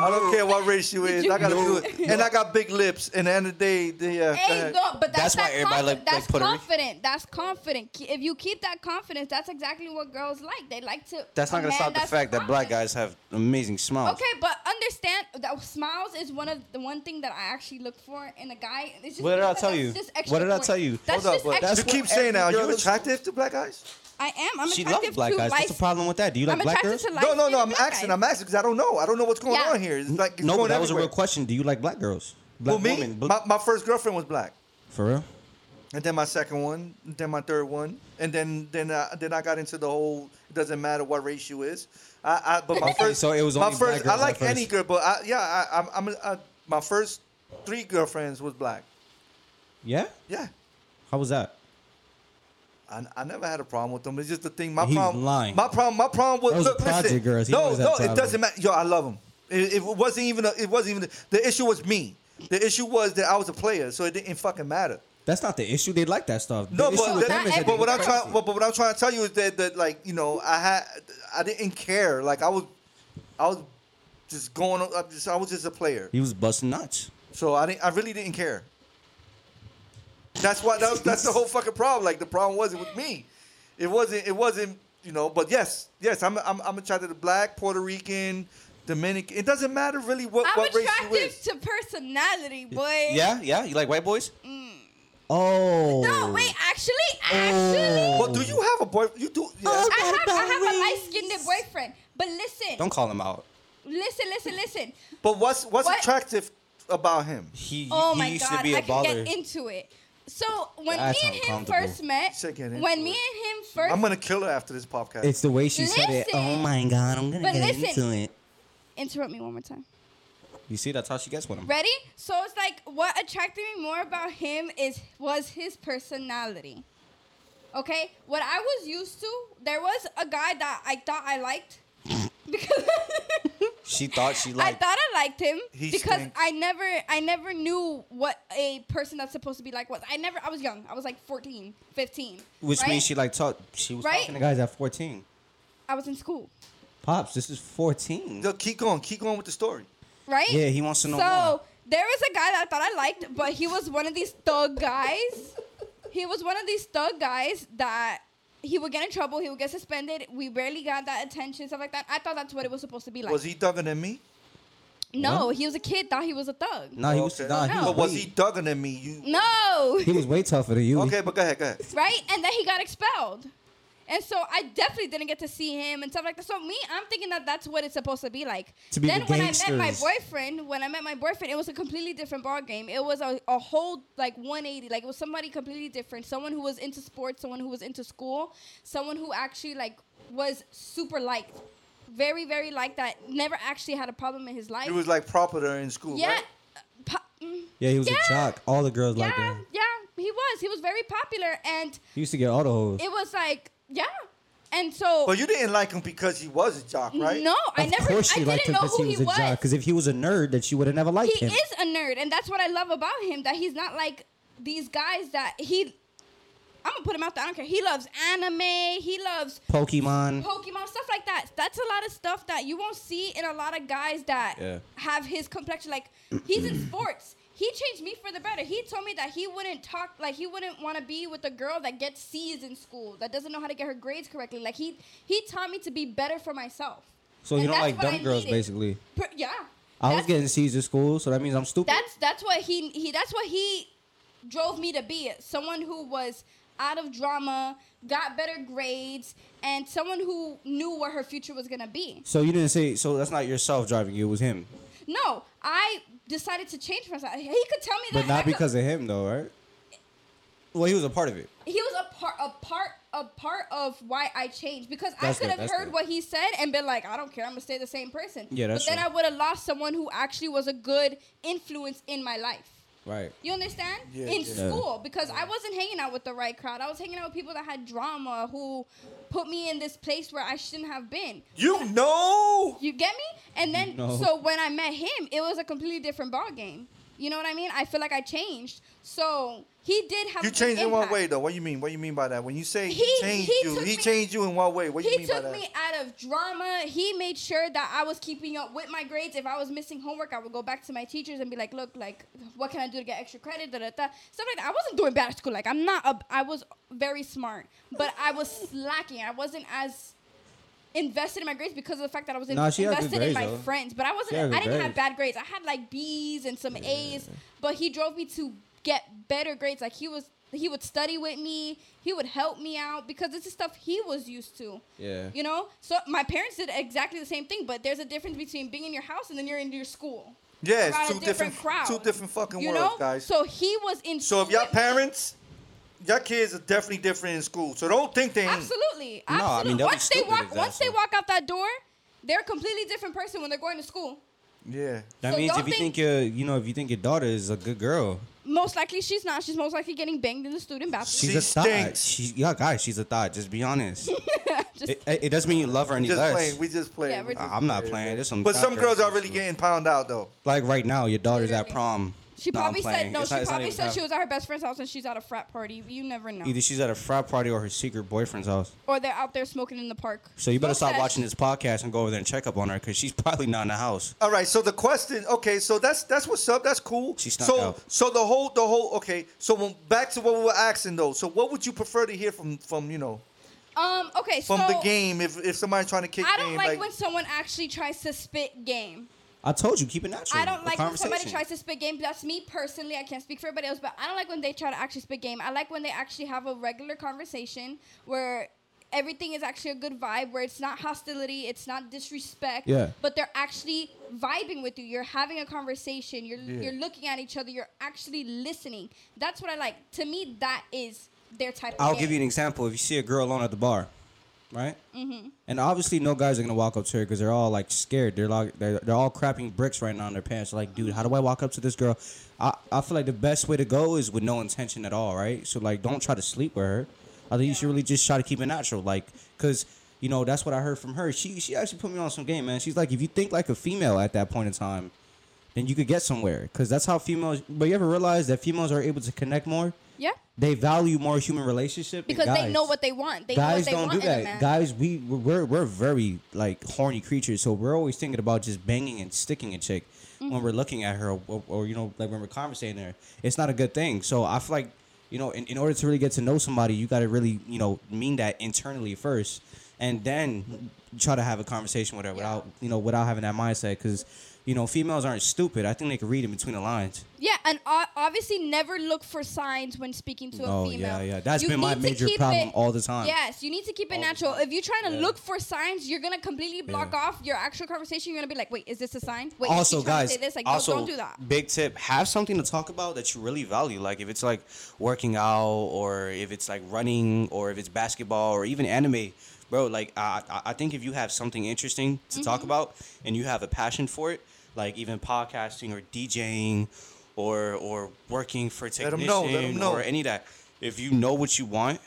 A: I don't care what race you is. I got a
B: No.
A: beautiful, and I got big lips. And the end of the day, the, uh, go
C: Hey,
A: ahead.
C: go, but that's,
B: That's why
C: that
B: everybody
C: confi-
B: like-
C: that's
B: like Puerto Rican.
C: confident. That's confident. Ke- If you keep that confidence, that's exactly what girls like. They like to.
B: That's not
C: a
B: gonna
C: Oh, man
B: stop the
C: that's
B: fact that black guys
C: confident.
B: have amazing smiles.
C: Okay, but understand that smiles is one of the one thing that I actually look for in a guy. It's just
B: What did I
C: because
B: tell
C: that's
B: you?
C: just
B: What
C: extra
B: did I
C: point.
B: tell you?
C: That's
A: Hold up,
C: just
A: but
C: extra
A: you keep
C: point.
A: saying now
B: every
A: you
B: girl is-
A: attractive to black guys?
C: I am. I'm
B: She loves
C: attractive
B: black
C: to
B: guys.
C: light.
B: What's the problem with that? Do you like
C: I'm
B: black girls?
C: attracted to light.
A: No, no,
C: skinned
A: no. I'm
C: black
A: asking.
C: guys.
A: I'm asking because I don't know. I don't know what's going
C: Yeah.
A: on here. It's like it's
B: No, but
A: going
B: that was a
A: everywhere.
B: real question. Do you like black girls? Black
A: Well, me,
B: women, but-
A: my, my first girlfriend was black,
B: for real?
A: and then my second one, and then my third one, and then then I, then I got into the whole. It doesn't matter what race you is. I, I but my
B: Okay,
A: first.
B: so it was
A: my
B: only black
A: first. I
B: girls at
A: like any
B: first.
A: girl, but I, yeah, I, I'm, I'm I, my first three girlfriends was black.
B: Yeah.
A: Yeah,
B: How was that?
A: I, I never had a problem with them. It's just the thing. My
B: He's
A: problem.
B: lying.
A: My problem. My problem was,
B: Those
A: look,
B: are project
A: listen,
B: girls. He
A: no,
B: always had
A: no, it
B: problems.
A: doesn't matter. Yo, I love them. It, it wasn't even. A, it wasn't even. A, the issue was me. The issue was that I was a player, so it didn't fucking matter.
B: That's not the issue. They like that stuff. The
A: No,
B: issue
A: but,
B: with
A: that-
B: them is
C: that
A: but
B: they
A: what I'm
B: look
A: trying,
B: crazy.
A: but, but what I'm trying to tell you is that that like you know I had I didn't care. Like I was, I was just going. I, just, I was just a player,
B: He was busting nuts.
A: so I didn't. I really didn't care. That's why that was, that's the whole fucking problem. Like the problem wasn't with me. It wasn't. It wasn't. You know. But yes, yes, I'm I'm, I'm attracted to black, Puerto Rican, Dominican. It doesn't matter really what
C: I'm
A: what race you
C: attractive
A: is.
C: to personality, boy.
B: Yeah, yeah. You like white boys?
D: Oh.
C: Mm. No, wait. Actually,
B: Oh.
C: actually.
A: But do you have a boy? You do. Yeah.
C: I have, I have a light skinned boyfriend. But listen,
B: Don't call him out.
C: listen, listen, listen.
A: But what's what's
C: What?
A: attractive about him?
B: He,
C: Oh
B: he
C: my
B: used
C: god,
B: to be a
C: I can
B: baller.
C: get into it. So when
B: That's
C: me and him
B: uncomfortable.
C: first met,
A: She get into
C: when me
A: it.
C: and him 1st
A: I'm gonna kill her after this podcast.
D: It's the way she said it.
C: Listen.
D: Oh my god, I'm gonna
C: But
D: get
C: listen.
D: into it.
C: interrupt me one more time.
B: you see, that's how she gets with him.
C: Ready? So it's like what attracted me more about him is was his personality. Okay? What I was used to, there was a guy that I thought I liked. Because
B: She thought she
C: I
B: liked.
C: thought I liked him
A: He
C: because
A: stinks.
C: I never I never knew what a person that's supposed to be like was. I never I was young. I was like 14, 15.
B: which
C: right?
B: means she like taught. She was
C: Right?
B: talking to guys at 14.
C: I was in school,
B: Pops, this is 14.
A: Yo, keep going. Keep going with the story.
C: right?
B: Yeah, he wants to know
C: so
B: more.
C: there was a guy that I thought I liked, but he was one of these thug guys. he was one of these thug guys that he would get in trouble, he would get suspended. We barely got that attention, stuff like that. I thought that's what it was supposed to be like.
A: Was he thugger than me?
C: no, he was a kid, thought he was a thug.
B: Nah, he was.
A: Oh, Okay.
B: Nah, he
C: No.
A: But
B: was,
A: was
B: way-
A: he thugger than me? You
C: No.
D: He was way tougher than
C: Mm.
D: you.
A: okay? But go ahead, go ahead.
C: right? And then he got expelled. And so I definitely didn't get to see him and stuff like that. So me, I'm thinking that that's what it's supposed to be like.
D: To be
C: then
D: the
C: when I met my
D: gangsters.
C: boyfriend, when I met my boyfriend, it was a completely different ball game. It was a, a whole like 180. Like it was somebody completely different. Someone who was into sports, someone who was into school, someone who actually like was super liked, very very liked that never actually had a problem in his life.
A: He was like proper there in school,
C: yeah.
A: right?
C: uh, po- mm,
D: Yeah, he was
C: Yeah.
D: a jock. All the girls liked
C: yeah,
D: him.
C: yeah, he was. He was very popular and
D: He used to get all the hoes.
C: it was like, yeah. And so
A: But you didn't like him because he was a jock, right?
C: no, I
D: of
C: never I
D: course she liked
C: didn't
D: him
C: know
D: because
C: who
D: he
C: he
D: was a jock.
C: was.
D: Because if he was a nerd, then she would have never liked
C: He
D: him.
C: is a nerd, and that's what I love about him. That he's not like these guys that he. I'm gonna put him out there. I don't care. He loves anime. He loves
D: Pokemon.
C: Pokemon stuff like that. That's a lot of stuff that you won't see in a lot of guys that
B: Yeah.
C: have his complexion. Like he's in sports. He changed me for the better. He told me that he wouldn't talk like he wouldn't want to be with a girl that gets C's in school, that doesn't know how to get her grades correctly. Like he he taught me to be better for myself.
D: so
C: And
D: you don't
C: that's
D: like
C: what
D: dumb
C: I
D: girls,
C: needed.
D: basically.
C: Per- yeah.
D: I was
C: That's-
D: getting C's in school, so that means I'm stupid.
C: that's that's what he he that's what he drove me to be someone who was out of drama, got better grades, and someone who knew what her future was gonna be.
D: so you didn't say. So that's not yourself driving you. It was him.
C: No, I decided to change myself. He could tell me that,
D: But not
C: I could-
D: because of him, though, right?
B: Well, he was a part of it.
C: he was a part, a part, a part of why I changed. Because
B: That's
C: I could
B: good,
C: have
B: that's
C: heard
B: good.
C: what he said and been like, I don't care, I'm gonna stay the same person.
B: Yeah, that's
C: But then
B: true.
C: I would have lost someone who actually was a good influence in my life.
B: Right.
C: You understand?
A: Yeah,
C: in
A: yeah.
C: school, because I wasn't hanging out with the right crowd. I was hanging out with people that had drama, who put me in this place where I shouldn't have been.
A: You know.
C: You get me? And then,
D: No.
C: so when I met him, it was a completely different ball game. You know what I mean? I feel like I changed. So he did have. a
A: You
C: big
A: changed in one
C: impact.
A: way though. What you mean? What you mean by that? When you say he,
C: He-
A: changed
C: he
A: you,
C: took
A: he
C: me-
A: changed you in one way. What you
C: He
A: mean by
C: took
A: that?
C: me out of drama. He made sure that I was keeping up with my grades. If I was missing homework, I would go back to my teachers and be like, "Look, like, what can I do to get extra credit?" Da, da, da. Stuff like that. I wasn't doing bad at school. Like, I'm not. A, I was very smart, but I was slacking. I wasn't as invested in my grades because of the fact that I was in-
D: Nah, she had good
C: invested
D: grades,
C: in my
D: though.
C: friends. But I wasn't.
D: She had
C: I
D: good
C: didn't have
D: grades.
C: bad grades. I had like B's and some A's. But he drove me to get better grades. Like he was. He would study with me. He would help me out because this is stuff he was used to.
B: Yeah.
C: You know, so my parents did exactly the same thing, but there's a difference between being in your house and then you're in your school.
A: yeah,
C: around
A: it's
C: a
A: two
C: different
A: different,
C: crowd.
A: two different fucking
C: You
A: worlds,
C: know,
A: guys. So,
C: so he was in.
A: if y'all parents, y'all kids are definitely different in school. So don't think they ain't.
C: absolutely, absolutely.
B: No, I mean, that'd be
C: once they
B: stupid
C: walk,
B: if that's
C: once they
B: so.
C: walk out that door, they're a completely different person when they're going to school.
A: Yeah.
D: That
C: So
D: means
C: y'all
D: if you
C: think-
D: think your, you know, if you think your daughter is a good girl,
C: Most likely, she's not. She's most likely getting banged in the student bathroom.
D: she's
A: She
D: a thought.
A: stinks.
D: She, yeah, guys, she's a thought. Just be honest.
C: Just-
B: It, it doesn't mean you love her any
A: Just
B: less.
A: playing. We just playing.
C: Yeah, we're
B: I'm not playing. There's some
A: but some
B: thought
A: girls
B: girls
A: are really getting pound out though.
D: like right now, your daughter's at
C: Literally.
D: prom.
C: she
B: No, I'm
C: probably said
B: playing.
C: no.
B: It's
C: she
B: not- it's not
C: probably
B: even
C: said
B: half.
C: she was at her best friend's house and she's at a frat party. You never know.
D: Either
B: She's at a frat party or her secret boyfriend's house.
C: or they're out there smoking in the park.
D: So you better
C: Smoke
D: stop
C: sesh.
D: watching
B: This podcast and go over there and check up on her because she's probably not in the house.
A: All right, so the question, okay, so that's that's what's up. That's cool.
B: She snuck
A: so
B: out.
A: so the whole the whole okay. So when, back to what we were asking though. So what would you prefer to hear from from you know
C: Um. Okay.
A: from
C: so
A: the game if if somebody's trying to kick
C: I don't
A: game
C: like, when someone actually tries to spit game.
D: I told you, keep it natural.
C: I don't
D: A
C: like when somebody
D: conversation.
C: tries to spit game. That's me personally. I can't speak for everybody else, but I don't like when they try to actually spit game. I like when they actually have a regular conversation where everything is actually a good vibe, where it's not hostility, it's not disrespect,
D: Yeah.
C: but they're actually vibing with you. You're having a conversation. You're you're looking at each other. You're actually listening. That's what I like. To me, that is their type. of
D: I'll
C: game.
D: give you an example. If you see a girl alone at the bar, right? Mm-hmm. And obviously, no guys are gonna walk up to her because they're all like scared. They're like they're, they're all crapping bricks right now in their pants. Like, dude, how do I walk up to this girl? I I feel like the best way to go is with no intention at all, right? So like, don't try to sleep with her. I think you should really just try to keep it natural, like, cause. You know, that's what I heard from her. She she actually put me on some game, man. She's like, if you think like a female at that point in time, then you could get somewhere. Cause that's how females. But you ever realize that females are able to connect more?
C: yeah,
D: they value more human relationship than
C: because they
D: guys.
C: know what they want. They
D: guys
C: know
D: don't
C: what
D: do
C: they want in a
D: that.
C: man.
D: Guys, we we're we're very like horny creatures, so we're always thinking about just banging and sticking a chick
C: Mm-hmm.
D: when we're looking at her, or, or you know, like when we're conversating her. It's not a good thing. So I feel like you know, in, in order to really get to know somebody, you got to really you know mean that internally first, and then try to have a conversation with her without you know without having that mindset because you know females aren't stupid. I think they can read in between the lines.
C: Yeah, and o- obviously never look for signs when speaking to a
D: Oh,
C: female.
D: yeah, yeah. That's been my
C: need to
D: major
C: keep
D: problem all the time.
C: Yes, you need to keep it natural. If you're trying to look for signs, you're gonna completely block off your actual conversation. You're gonna be like, "Wait, is this a sign? Wait, is she
D: also,
C: trying to
D: guys,
C: say this? Like, no,
B: also,
C: don't do that."
B: big tip: have something to talk about that you really value. Like if it's like working out, or if it's like running, or if it's basketball, or even anime, bro. Like I, I- I think if you have something interesting to
C: Mm-hmm.
B: talk about and you have a passion for it, like even podcasting or DJing, or or working for a
A: 'em
B: technician
A: know, let 'em know.
B: or any of that, if you know what you want,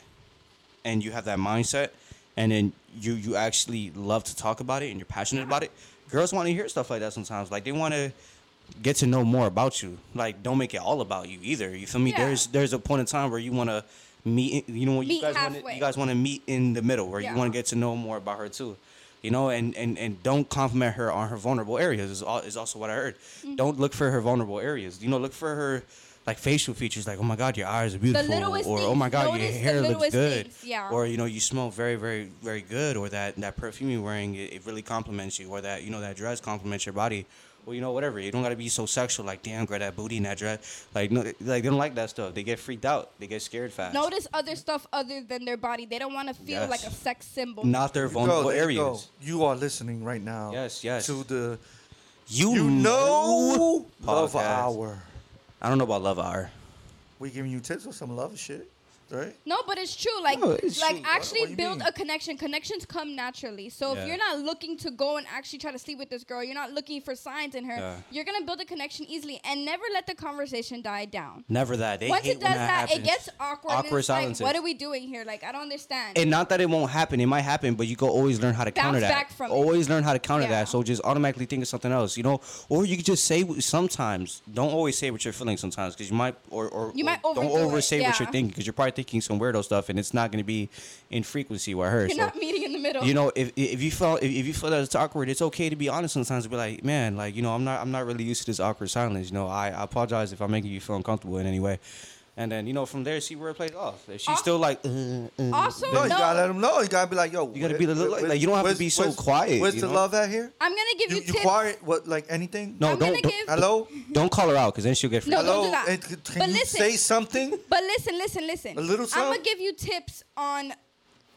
B: and you have that mindset, and then you you actually love to talk about it and you're passionate about it. Girls want to hear stuff like that sometimes. Like they want to get to know more about you. Like don't make it all about you either. You feel me?
C: Yeah.
B: There's there's a point in time where you want to meet. You know what you
C: Meet
B: guys want
C: halfway.
B: you guys want to meet in the middle where
C: Yeah.
B: you want to get to know more about her too. You know, and, and, and don't compliment her on her vulnerable areas is, all, is also what I heard.
C: Mm.
B: Don't look for her vulnerable areas. You know, look for her like facial features, like oh my god, your eyes are beautiful,
C: littlest
B: or oh
C: things.
B: my god, your
C: Notice the
B: hair looks
C: littlest
B: good,
C: things, yeah.
B: or you know you smell very very very good, or that that perfume you're wearing it, it really compliments you, or that you know that dress compliments your body, or you know whatever. You don't gotta be so sexual, like damn, girl, that booty and that dress, like no, like they don't like that stuff. They get freaked out, they get scared fast.
C: Notice other stuff other than their body. They don't want to feel
B: Yes.
C: like a sex symbol.
B: not their
A: There you go,
B: vulnerable
A: there you go.
B: areas.
A: You are listening right now.
B: Yes, yes.
A: To the
B: You,
A: you know love
B: Podcast.
A: hour.
B: I don't know about love hour.
A: We giving you tips on some love shit, right?
C: No, but it's true. Like,
B: No, it's
C: like
B: true.
A: What-
C: actually
A: what you
C: build
A: mean?
C: a connection. Connections come naturally. So
B: Yeah.
C: if you're not looking to go and actually try to sleep with this girl, you're not looking for signs in her.
B: Yeah.
C: You're gonna build a connection easily, and never let the conversation die down.
B: Never that. They
C: Once
B: hate
C: it
B: when
C: does that, it
B: happens.
C: gets awkward. and
B: Awkward
C: it's like,
B: silences.
C: what are we doing here? Like, I don't understand.
B: and not that it won't happen it might happen but you can always learn how to
C: Bounce
B: counter that
C: back from it.
B: always learn how to counter
C: Yeah.
B: that so just automatically think of something else you know or you can just say what- sometimes don't always say what you're feeling sometimes because you might or, or
C: You
B: or
C: might
B: don't
C: overdo
B: over
C: it,
B: say what you're
C: yeah.
B: thinking because you're probably thinking some weirdo stuff and it's not going to be in frequency with her
C: you're
B: so
C: not meeting in the middle.
B: you know, if if you feel if, if you feel that it's awkward, it's okay to be honest sometimes. Be like, man, like you know, I'm not I'm not really used to this awkward silence. You know, I, I apologize if I'm making you feel uncomfortable in any way. And then you know, from there, see where it plays off. If she's
C: Al-
B: still like, uh, uh,
C: also,
A: No,
C: no,
A: you gotta let them know. You gotta be like, yo. You
B: gotta be the little- like, you don't have to be so quiet,
A: Where's
B: you
A: the
B: know?
A: love at here?
C: I'm gonna give you,
A: You, you
C: tips.
A: quiet? What like anything?
B: no,
C: I'm
B: don't
C: gonna
B: don't,
C: give-
A: Hello.
B: don't call her out because then she'll get
C: No,
B: freaked.
A: Hello.
C: don't do that.
A: And c- can
C: But
A: you
C: listen.
A: say something?
C: But listen, listen, listen.
A: A little
C: I'm
A: something?
C: gonna give you tips on,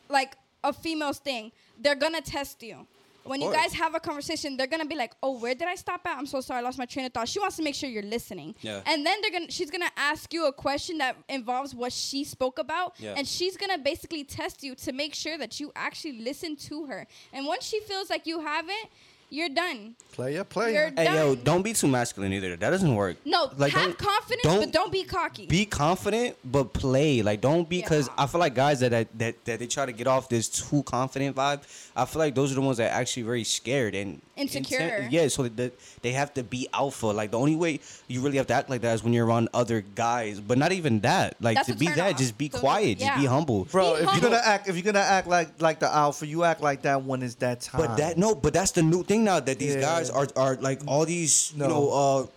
C: like, a female's thing. They're gonna test you. When you
B: course.
C: guys have a conversation, they're gonna be like, "Oh, where did I stop at? I'm so sorry, I lost my train of thought." She wants to make sure you're listening,
B: Yeah.
C: and then they're gonna, she's gonna ask you a question that involves what she spoke about,
B: Yeah.
C: and she's gonna basically test you to make sure that you actually listen to her. And once she feels like you haven't, you're done.
A: Player, player.
C: You're
B: Hey yo,
C: done.
B: don't be too masculine either. That doesn't work.
C: No, have confidence, but don't be cocky.
B: be confident but play like don't be because
C: Yeah.
B: i feel like guys that, that that that they try to get off this too confident vibe i feel like those are the ones that are actually very scared and
C: Insecure.
B: inten- yeah so that they have to be alpha like the only way you really have to act like that is when you're around other guys but not even that like
C: That's
B: to
C: a
B: be
C: turn
B: that
C: off.
B: just be
C: So,
B: quiet just be
C: yeah.
B: humble
A: Bro,
C: Be
A: if you're
C: humble.
A: gonna act, if you're gonna act like like the alpha, you act like that when it's that time.
B: but that no but that's the new thing now that these
A: Yeah.
B: guys are are like all these
A: No.
B: you know uh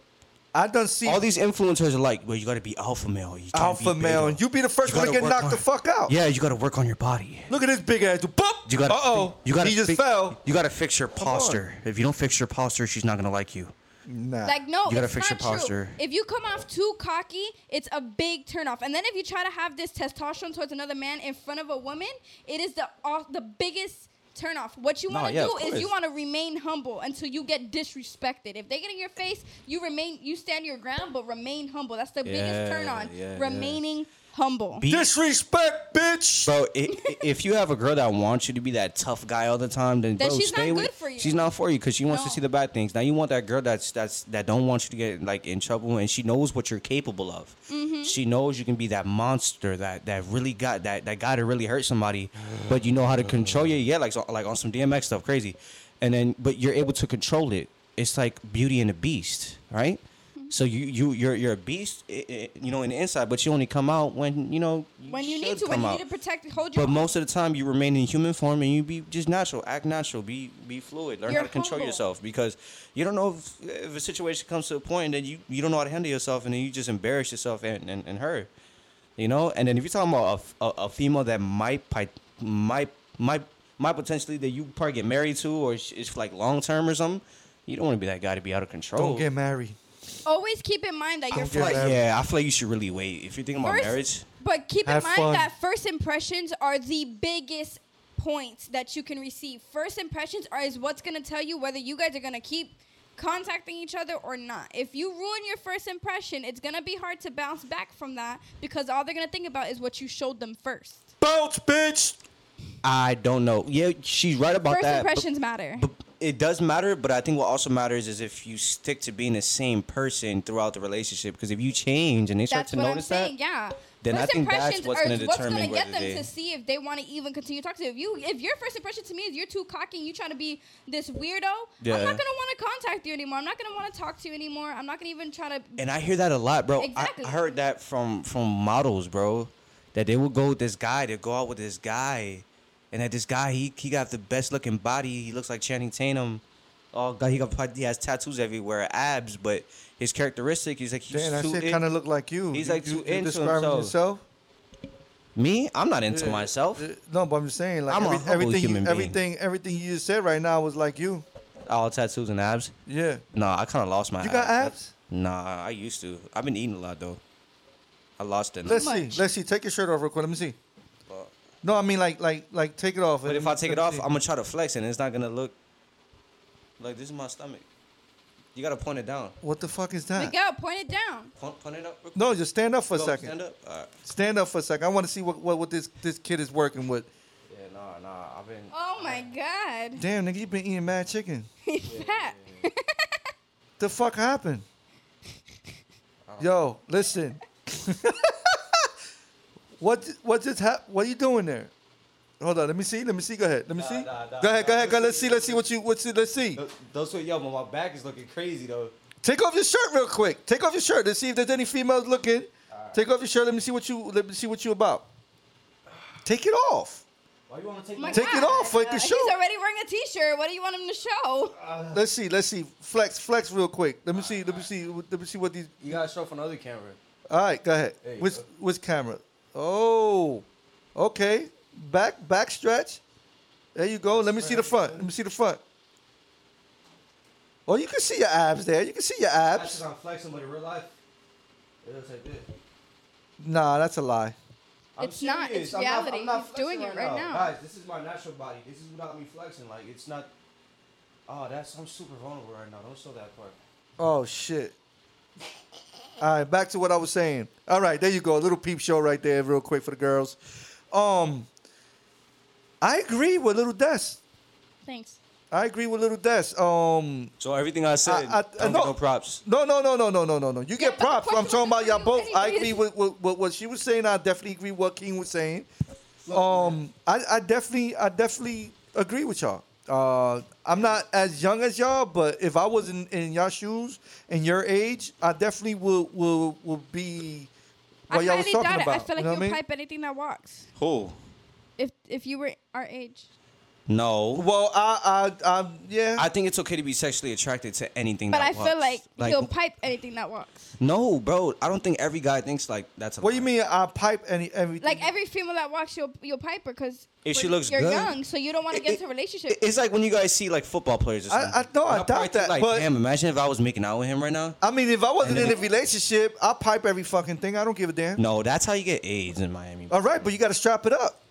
A: I done seen
B: all these influencers are like, well, you gotta be alpha male. You gotta
A: alpha
B: be
A: male,
B: beta.
A: and you be the first one to
B: gotta
A: get
B: work
A: knocked
B: on-
A: the fuck out.
B: Yeah, you gotta work on your body.
A: Look at this big ass. Boop.
B: You gotta.
A: Uh oh.
B: You gotta.
A: He just
B: fi-
A: fell.
B: You gotta fix your
A: on.
B: posture. If you don't fix your posture, she's not gonna like you.
A: Nah.
C: Like no,
B: You gotta
C: it's
B: fix
C: not
B: your
C: true.
B: posture.
C: If you come off too cocky, it's a big turnoff. And then if you try to have this testosterone towards another man in front of a woman, it is the all, the biggest turnoff. What you
B: No,
C: want to
B: yeah,
C: do
B: of
C: is you
B: course.
C: want to remain humble until you get disrespected. If they get in your face, you remain you stand your ground, but remain humble. That's the biggest turn
B: Yeah,
C: on.
B: yeah, yeah.
C: remaining humble.
B: Be-
A: Disrespect, bitch.
B: Bro, i- i- if you have a girl that wants you to be that tough guy all the time, then,
C: Then
B: bro,
C: she's not
B: stay with.
C: good for you.
B: She's not for you because she wants to
C: No.
B: see the bad things. Now you want that girl that's that's that don't want you to get like in trouble, and she knows what you're capable of.
C: Mm-hmm.
B: She knows you can be that monster that that really got that that guy to really hurt somebody, but you know how to control your yeah, like so, like on some DMX stuff, crazy, and then but you're able to control it. It's like Beauty and the Beast, right?
C: Mm-hmm.
B: So you you you're you're a beast, i i you know, in the inside, but you only come out when you know
C: when you need
B: should
C: to, when
B: come
C: you
B: out.
C: need to protect, hold your.
B: But most of the time, you remain in human form and you be just natural, act natural, be be fluid, learn
C: You're
B: how to control
C: humble.
B: yourself because you don't know if, if a situation comes to a point that you, you don't know how to handle yourself and then you just embarrass yourself and, and, and her, you know. And then if you're talking about a f- a, a female that might pi- might might might potentially that you probably get married to or it's- it's like long term or something, you don't want to be that guy to be out of control.
A: Don't get married.
C: always keep in mind that
B: I
C: you're
B: feel like,
A: Yeah.
B: yeah, I feel like you should really wait if you're thinking about
C: First-
B: marriage.
C: But keep in
A: Have
C: mind
A: fun.
C: that first impressions are the biggest points that you can receive. First impressions are is what's gonna tell you whether you guys are gonna keep contacting each other or not. If you ruin your first impression, it's gonna be hard to bounce back from that because all they're gonna think about is what you showed them first.
A: Bounce, bitch.
B: I don't know. Yeah, she's right about
C: first
B: that. but-
C: impressions matter.
B: But it does matter, but I think what also matters is if you stick to being the same person throughout the relationship. Because if you change and they start
C: That's
B: to
C: what I'm
B: notice that,
C: saying. Yeah.
B: then I
C: first
B: think that's
C: impressions
B: what's
C: are
B: going to
C: what's going
B: determine
C: to
B: whether
C: get them
B: they.
C: to see if they want to even continue talking to you. If you. If your first impression to me is you're too cocky, and you trying to be this weirdo,
B: Yeah.
C: I'm not going to want to contact you anymore. I'm not going to want to talk to you anymore. I'm not going to even try to.
B: and I hear that a lot, bro. I-
C: Exactly.
B: I, heard that from from models, bro, that they would go with this guy, they go out with this guy, and that this guy he he got the best looking body. He looks like Channing Tatum. Oh god, he got he has tattoos everywhere, abs, but his characteristic is like he's
A: Damn, that
B: too.
A: shit
B: in-
A: kind of look like you.
B: he's
A: You-
B: like
A: you,
B: too
A: you
B: into
A: describing
B: himself.
A: yourself.
B: me. I'm not into
A: Yeah.
B: myself.
A: Uh, No, but I'm just saying, like
B: I'm a
A: every-
B: humble
A: everything,
B: human being.
A: everything, everything you just said right now was like you.
B: All tattoos and abs.
A: Yeah,
B: Nah, I kind of lost my.
A: you got abs.
B: Nah, I used to. I've been eating a lot though. I lost it.
A: Let's see. Let's see. Take your shirt off real quick. Let me see. No, I mean like, like, like, take it off.
B: Uh, But if I take it off, I'm gonna try to flex, and it's not gonna look like this is my stomach. You gotta point it down.
A: What the fuck is that?
C: Miguel, point it down.
B: Point, point it up. real quick.
A: No, just stand up for a
B: Go,
A: second.
B: Stand up. All right.
A: Stand up for a second. I want to see what, what, what this this kid is working with.
B: Yeah, nah, nah. I've been.
C: Oh my God,
A: Damn, nigga, you been eating mad chicken.
C: he's fat.
A: The fuck happened? Yo, listen. what what just hap- What are you doing there? Hold on. Let me see. Let me see. Go ahead. Let me
B: Nah,
A: see.
B: nah, nah,
A: go ahead. Go
B: nah.
A: ahead. Go. Let's see. Let's see what you. What's it? Let's see.
B: Th- Those two, yo, my back is looking crazy though.
A: Take off your shirt real quick. Take off your shirt. Let's see if there's any females looking. Take off your shirt. Let me see what you. Let me see what you about. Take it off.
B: Why you wanna take?
C: Oh My
B: My-
A: Take it
C: God.
A: off, like the
C: He's
A: show.
C: already wearing a T-shirt. What do you want him to show?
B: Uh.
A: Let's see. Let's see. Flex. Flex real quick. Let me see. Let me see. Let me see what these.
B: you gotta show from another camera.
A: All right, go ahead.
B: There you
A: Which
B: go.
A: which camera? Oh, okay. Back back stretch. There you go. Let me see the front. Let me see the front. Oh, you can see your abs there. You can see your abs.
B: I'm flexing, but in real life, it looks like this.
A: Nah, that's a lie.
C: It's not, it's reality. He's doing
B: flexing
C: it right now.
B: Guys, this is my natural body. This is without me flexing. Like it's not. Oh, that's I'm super vulnerable right now. Don't show that part.
A: Oh shit. All right, back to what I was saying. All right, there you go. A little peep show right there, real quick for the girls. Um, I agree with little Des.
C: Thanks.
A: I agree with little Des. Um,
B: So everything I said,
A: I- I-
B: don't get
A: no.
B: no props.
A: No, no, no, no, no, no, no, no. You
C: Yeah,
A: get
C: but the
A: props. I'm
C: question
A: talking
C: was
A: about y'all
C: for
A: both.
C: you
A: I
C: anyways.
A: agree with, with, with what she was saying. I definitely agree with what King was saying. Um, I, I definitely, I definitely agree with y'all. Uh, I'm not as young as y'all, but if I was in, in y'all shoes and your age, I definitely would would, would be what
C: I
A: y'all
C: highly
A: was talking
C: doubt
A: about.
C: it. I feel like
A: you know what
C: you'll
A: I mean?
C: pipe anything that walks.
B: Who?
C: If if you were our age.
B: No.
A: Well, I, I, I, yeah.
B: I think it's okay to be sexually attracted to anything.
C: But
B: that
C: I feel
B: walks.
C: like, he'll pipe anything that walks.
B: No, bro. I don't think every guy thinks like that's. A
A: what do you
B: lie.
A: mean? I pipe any everything?
C: Like every female that walks, you'll you'll pipe her because
B: If she looks
C: you're
B: good-
C: young, so you don't want to get into a relationship.
B: It- It's like when you guys see like football players or
A: I-
B: something.
A: I- no, I
B: And I'll probably
A: doubt
B: think,
A: that,
B: Like,
A: but-
B: damn, imagine if I was making out with him right now.
A: I mean, if I wasn't
B: And Mm.
A: in
B: then-
A: a relationship, I pipe every fucking thing. I don't give a damn.
B: No, that's how you get AIDS in Miami.
A: All right, but you got to strap it up.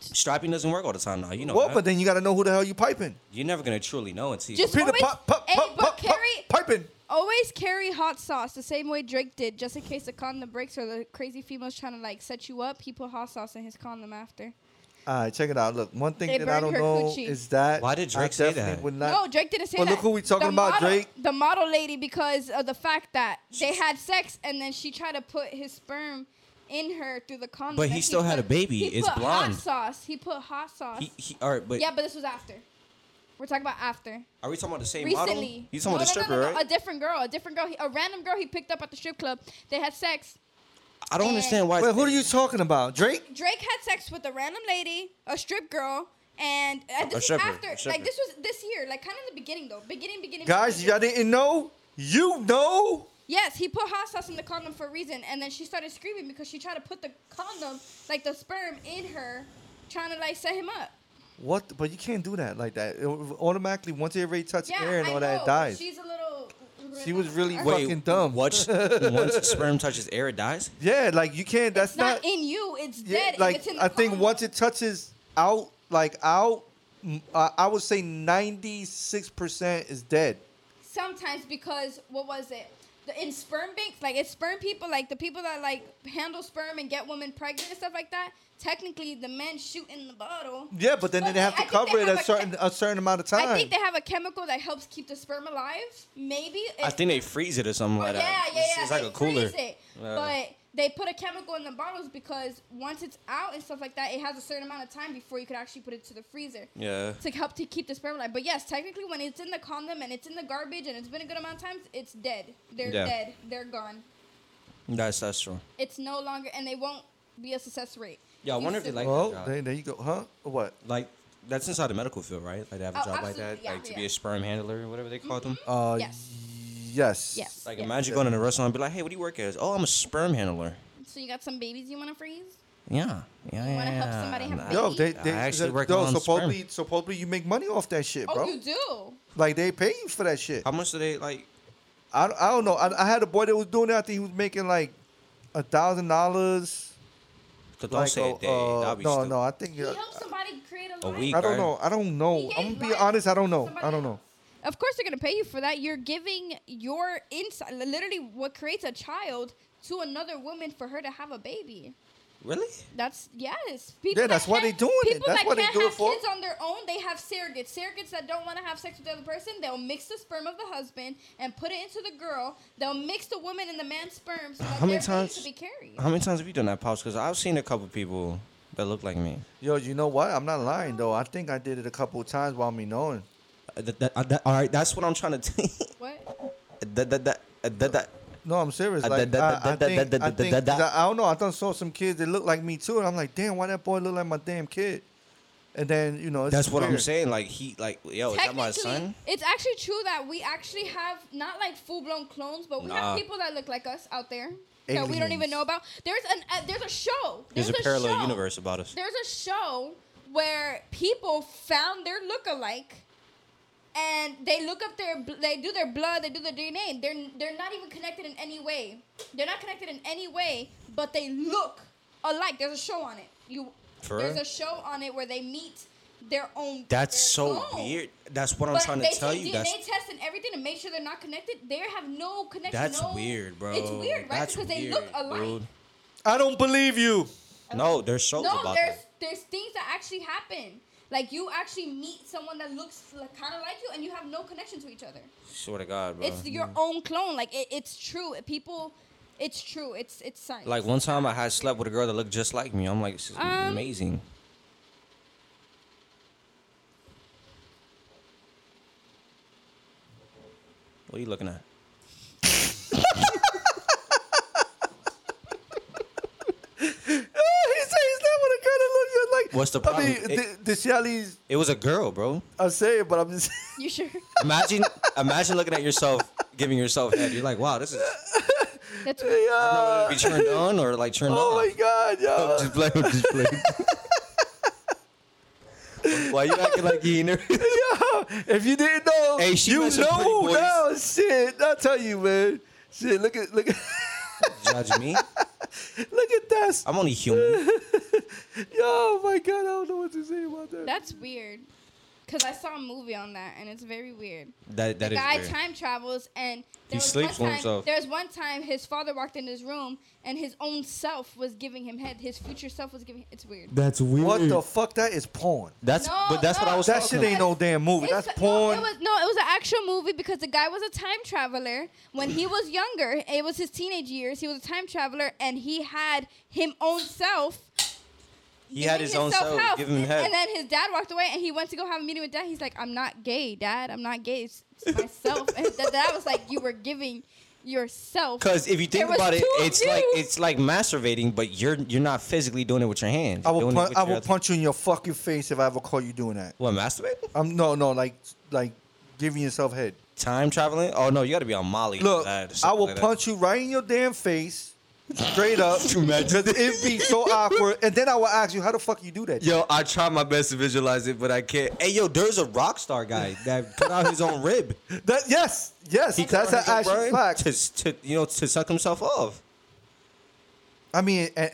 B: Strapping doesn't work all the time now. You know
A: well,
B: that.
A: but then you got to know who the hell you piping.
B: You're never gonna truly know until you.
C: Just-
A: Peter,
C: Always-
A: pop, pop,
C: hey,
A: pop,
C: but
A: pop, pop,
C: Carrie-
A: piping.
C: Always carry hot sauce the same way Drake did, just in case the condom breaks or the crazy female's trying to like set you up. He put hot sauce in his condom after.
A: All right, check it out. Look, one thing
C: They
A: that I don't
C: burned her
A: know
C: coochie.
A: is that
B: Why did Drake
A: I
B: say
A: definitely
B: that?
A: Would not,
C: no, Drake didn't say
A: Well,
C: that.
A: look who we talking
C: The
A: about,
C: model-
A: Drake.
C: The model lady, because of the fact that they had sex and then she tried to put his sperm in her through the condom.
B: But he
C: and
B: still had
C: put-
B: a baby.
C: He
B: It's
C: put
B: blonde.
C: Hot sauce. He put hot sauce.
B: He, he, all right, but
C: yeah, but this was after. We're talking about after.
B: are we talking about the same model?
C: recently.
B: You talking about the stripper, right?
C: A different girl, a different girl, he- a random girl he picked up at the strip club. They had sex. uh,
B: I don't understand why.
A: Wait, who are you talking about? Drake?
C: Drake had sex with a random lady, a strip girl, and uh, this
B: A
C: was
B: stripper,
C: after,
B: a
C: like
B: stripper.
C: this was this year, like kind of in the beginning though, beginning, beginning.
A: Guys,
C: beginning.
A: y'all didn't know? You know?
C: Yes, he put hot sauce in the condom for a reason, and then she started screaming because she tried to put the condom, like the sperm, in her, trying to like set him up.
A: What? the- But you can't do that like that. It automatically, once it already touched
C: Yeah,
A: air and
C: I
A: all
C: know,
A: that, it
C: but
A: dies.
C: She's a little.
A: She was really
C: It's
A: wet. fucking dumb.
B: Watch once sperm touches air, it dies.
A: Yeah, like you can't. That's
C: not, in you. It's
A: yeah,
C: dead. if
A: like
C: it's in the
A: I think
C: condom.
A: once it touches out, like out, mm, uh, I would say 96% is dead.
C: sometimes because what was it? The, in sperm banks, like it's sperm people, like the people that like handle sperm and get women pregnant and stuff like that. Technically, the men shoot in the bottle.
A: Yeah, but then
C: But
A: they have
C: I
A: to
C: think
A: cover
C: they
A: it
C: have
A: a
C: a-
A: certain a certain amount of time.
C: I think they have a chemical that helps keep the sperm alive. Maybe.
B: I
C: It-
B: think they freeze it or something
C: yeah,
B: like
C: yeah,
B: that.
C: yeah.
B: It's, it's like
C: they
B: a cooler.
C: freeze it.
B: Yeah.
C: But they put a chemical in the bottles because once it's out and stuff like that, it has a certain amount of time before you could actually put it to the freezer
B: Yeah.
C: to help to keep the sperm alive. But yes, technically, when it's in the condom and it's in the garbage and it's been a good amount of times, it's dead. They're
B: Yeah.
C: dead. They're gone.
B: That's that's true.
C: It's no longer, and they won't be a success rate.
B: Yeah, I
C: You
B: wonder if they
C: still-
B: like
A: Oh,
B: that job.
A: there, there you go. Huh? What?
B: Like that's inside the medical field, right? Like to have a
C: Oh,
B: job like that,
C: absolutely, yeah,
B: like to be
C: yeah. Mm-hmm.
B: a sperm handler or whatever they call them.
A: Uh,
C: Yes.
A: Yes.
C: Yes.
B: Like
C: yes.
B: imagine going to a restaurant and be like, "Hey, what do you work as?" "Oh, I'm a sperm handler."
C: So you got some babies you want to freeze?
B: Yeah, yeah,
C: You
B: yeah.
C: wanna help
B: yeah.
C: somebody have
B: Nah.
C: babies?
A: Yo, they,
B: I
A: they uh,
B: actually work
A: yo,
B: on
A: supposedly, supposedly you make money off that shit, bro.
C: Oh, you do.
A: Like they pay you for that shit.
B: How much do they like?
A: I, I don't know. I, I had a boy that was doing that. I think he was making like a thousand dollars.
B: Cause don't
A: Like
B: say
A: a-
B: a day.
A: uh,
B: That'd be
A: no,
B: stupid.
A: no. I think.
C: He
A: uh,
C: helped somebody create a
B: A
C: life.
B: week.
A: I don't
B: Right.
A: know. I don't know.
C: He
A: I'm
C: gave
A: gonna be
C: life
A: honest. I don't
C: to
A: know.
C: somebody
A: I don't know.
C: Of course, they're gonna pay you for that. You're giving your inside, literally, what creates a child to another woman for her to have a baby.
B: Really?
C: That's yes. People
A: Yeah,
C: that
A: that's why
C: can't-
A: they doing it.
C: People
A: That's
C: that
A: why they
C: can't
A: do it
C: have
A: for.
C: kids on their own, they have surrogates. Surrogates that don't want to have sex with the other person, they'll mix the sperm of the husband and put it into the girl. They'll mix the woman and the man's sperm so that
B: How many
C: their baby
B: times-
C: could be carried.
B: How many times have you done that, pops? Because I've seen a couple people that look like me.
A: Yo, you know what? I'm not lying though. I think I did it a couple of times while me knowing.
B: Uh, that- that- uh, that- all right, that's what I'm trying to. T-
C: What?
B: that, that, that, uh, that, that.
A: No, I'm serious.
B: Uh,
A: Like,
B: da- da-
A: I, I
B: da- da-
A: think,
B: da-
A: I,
B: da-
A: think
B: da- da-
A: 'cause I, I don't know. I done saw some kids that look like me too, and I'm like, damn, why that boy look like my damn kid? And then you know, it's
B: That's what I'm
A: weird.
B: saying. Like he, like yo, is that my son?
C: It's actually true that we actually have not like full blown clones, but we
B: Nah.
C: have people that look like us out there that we don't
A: Aliens.
C: even know about. There's an uh, there's a show.
B: There's a parallel
C: show.
B: universe about us.
C: There's a show where people found their look-alike, and they look up their bl- they do their blood, they do their DNA. They're they're not even connected in any way. They're not connected in any way, but they look alike. There's a show on it. You
B: For
C: there's
B: real?
C: a show on it where they meet their own.
B: That's
C: their
B: so
C: clone.
B: weird. That's what I'm
C: But
B: trying
C: they
B: to tell
C: take
B: you.
C: DNA
B: That's
C: test and everything to make sure they're not connected. They have no connection.
B: that's
C: no-
B: weird, bro.
C: It's weird, right?
B: That's
C: because they
B: weird,
C: look alike.
B: dude.
A: I don't believe you.
B: No, there's shows
C: No,
B: about
C: there's
B: that.
C: there's things that actually happen. Like you actually meet someone that looks like, kind of like you, and you have no connection to each other.
B: Swear to God, bro.
C: It's your own clone. Like it, it's true. People, it's true. It's it's science.
B: Like one time I had slept with a girl that looked just like me. I'm like, this is
C: Um,
B: amazing. What are you looking at?
A: he says that with a girl that looks just like.
B: What's the
A: I mean,
B: problem?
A: the, the Shelly's.
B: It was a girl, bro.
A: I say it, but I'm just.
C: you sure?
B: Imagine, imaging looking at yourself, giving yourself head. You're like, wow, this is
C: That's
A: Yo,
B: be turned on or like turned
A: oh
B: off.
A: my god, yo.
B: Just play, just play. Why you acting like you ain't never?
A: Yo, if you didn't know,
B: Hey, she
A: you
B: met some pretty
A: know
B: boys.
A: now. Shit, I tell you, man. Shit, look at look at
B: Judge me?
A: look at this.
B: I'm only human.
A: Yo, oh my god, I don't know what to say about that.
C: that's weird. Cause I saw a movie on that, and it's very weird.
B: That that
C: the
B: is
C: guy
B: weird.
C: time travels and
B: He
C: there was
B: sleeps
C: one
B: with
C: time,
B: himself.
C: There was one time his father walked in his room and his own self was giving him head. His future self was giving. It's weird.
D: That's weird.
A: what the fuck? That is porn.
B: That's
C: No,
B: but that's what I
C: no.
B: was.
A: That
B: talking
A: shit ain't
B: about.
A: no damn movie.
C: It's-
A: That's
C: No,
A: porn.
C: it was no, it was an actual movie because the guy was a time traveler when he was younger. It was his teenage years. He was a time traveler, and he had him own self.
B: He had his own self give him head.
C: And then his dad walked away, and he went to go have a meeting with dad. He's like, "I'm not gay, dad. I'm not gay. It's, it's myself." and his dad, dad was like, "You were giving yourself."
B: Because if you
C: There
B: think
C: was
B: about it,
C: two of
B: it's like
C: you.
B: it's like masturbating, but you're you're not physically doing it with your hands.
A: I
B: You're
A: will
B: doing it
A: punch.
B: with
A: I
B: your
A: will
B: other-
A: punch you in your fucking face if I ever caught you doing that.
B: What masturbating?
A: Um, no, no, like like giving yourself head.
B: Time traveling? Oh no, you got to be on Molly. for
A: Look,
B: that or
A: I
B: something
A: will
B: like that.
A: punch you right in your damn face, straight up. Because it'd be so awkward, and then I will ask you, how the fuck you do that?
B: Yo, I try my best to visualize it, but I can't. Hey, yo, there's a rock star guy that cut out his own rib.
A: That yes, yes,
B: He cut
A: that's an
B: out his own
A: actual
B: rib
A: fact.
B: To, to you know to suck himself off.
A: I mean, eh,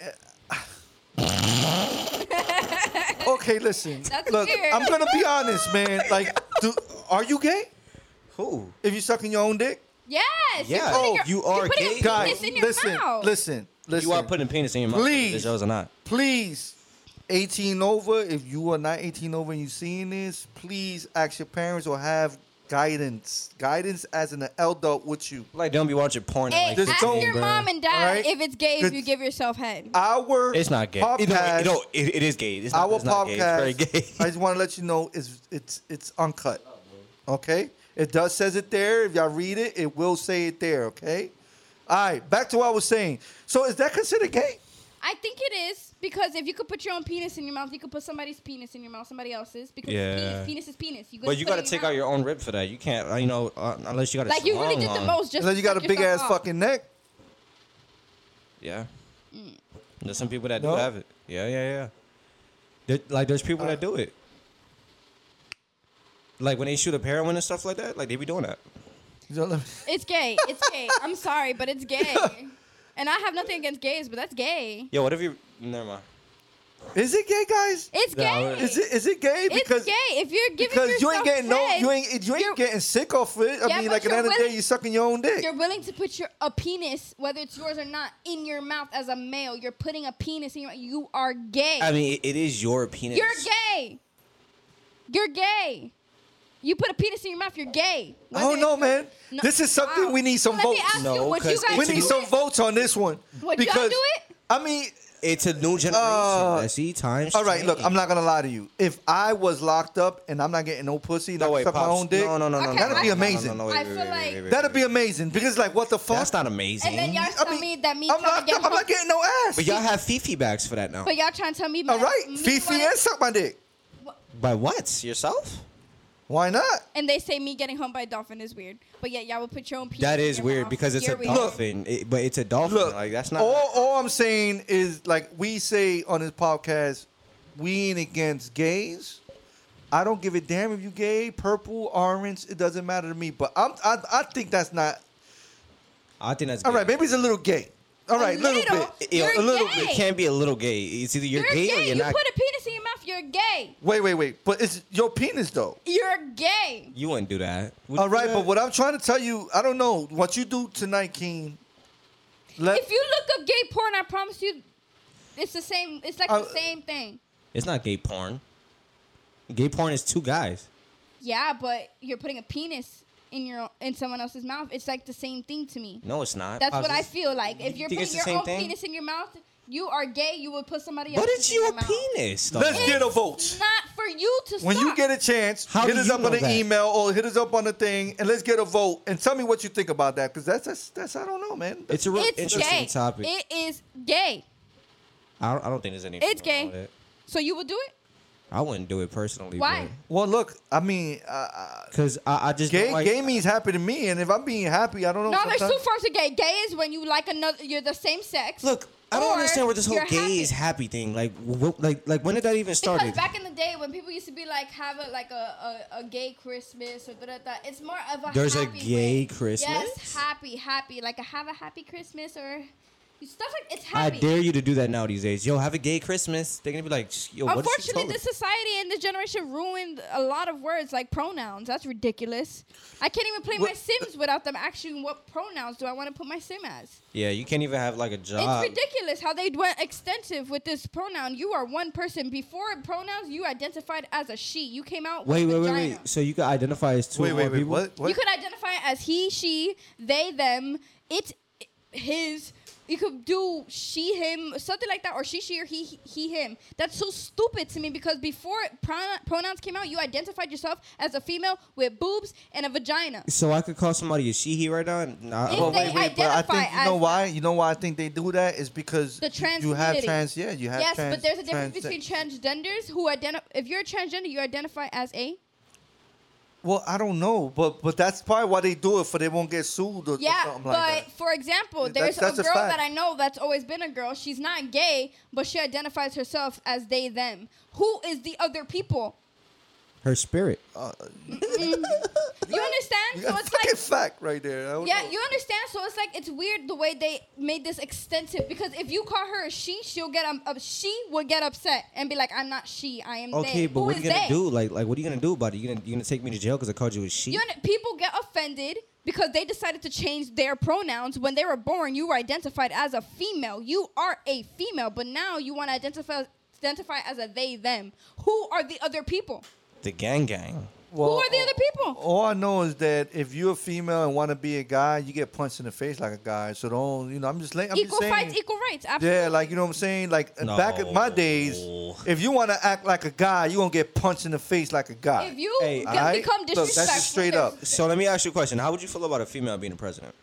A: eh. okay, listen.
C: That's
A: Look,
C: weird.
A: I'm gonna be honest, man. Like, do, are you gay?
B: Who?
A: If you sucking your own dick,
C: yes.
B: Yeah.
C: You're putting
B: Oh,
C: your,
B: you
C: you're
B: are
C: putting
B: gay.
C: a
A: guys,
C: penis in your
A: listen,
C: mouth.
A: listen, listen.
B: You are putting a penis in your mouth.
A: Please.
B: It shows or not.
A: please 18 over if you are not 18 over and you seeing this please ask your parents or have guidance, guidance as an adult with you.
B: Like, don't be watching porn.
C: Hey,
B: and,
A: Just
B: like,
C: ask
A: don't,
C: your
B: bro.
C: mom and dad
A: Alright?
C: if it's gay if
A: Good.
C: you give yourself head.
A: Our
B: It's not gay.
A: podcast,
B: You know, you know, it, it is gay. It's not,
A: our
B: it's not
A: podcast.
B: gay. It's very gay.
A: I just want to let you know is it's it's uncut. Okay, it does says it there. If y'all read it, it will say it there. Okay. All right, back to what I was saying. So is that considered gay?
C: I think it is because if you could put your own penis in your mouth, you could put somebody's penis in your mouth, somebody else's because
B: Yeah.
C: penis, penis is penis. You
B: But you
C: put it
B: gotta
C: in
B: take out
C: mouth.
B: your own rib for that. You can't, uh, you know, uh, unless you got a
C: like you really
B: strong
C: did the
B: one.
C: most just
A: Unless you got a
C: to suck
A: big ass
C: yourself off.
A: fucking neck.
B: Yeah.
C: Mm.
B: There's some people that
A: No.
B: do have it. Yeah, yeah, yeah. There, like there's people
A: Uh.
B: that do it. Like when they shoot up heroin and stuff like that, like they be doing that.
A: You know, let me-
C: It's gay. It's gay. I'm sorry, but it's gay. And I have nothing against gays, but that's gay.
B: Yo, what if you? Never mind.
A: Is it gay, guys?
C: It's
B: No,
C: gay.
B: it-
A: Is it is it gay?
C: It's
A: Because
C: gay if you're giving
A: because you ain't
C: yourself
A: getting no
C: head,
A: you ain't you
C: you're-
A: ain't getting sick off it. I
C: Yeah,
A: mean, like
C: but
A: at the
C: you're
A: end of the day,
C: willing-
A: you sucking your own dick.
C: You're willing to put your a penis, whether it's yours or not, in your mouth as a male. You're putting a penis in your mouth. You are gay.
B: I mean, it, it is your penis.
C: you're gay. You're gay. You put a penis in your mouth. You're gay.
A: I don't
C: Whether
A: know,
C: it's-
A: Oh, man. This is something
C: Wow.
A: we need some
C: Let Me
A: votes.
C: ask
B: No,
C: you, would you
B: 'cause
C: guys
A: We
C: do
A: need some
C: it?
A: votes on this one.
C: Would y'all
A: because
C: do it?
A: I mean,
B: It's a new generation.
A: Uh,
B: See, times.
A: all right. Look,
B: change.
A: I'm not gonna lie to you. If I was locked up and I'm not getting no pussy,
B: No
A: not
B: way,
A: suck my
B: pops.
A: own dick.
B: No, no, no, no.
C: Okay,
B: no,
C: that'd
B: no,
C: be
B: no, no,
A: amazing.
B: no, no, wait,
C: I
B: wait,
C: feel
B: wait,
C: like-
B: wait, wait,
A: That'd be
B: wait.
A: amazing because like, what the fuck?
B: That's not amazing.
C: And then y'all
A: I
C: tell
A: mean,
C: me that me
A: I'm
C: trying
A: not.
C: to get
A: I'm not
C: home-
A: getting no ass.
B: but y'all have fifi bags for that now.
C: But y'all trying to tell me?
A: all right,
C: me
A: Fifi
C: wanna-
A: and suck my dick.
B: By what? Yourself?
A: Why not?
C: And they say me getting home by a dolphin is weird. But yeah, y'all would put your own penis.
B: That
C: in
B: is
C: your
B: weird
C: mouth.
B: because it's
C: You're
B: a
C: weird.
B: dolphin. It- but it's a dolphin.
A: Look,
B: like that's not.
A: all, all I'm saying is like we say on this podcast, we ain't against gays. I don't give a damn if you gay, purple, orange. It doesn't matter to me. But I'm, I, I think that's not
B: I think that's.
A: all
B: gay.
A: right. Maybe it's a little gay. All right, little,
C: little?
A: bit.
B: Yo,
C: You're
B: a little
C: gay.
B: bit. It can't be a little gay. It's either you're,
C: You're
B: gay, or
C: gay.
B: you're
C: You
B: not.
C: put a penis in your mouth. You're gay.
A: Wait, wait, wait. But it's your penis though.
C: You're gay.
B: you wouldn't do that. Would
A: All
B: you do
A: right, but
B: that?
A: what I'm trying to tell you, I don't know what you do tonight, Keen. Let,
C: If you look up gay porn, I promise you, it's the same. It's like
A: Uh,
C: the same thing.
B: It's not gay porn. Gay porn is two guys.
C: Yeah, but you're putting a penis in your in someone else's mouth. It's like the same thing to me.
B: No, it's not.
C: That's what I
B: How's this-
C: feel like. If
B: You think
C: you're putting
B: it's the
C: your
B: same
C: own
B: thing?
C: penis in your mouth, you are gay. You would put somebody else.
B: But it's
C: in your
B: your
C: mouth.
B: penis. Though.
A: let's
C: It's
A: get a vote.
C: Not for you to.
A: When you
C: suck.
A: get a chance,
B: How
A: hit
B: do
A: us
B: you
A: up
B: know
A: on an
B: that?
A: email or hit us up on a thing, and let's get a vote and tell me what you think about that because that's, that's that's I don't know, man.
B: It's a real
C: it's
B: interesting
C: gay.
B: topic.
C: It is gay.
B: I, don't, I don't think there's any.
C: It's gay. So you would do it?
B: I wouldn't do it personally.
C: Why?
A: well, look, I mean, uh, uh,
B: Because I, I just
A: gay
B: don't like-
A: gay means happy to me, and if I'm being happy, I don't know.
C: No, there's two
A: sometimes-
C: forms of gay. Gay is when you like another, you're the same sex.
B: Look, I don't
C: Or
B: understand where this whole
C: you're
B: gay is happy thing. Like, wh- like, like when did that even
C: Because
B: started?
C: back in the day when people used to be like have a like a, a, a gay Christmas or da da da, it's more of a
B: There's a
C: happy
B: gay
C: way.
B: Christmas?
C: Yes, happy, happy, like a have a happy Christmas or stuff like it's
B: I
C: happy.
B: dare you to do that now these days. Yo, have a gay Christmas. They're gonna be like, yo, what is she
C: Unfortunately,
B: talking
C: this society and this generation ruined a lot of words like pronouns. That's ridiculous. I can't even play my
A: What-
C: Sims without them asking what pronouns do I want to put my Sim as.
B: Yeah, you can't even have like a
C: It's
B: job.
C: ridiculous how they went extensive with this pronoun. You are one person. Before pronouns, you identified as a she. You came out
D: Wait,
C: with
D: wait, wait,
C: vagina.
D: wait. So you could identify as two
A: Wait,
D: or
A: wait,
D: more
A: wait.
D: people?
A: What? what?
C: You could identify as he, she, they, them, it, his. You could do she, him, something like that, or she, she, or he, he- he, him. That's so stupid to me because before pronoun- pronouns came out, you identified yourself as a female with boobs and a vagina.
B: So I could call somebody a she he right now. And I,
C: If
A: Well,
C: they
A: wait, wait, but I
C: identify
A: think you know
C: as-
A: why. You know why I think they do that is because
C: The trans
A: you have
C: community.
A: trans. Yeah, you have
C: Yes,
A: trans.
C: but there's a difference
A: trans-
C: between transgenders who identify. If you're a transgender, you identify as a
A: Well, I don't know, but but that's probably why they do it for they won't get sued or, or
C: Yeah,
A: something
C: but
A: like that.
C: for example,
A: That's-
C: there's
A: that's
C: a
A: a
C: girl
A: fact.
C: that I know that's always been a girl. She's not gay, but she identifies herself as they them. Who is the other people?
D: Her spirit.
C: You understand?
A: You
C: So
A: got a Uh,
C: it's
A: fucking
C: like
A: fact right there. I don't
C: yeah,
A: know.
C: you understand. So it's like it's weird the way they made this extensive because if you call her a she, she'll get um, uh, she will get upset and be like, I'm not she, I am
B: okay,
C: they.
B: but
C: Who
B: what are you
C: is
B: gonna
C: they?
B: do? Like, like what are you gonna do about it? You gonna you gonna take me to jail because I called you a she?
C: You under- people get offended because they decided to change their pronouns when they were born. You were identified as a female. You are a female, but now you want to identify identify as a they them. Who are the other people?
B: the gang gang.
A: Well, uh,
C: Who are the other people?
A: All I know is that if you're a female and want to be a guy, you get punched in the face like a guy. So don't, you know, I'm just, la- I'm
C: equal
A: just saying.
C: fights, equal rights. Absolutely.
A: Yeah, like you know what I'm saying. Like
B: No.
A: back in my days, if you want to act like a guy, you gonna get punched in the face like a guy.
C: If you
B: Hey,
C: can
A: alright,
C: become
A: look, that's just
C: disrespectful,
A: straight
C: there's-
A: up.
B: So let me ask you a question. How would you feel about a female being a president?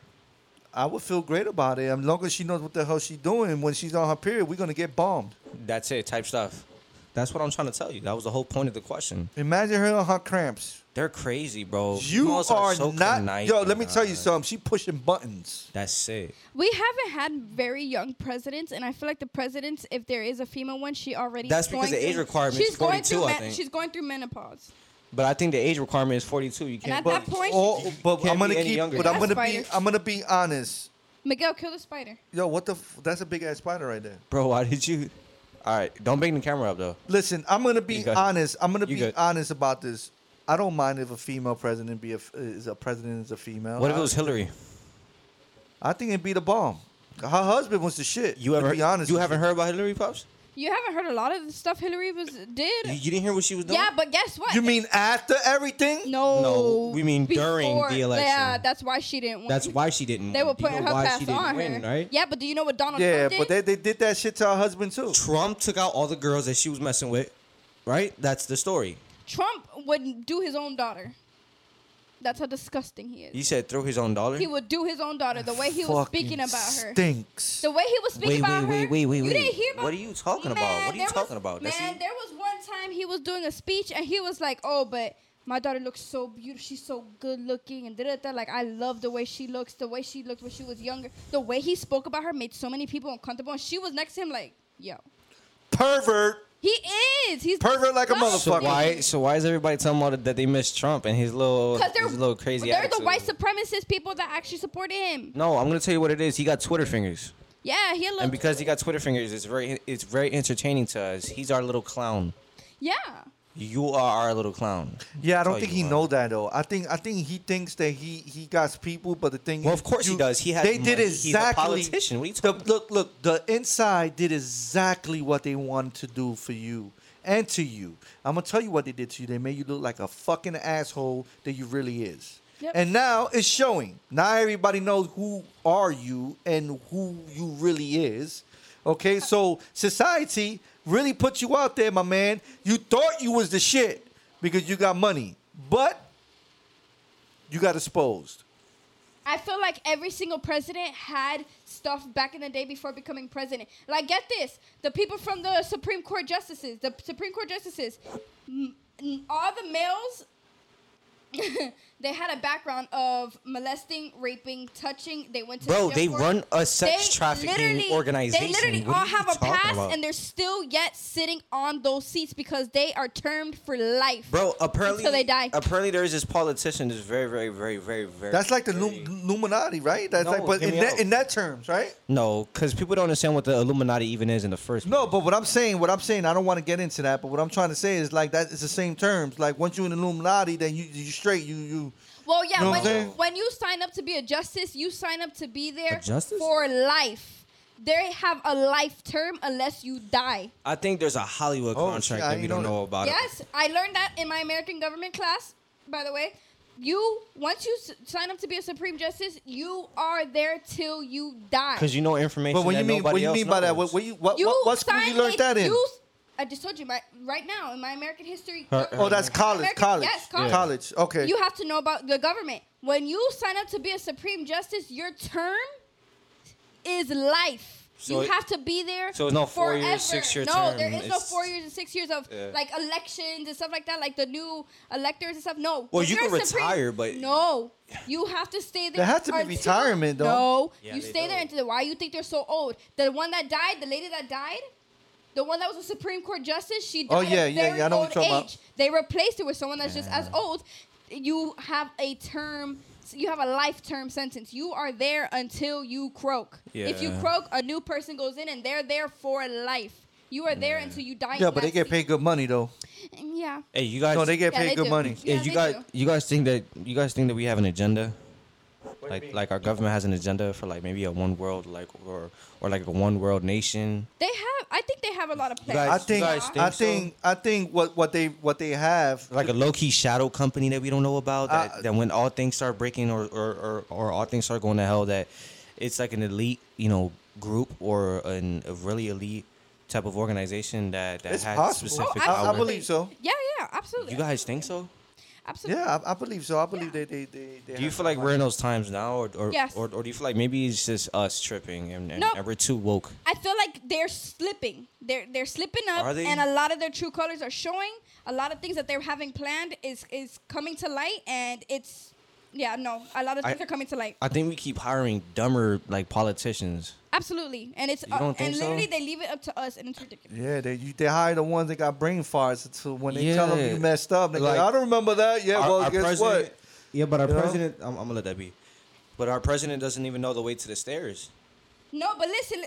A: I would feel great about it. As long as she knows what the hell she's doing when she's on her period, we're gonna get bombed.
B: That's it, type stuff. That's what I'm trying to tell you. That was the whole point of the question.
A: Imagine her on her cramps.
B: They're crazy, bro.
A: You
B: Females
A: are
B: so
A: not.
B: conniving,
A: yo, let me tell you
B: man.
A: something. She pushing buttons.
B: That's it.
C: We haven't had very young presidents, and I feel like the presidents, if there is a female one, she already
B: That's
C: is
B: because
C: going
B: the age
C: through-
B: requirement's
C: she's going
B: 42,
C: through
B: I
C: men-
B: think.
C: She's going through menopause.
B: But I think the age requirement is 42. You
C: And
B: can't.
C: at that point,
A: Oh, but
B: can't
A: I'm gonna
B: be any
A: keep.
B: younger.
A: But I'm
C: That's
A: gonna be.
C: spiders.
A: I'm gonna be honest.
C: Miguel, kill the spider.
A: Yo, what the? F- that's a big ass spider right there.
B: bro, why did you? All right, don't bring the camera up though.
A: Listen, I'm gonna
B: You
A: be
B: good.
A: honest. I'm gonna
B: You
A: be
B: good.
A: honest about this. I don't mind if a female president be a f- is a president is a female.
B: What if
A: I-
B: it was Hillary?
A: I think it'd be the bomb. Her husband was the shit.
B: You
A: to
B: ever?
A: Be honest.
B: you
A: with
B: haven't heard about Hillary, pops?
C: You haven't heard a lot of the stuff Hillary was did.
B: You, you didn't hear what she was doing.
C: yeah, but guess what?
A: You mean after everything?
C: no?
B: No, we mean during the election.
C: Yeah, that's why she didn't. Win.
D: That's why she didn't.
C: they
D: win.
C: were
D: Do you
C: putting
D: know
C: her
D: why
C: past
D: she didn't
C: on her.
D: win, right?
C: Yeah, but do you know what Donald
A: Yeah,
C: Trump did?
A: but they, they did that shit to her husband too.
B: Trump took out all the girls that she was messing with, right? That's the story.
C: Trump would do his own daughter. That's how disgusting he is.
B: You said through his own dollar.
C: he would do his own daughter the way he was
A: Fucking
C: speaking about her.
A: Stinks.
C: The way he was speaking
B: Wait,
C: about
B: wait,
C: her.
B: wait, wait, wait,
C: you
B: wait.
C: Didn't hear about
B: What are you talking about? What are you
C: there was-
B: talking about? That's
C: man,
B: it.
C: there was one time he was doing a speech and he was like, "Oh, but my daughter looks so beautiful. She's so good looking, and da da da. Like I love the way she looks. The way she looked when she was younger. The way he spoke about her made so many people uncomfortable. And she was next to him, like, yo,
A: Pervert.
C: he is. He's
A: Pervert like a
C: disgusting.
B: So
A: motherfucker.
B: why? So why is everybody telling all that they miss Trump and his little,
C: Because they're
B: his little crazy?
C: They're the
B: attitude?
C: white supremacist people that actually supported him.
B: No, I'm gonna tell you what it is. He got Twitter fingers,
C: Yeah, he looked.
B: and because he got Twitter fingers, it's very, it's very entertaining to us. He's our little clown.
C: yeah,
B: You are our little clown.
A: Yeah, I
B: Tell
A: don't think
B: you
A: he
B: what.
A: know that though. I think I think he thinks that he he got people, but the thing
B: Well,
A: is,
B: of course he
A: you-
B: does. He has
A: They did
B: money. He's a
A: exactly.
B: politician. What are you
A: the,
B: talking
A: Look, look. The inside did exactly what they wanted to do for you and to you. I'm gonna tell you what they did to you. They made you look like a fucking asshole that you really is.
C: Yep.
A: And now it's showing. Now everybody knows who are you and who you really is. Okay, so society really put you out there, my man. You thought you was the shit because you got money, but you got exposed.
C: I feel like every single president had stuff back in the day before becoming president. Like, get this: the people from the Supreme Court justices, the Supreme Court justices, m- n- all the males, they had a background of molesting, raping, touching. They went to
B: Bro,
C: jail
B: they
C: for it.
B: run a sex
C: They
B: trafficking
C: literally-
B: organization.
C: They literally
B: What are
C: all
B: you
C: have a
B: talking
C: past,
B: about?
C: and they're still yet sitting on those seats because they are termed for life.
B: Bro, apparently,
C: Until they die.
B: apparently there is this politician that's very, very, very, very, very.
A: That's like the
B: very-
A: Illuminati, right? That's
B: No,
A: like, but
B: hear
A: in
B: me out.
A: that, in that terms, right?
B: No, because people don't understand what the Illuminati even is in the first.
A: No,
B: place.
A: but what I'm saying, what I'm saying, I don't want to get into that. But what I'm trying to say is like that. It's the same terms. Like once you're in Illuminati, then you you straight. You you.
C: Well, yeah,
A: You know what
C: when,
A: I'm
C: you,
A: saying?
C: when you sign up to be a justice, you sign up to be there
B: A justice?
C: for life. They have a life term unless you die.
B: I think there's a Hollywood
A: Oh,
B: contract
A: shit, I
B: that we
A: didn't
B: don't
A: know
B: know
A: that.
B: about.
C: yes, I learned that in my American government class, by the way. You once you s- sign up to be a supreme justice, you are there till you die.
B: because you know information.
A: But what
B: that
A: you mean? What
B: nobody
A: you
B: else
A: mean by that? What,
B: knows.
A: what you what, what, what school you
C: sign
A: learned
C: it-
A: that in?
C: you s- I just told you my, right now in my American history.
B: Her-
A: Oh, that's college.
C: American-
A: college.
C: yes, college.
A: college. Okay.
C: you have to know about the government. When you sign up to be a Supreme Justice, your term is life.
B: So
C: you
B: it-
C: have to be there.
B: so it's not four
C: forever.
B: years, six-year
C: No, there
B: term.
C: is no
B: It's-
C: four years and six years of
B: Yeah.
C: like elections and stuff like that, like the new electors and stuff. No.
B: Well,
C: If
B: you
C: you're
B: can
C: a Supreme-
B: retire, but-
C: no, you have to stay there.
A: There has to be
C: until-
A: retirement, though.
C: No,
B: Yeah,
C: you
B: they
C: stay there
B: do.
C: until. Why you think they're so old? The one that died, the lady that died, the one that was a Supreme Court justice, she died
A: Oh, yeah,
C: at
A: yeah,
C: very
A: yeah, I know what
C: old
A: you're talking
C: age.
A: about.
C: They replaced it with someone that's just as old. You have a term. You have a life term sentence. You are there until you croak. If you
B: Yeah.
C: croak, a new person goes in, and they're there for life. You are there until you die.
A: yeah,
C: in
A: but they
C: that
A: get
C: seat.
A: paid good money though.
C: And Yeah.
B: Hey, you guys.
A: No, they get
C: Yeah,
A: paid
C: they
A: good
C: do.
A: money.
B: Yeah,
C: Yeah,
B: you
C: they
B: guys.
C: do.
B: You guys think that you guys think that we have an agenda? Like like our government has an agenda for like maybe a one world like or or like a one world nation.
C: They have. I think they have a lot of plans.
B: guys-
A: I
B: you
A: think,
B: guys
A: I
B: think so?
A: think, I think what what they what they have
B: like a low key shadow company that we don't know about. That,
A: Uh,
B: that when all things start breaking or, or, or, or all things start going to hell, that it's like an elite, you know, group or an, a really elite type of organization that that
A: It's
B: has
A: possible.
B: specific
A: Oh, I- I
B: power.
A: believe so.
C: Yeah, yeah, absolutely.
B: You guys think so?
C: Absolutely.
A: Yeah, I, I believe so. I believe they,
C: Yeah.
A: they, they, they.
B: Do you
A: have
B: feel like
A: that
B: we're in those times now, or or,
C: Yes.
B: or, or do you feel like maybe it's just us tripping and, and,
C: No.
B: and we're too woke?
C: I feel like they're slipping. They're they're slipping up,
B: Are they?
C: and a lot of their true colors are showing. A lot of things that they're having planned is is coming to light, and it's yeah, no, a lot of
B: I-
C: things are coming to light.
B: I think we keep hiring dumber like politicians.
C: Absolutely, and it's uh,
B: don't think
C: and
B: so?
C: literally they leave it up to us, and it's ridiculous.
A: Yeah, they you, they hire the ones that got brain farts. So when they tell them
B: Yeah.
A: you messed up, they
B: Like,
A: go, I don't remember that. Yeah,
B: Our-
A: well,
B: our
A: guess
B: president-
A: what?
D: Yeah, but our
A: You know?
D: president, I'm, I'm gonna let that be.
B: But our president doesn't even know the way to the stairs.
C: No, but listen,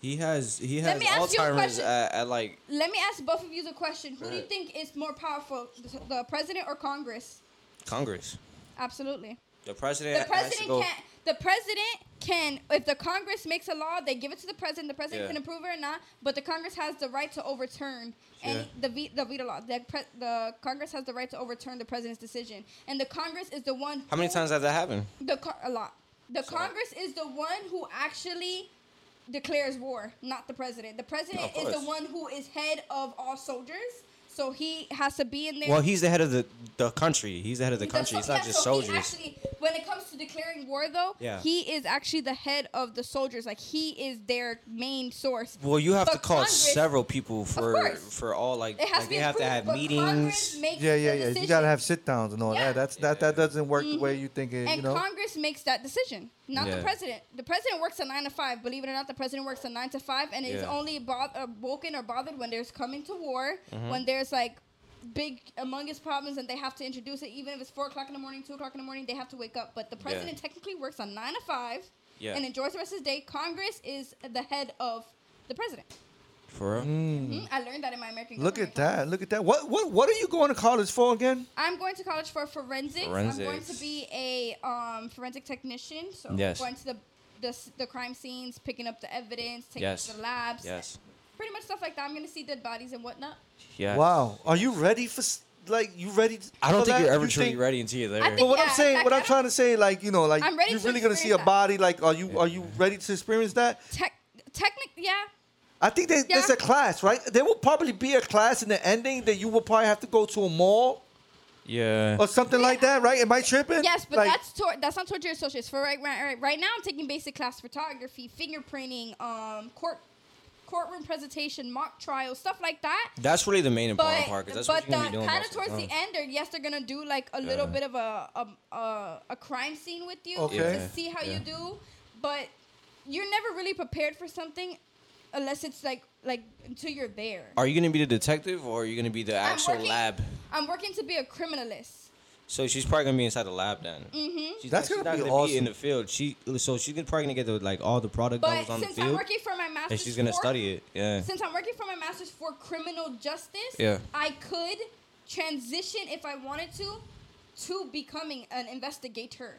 D: He has he
C: Let
D: has
C: me ask you a
B: Alzheimer's
C: question.
B: at, at like
C: let me ask both of you a question. Who do you
B: Right.
C: think is more powerful, the, the president or Congress?
B: Congress.
C: Absolutely.
B: The president.
C: The
B: has to
C: president
B: go-
C: can. The president can. If the Congress makes a law, they give it to the president. The president
B: Yeah.
C: can approve it or not. But the Congress has the right to overturn any the ve- the veto law. The pre, the Congress has the right to overturn the president's decision, and the Congress is the one.
B: How many
C: who-
B: times has that happened?
C: The co- a lot. The Congress is the one who actually declares war, not the president. The president
B: of
C: is the
B: course.
C: one who is head of all soldiers, so he has to be in there.
B: Well, he's the head of the, the country. He's the head of the
C: That's
B: country.
C: what-
B: It's not
C: yeah,
B: just
C: so he
B: soldiers.
C: Actually, when it comes to declaring war, though,
B: Yeah.
C: he is actually the head of the soldiers. Like he is their main source.
B: well, you have
C: But
B: to call
C: Congress-
B: several people for
C: course.
B: for all like,
C: It has
B: like,
C: to
B: they
C: be
B: have to have
C: approved, but Congress
B: meetings.
C: makes
A: Yeah,
C: the
A: yeah, yeah. You
C: decision.
A: gotta have sit downs and all
C: Yeah.
A: that. That's that that doesn't work the way you think it.
C: And
A: you know,
C: Congress makes that decision, not the
B: Yeah.
C: president. The president works a nine to five. Believe it or not, the president works a nine to five, and is
B: Yeah.
C: only bo- uh, woken or bothered when there's coming to war,
B: Mm-hmm.
C: when there's like big humongous problems, and they have to introduce it. Even if it's four o'clock in the morning, two o'clock in the morning, they have to wake up. But the president technically works a nine to five,
B: Yeah.
C: and enjoys the rest of his day. Congress is the head of the president.
B: For real?
C: Mhm. I learned that in my American.
A: look
C: government.
A: at that. Look at that. What what what are you going to college for again?
C: I'm going to college for forensics. I'm going to
B: Forensics.
C: be a um, forensic technician. So
B: Yes.
C: going to the, the s- the crime scenes, picking up the evidence, taking it
B: Yes.
C: to the labs,
B: Yes.
C: pretty much stuff like that. I'm going to see dead bodies and whatnot.
B: Yeah.
A: Wow, are you ready for s- like you ready?
B: I don't
A: for
B: think
A: that?
B: you're ever
A: You
B: truly
A: think-
B: ready until you're there.
C: I
A: But
C: think-
A: what
C: Yeah,
A: I'm saying, what
C: I-
A: I'm trying to say, like you know, like
C: I'm ready
A: you're
C: to
A: really gonna see a
C: experience that.
A: body. Like, are you are you ready to experience that?
C: Tech, technic, yeah.
A: I think there's, there's
C: Yeah.
A: a class, right? There will probably be a class in the ending that you will probably have to go to a mall
B: yeah.
A: or something like that, right? Am I tripping?
C: Yes, but
A: Like,
C: that's tor- that's not toward your associates. For right, right, right, right now, I'm taking basic class photography, fingerprinting, um, court courtroom presentation, mock trial, stuff like that.
B: That's really the main important
C: But,
B: part because that's
C: but
B: what you're gonna be
C: the,
B: doing.
C: kind
B: most
C: of towards
B: the
C: the
B: time.
C: end, they're, yes, they're gonna do like a little
B: Yeah.
C: bit of a a, a a crime scene with you
A: Okay.
C: to
A: Yeah.
C: see how
B: Yeah.
C: you do, but you're never really prepared for something unless it's like like until you're there.
B: Are you gonna be the detective or are you gonna be the actual
C: working-
B: lab?
C: I'm working to be a criminalist.
B: So she's probably gonna be inside the lab then. Mm-hmm. She's
A: That's
B: not, she's
A: gonna
B: not
A: be
B: gonna be in
A: awesome.
B: the field. She so she's gonna- probably gonna get the like all the product that
C: But
B: was on the
C: since I'm
B: field,
C: working for my master's,
B: and she's gonna
C: for-
B: study it. Yeah.
C: Since I'm working for my master's for criminal justice,
B: Yeah.
C: I could transition if I wanted to to becoming an investigator.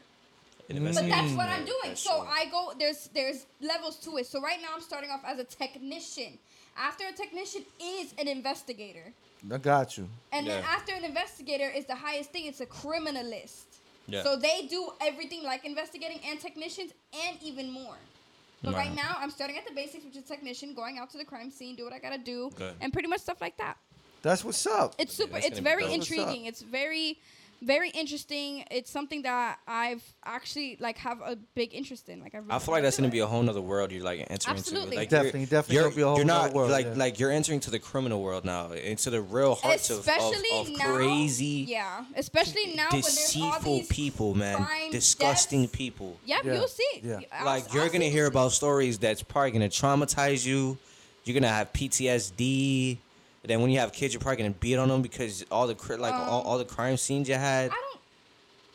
C: But that's what I'm doing. So I go there's there's levels to it. So right now I'm starting off as a technician. After a technician is an investigator.
A: I got you.
C: And then
B: Yeah.
C: after an investigator is the highest thing, it's a criminalist.
B: Yeah.
C: So they do everything like investigating and technicians and even more. But right
B: Wow.
C: now I'm starting at the basics, which is technician, going out to the crime scene, do what I gotta do,
B: Okay.
C: and pretty much stuff like that.
A: That's what's up.
C: It's super.
B: that's
C: it's
B: gonna be
C: very
B: dope.
A: What's up?
C: intriguing. It's very, very interesting. It's something that I've actually like have a big interest in. Like I. Really
B: I feel like that's gonna be a whole nother world you're like entering into.
C: Absolutely.
B: Like
A: Definitely,
B: you're,
A: definitely
B: you're,
A: gonna be a whole
B: you're not
A: nother world,
B: like
A: yeah.
B: like you're entering to the criminal world now, into the real hearts of, of,
C: especially
B: of
C: now.
B: crazy,
C: Yeah, especially now when there's all
B: deceitful
C: these
B: people, man,
C: crime,
B: disgusting
C: deaths.
B: people.
C: Yep,
A: Yeah,
C: you'll see.
A: yeah.
C: I'll-
B: like you're
C: I'll
B: gonna
C: see
B: hear
C: this.
B: about stories that's probably gonna traumatize you. You're gonna have PTSD. Then when you have kids, you're probably gonna beat on them because all the cri- like all, all the crime scenes you had,
C: Um, I don't.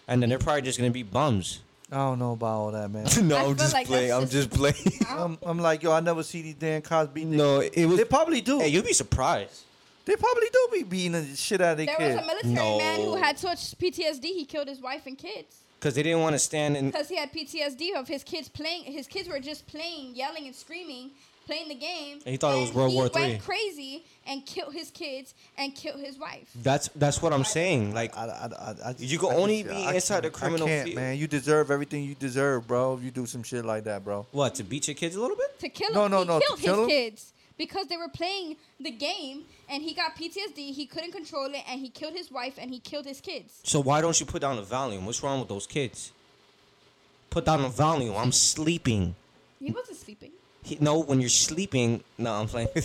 B: and then they're probably just gonna be bums.
A: I don't know about all that, man.
B: no,
C: I
B: I'm
C: feel
B: just
C: like that's
B: playing. I'm
C: just-
B: just playing.
C: I don't
A: I'm, I'm like, yo, I never see these Dan Cosby. niggas.
B: no, it was.
A: They probably do.
B: Hey, you'd be surprised.
A: they probably do be beating the shit out of their
C: there was a
A: kids.
C: military man who
B: No.
C: had such PTSD. He killed his wife and kids.
B: because they didn't want to stand in.
C: because he had PTSD of his kids playing. His kids were just playing, yelling and screaming, playing the game.
B: And he thought it was World
C: he
B: War
C: went
B: Three.
C: crazy and killed his kids and killed his wife.
B: That's that's what I'm saying. Like
A: I, I, I, I just-
B: You can
A: I just-
B: only be
A: I can't-
B: inside the criminal
A: I can't,
B: field.
A: man. You deserve everything you deserve, bro. If you do some shit like that, bro.
B: what to beat your kids a little bit.
C: To kill
A: No,
C: him,
A: no,
C: he
A: no, to
C: killed
A: kill
C: his
A: him?
C: kids because they were playing the game and he got PTSD. He couldn't control it and he killed his wife and he killed his kids.
B: So why don't you put down the volume? What's wrong with those kids? Put down the volume. I'm sleeping.
C: He wasn't sleeping.
B: He, no, when you're sleeping. No, I'm playing.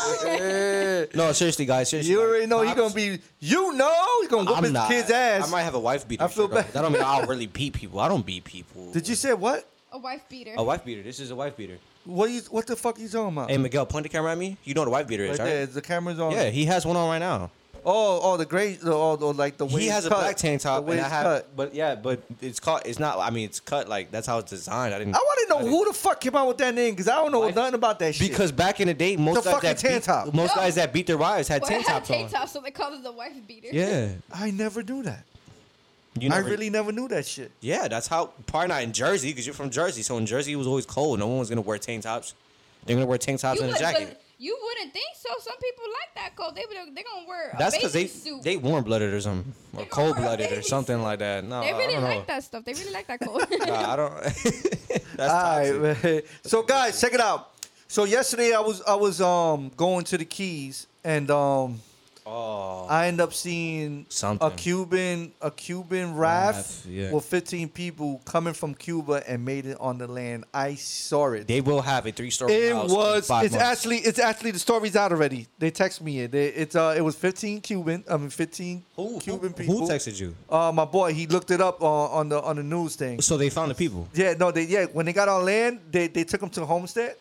B: no, seriously, guys. Seriously,
A: You
B: like,
A: already know he
B: cops-
A: gonna be. You know he gonna whoop
B: I'm
A: his
B: not.
A: kid's ass.
B: I might have a wife beater.
A: I feel
B: shirt on.
A: bad.
B: That don't mean I'll really beat people. I don't beat people.
A: Did you say what?
C: A wife beater.
B: a wife beater? This is a wife beater.
A: What you? What the fuck you talking about?
B: Hey, Miguel, point the camera at me. You know what a wife beater
A: right
B: is,
A: there,
B: right?
A: the camera's on.
B: Yeah, he has one on right now.
A: Oh, oh, the gray. The, oh, the, like the way
B: he
A: it's
B: has a
A: cut.
B: black tank top,
A: The way
B: and I
A: it's
B: have,
A: cut.
B: but yeah, but it's cut. It's not. I mean, it's cut like that's how it's designed. I didn't.
A: I want to
B: I
A: know
B: didn't-
A: who the fuck came out with that name because I don't know
B: Why?
A: nothing about that shit.
B: Because back in the day, most
A: It's a
B: guys that
A: fucking tank
B: beat,
A: top.
B: most
C: No.
B: guys that beat their wives had
C: well, it
B: tank
C: had
B: tops on.
C: tank top, so they called it the wife beater.
B: Yeah,
A: I never knew that.
B: you
A: I
B: never-
A: really never knew that shit.
B: Yeah, that's how. Probably not in Jersey because you're from Jersey. So in Jersey, it was always cold. No one was gonna wear tank tops. They're gonna wear tank tops
C: You,
B: and a
C: would,
B: jacket.
C: but you wouldn't think so. Some people like that cold. They would. They're gonna wear.
B: That's
C: a bathing
B: because they
C: suit.
B: they warm blooded or something, or
C: They gonna
B: cold blooded
C: wear a
B: or something like that. No,
A: Uh,
C: They
B: I
C: really
B: don't know.
C: like that stuff. They really like that cold.
B: Nah, I don't. that's
A: All
B: toxic.
A: right, man. So guys, check it out. So yesterday I was I was um going to the Keys and um
B: Oh,
A: I end up seeing a
B: Something.
A: Cuban a Cuban raft
D: Raft, yeah.
A: with 15 people coming from Cuba and made it on the land. I saw it.
B: they will have a three story
A: it
B: house.
A: was. It's
B: In five months.
A: actually. It's actually. The story's out already. They text me it. They, it's. Uh. It was 15 Cuban. I mean, 15 Cuban people.
B: Who texted you?
A: Uh, my boy. He looked it up on, on the on the news thing.
B: So they found the people.
A: Yeah, no, they yeah. When they got on land, they they took them to Homestead,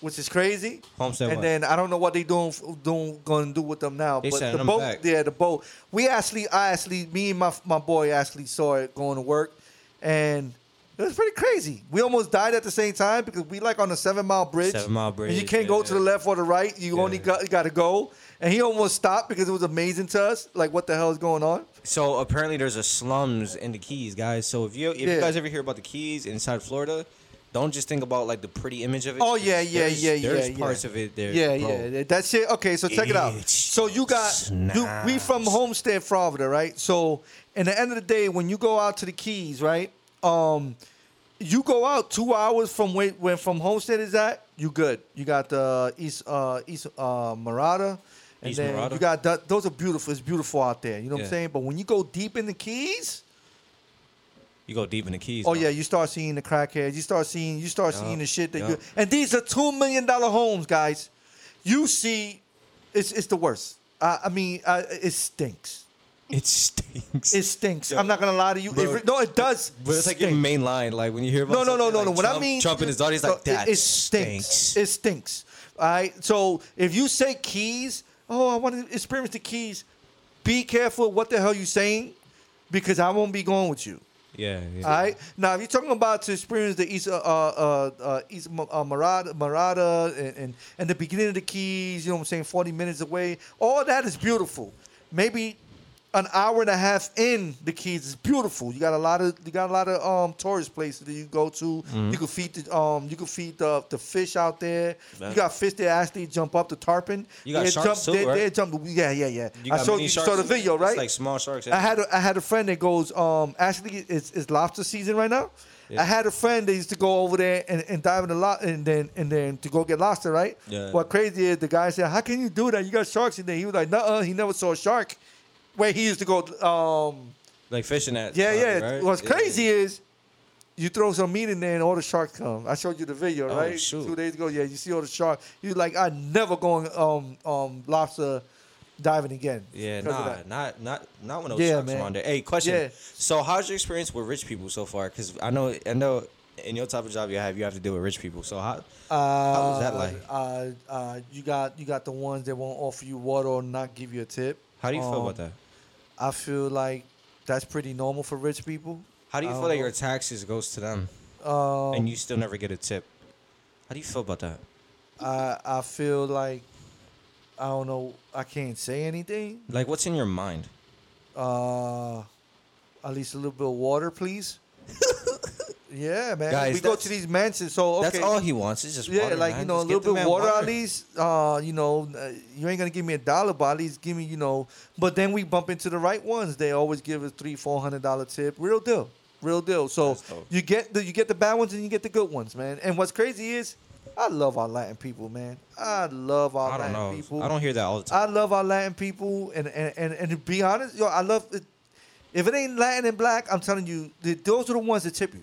A: which is crazy.
B: Homestead
A: and
B: what?
A: then I don't know what they doing doing gonna do with them now.
B: They
A: but
B: sending
A: the
B: them
A: boat,
B: back.
A: yeah, the boat. We actually, I actually, me and my my boy actually saw it going to work, and it was pretty crazy. We almost died at the same time because we like on a seven mile bridge.
B: Seven Mile
A: And you
B: Bridge,
A: can't go
B: yeah.
A: to the left or the right. You only
B: Yeah.
A: got got to go. And he almost stopped because it was amazing to us. Like, what the hell is going on?
B: So apparently there's a slums in the Keys, guys. So if you if
A: Yeah.
B: you guys ever hear about the Keys inside Florida, don't just think about like the pretty image of it.
A: Oh yeah, yeah,
B: There's-
A: yeah, yeah.
B: There's
A: yeah.
B: parts of it there.
A: Yeah,
B: bro.
A: yeah. That shit. Okay, so check it out.
B: It's
A: So you got you, we from
B: snaps.
A: Homestead, Florida, right? So in the end of the day, when you go out to the Keys, right? Um, you go out two hours from where, where from Homestead is at. You good. You got the East uh, East uh, Marada. And
B: East
A: then
B: Marada.
A: you got that, those are beautiful. It's beautiful out there. You know what I'm
B: Yeah.
A: saying? But when you go deep in the Keys,
B: You go deep in the Keys.
A: oh
B: bro.
A: yeah, you start seeing the crackheads. You start seeing you start
B: Yup,
A: seeing the shit that
B: yup.
A: you. And these are two million dollar homes, guys. You see, it's it's the worst. I, I mean, I, it stinks.
B: It stinks.
A: It stinks.
B: Yo.
A: I'm not gonna lie to you.
B: Bro.
A: It re- no, it does.
B: but it's like your
A: stink.
B: main line, like when you hear about
A: no, no, no,
B: something,
A: no,
B: like
A: no. What I
B: Trump-
A: mean,
B: Trump and his daughter, he's
A: no,
B: like
A: it-
B: that.
A: It, stinks. It stinks. All right. So if you say keys, oh, I want to experience the keys. Be careful what the hell you saying, because I won't be going with you.
B: Yeah. yeah.
A: All right. Now, if you're talking about to experience the East, uh, uh, uh, East Ma- uh, Marada, Marada and, and, and the beginning of the Keys, you know what I'm saying, 40 minutes away, all that is beautiful. Maybe an hour and a half in the Keys is beautiful. You got a lot of you got a lot of um tourist places that you go to.
B: Mm-hmm.
A: You can feed the um you can feed the, the fish out there.
B: Yeah.
A: You got fish that actually jump up the tarpon.
B: You got
A: They
B: sharks
A: jump,
B: too,
A: they,
B: right?
A: they jump. Yeah, yeah, yeah.
B: You
A: I
B: got
A: saw
B: mini
A: you
B: sharks
A: saw the
B: in there?
A: video,
B: It's
A: right? Uh,
B: like small sharks.
A: I had a, I had a friend that goes um actually it's, it's lobster season right now. I had a friend that used to go over there and, and dive in the lot and then and then to go get lobster, right?
B: Yeah.
A: What crazy is the guy said, "How can you do that? You got sharks in there." He was like, "Nuh-uh, he never saw a shark." Where he used to go, um,
B: like fishing at.
A: yeah,
B: something,
A: yeah.
B: right?
A: What's
B: Yeah.
A: crazy is you throw some meat in there and all the sharks come. I showed you the video,
B: Oh,
A: right?
B: shoot.
A: Two days ago, yeah. You see all the sharks. You're like, "I never going um um lobster diving again."
B: Yeah,
A: because of
B: nah,
A: that.
B: not not not when those
A: Yeah,
B: sharks
A: man.
B: were on there. Hey, question.
A: Yeah.
B: So, how's your experience with rich people so far? Because I know I know in your type of job you have, you have to deal with rich people. So how?
A: Uh,
B: How was that like?
A: Uh, uh, you got you got the ones that won't offer you water or not give you a tip.
B: How do you feel
A: Um,
B: about that?
A: I feel like that's pretty normal for rich people.
B: How do you
A: I
B: feel
A: don't
B: that your taxes goes to them
A: Um,
B: and you still never get a tip? How do you feel about that?
A: I I feel like I don't know. I can't say anything.
B: Like, what's in your mind?
A: Uh, at least a little bit of water, please. yeah, man.
B: Guys,
A: we go
B: that's-
A: to these mansions, so okay.
B: That's all he wants. It's just
A: yeah,
B: water,
A: like
B: man.
A: you know,
B: Just
A: a
B: get
A: little
B: the
A: bit
B: man
A: water, at least. Uh, you know, uh, you ain't gonna give me a dollar, but at least give me, you know. But then we bump into the right ones. They always give us three, four hundred dollar tip. Real deal, real deal. So
B: That's dope.
A: you get the you get the bad ones and you get the good ones, man. And what's crazy is, I love our Latin people, man. I love our
B: I
A: Latin
B: don't know.
A: people.
B: I don't hear that all the time.
A: I love our Latin people, and and, and, and to be honest, yo, I love it. If it ain't Latin and black, I'm telling you, th those are the ones that tip you.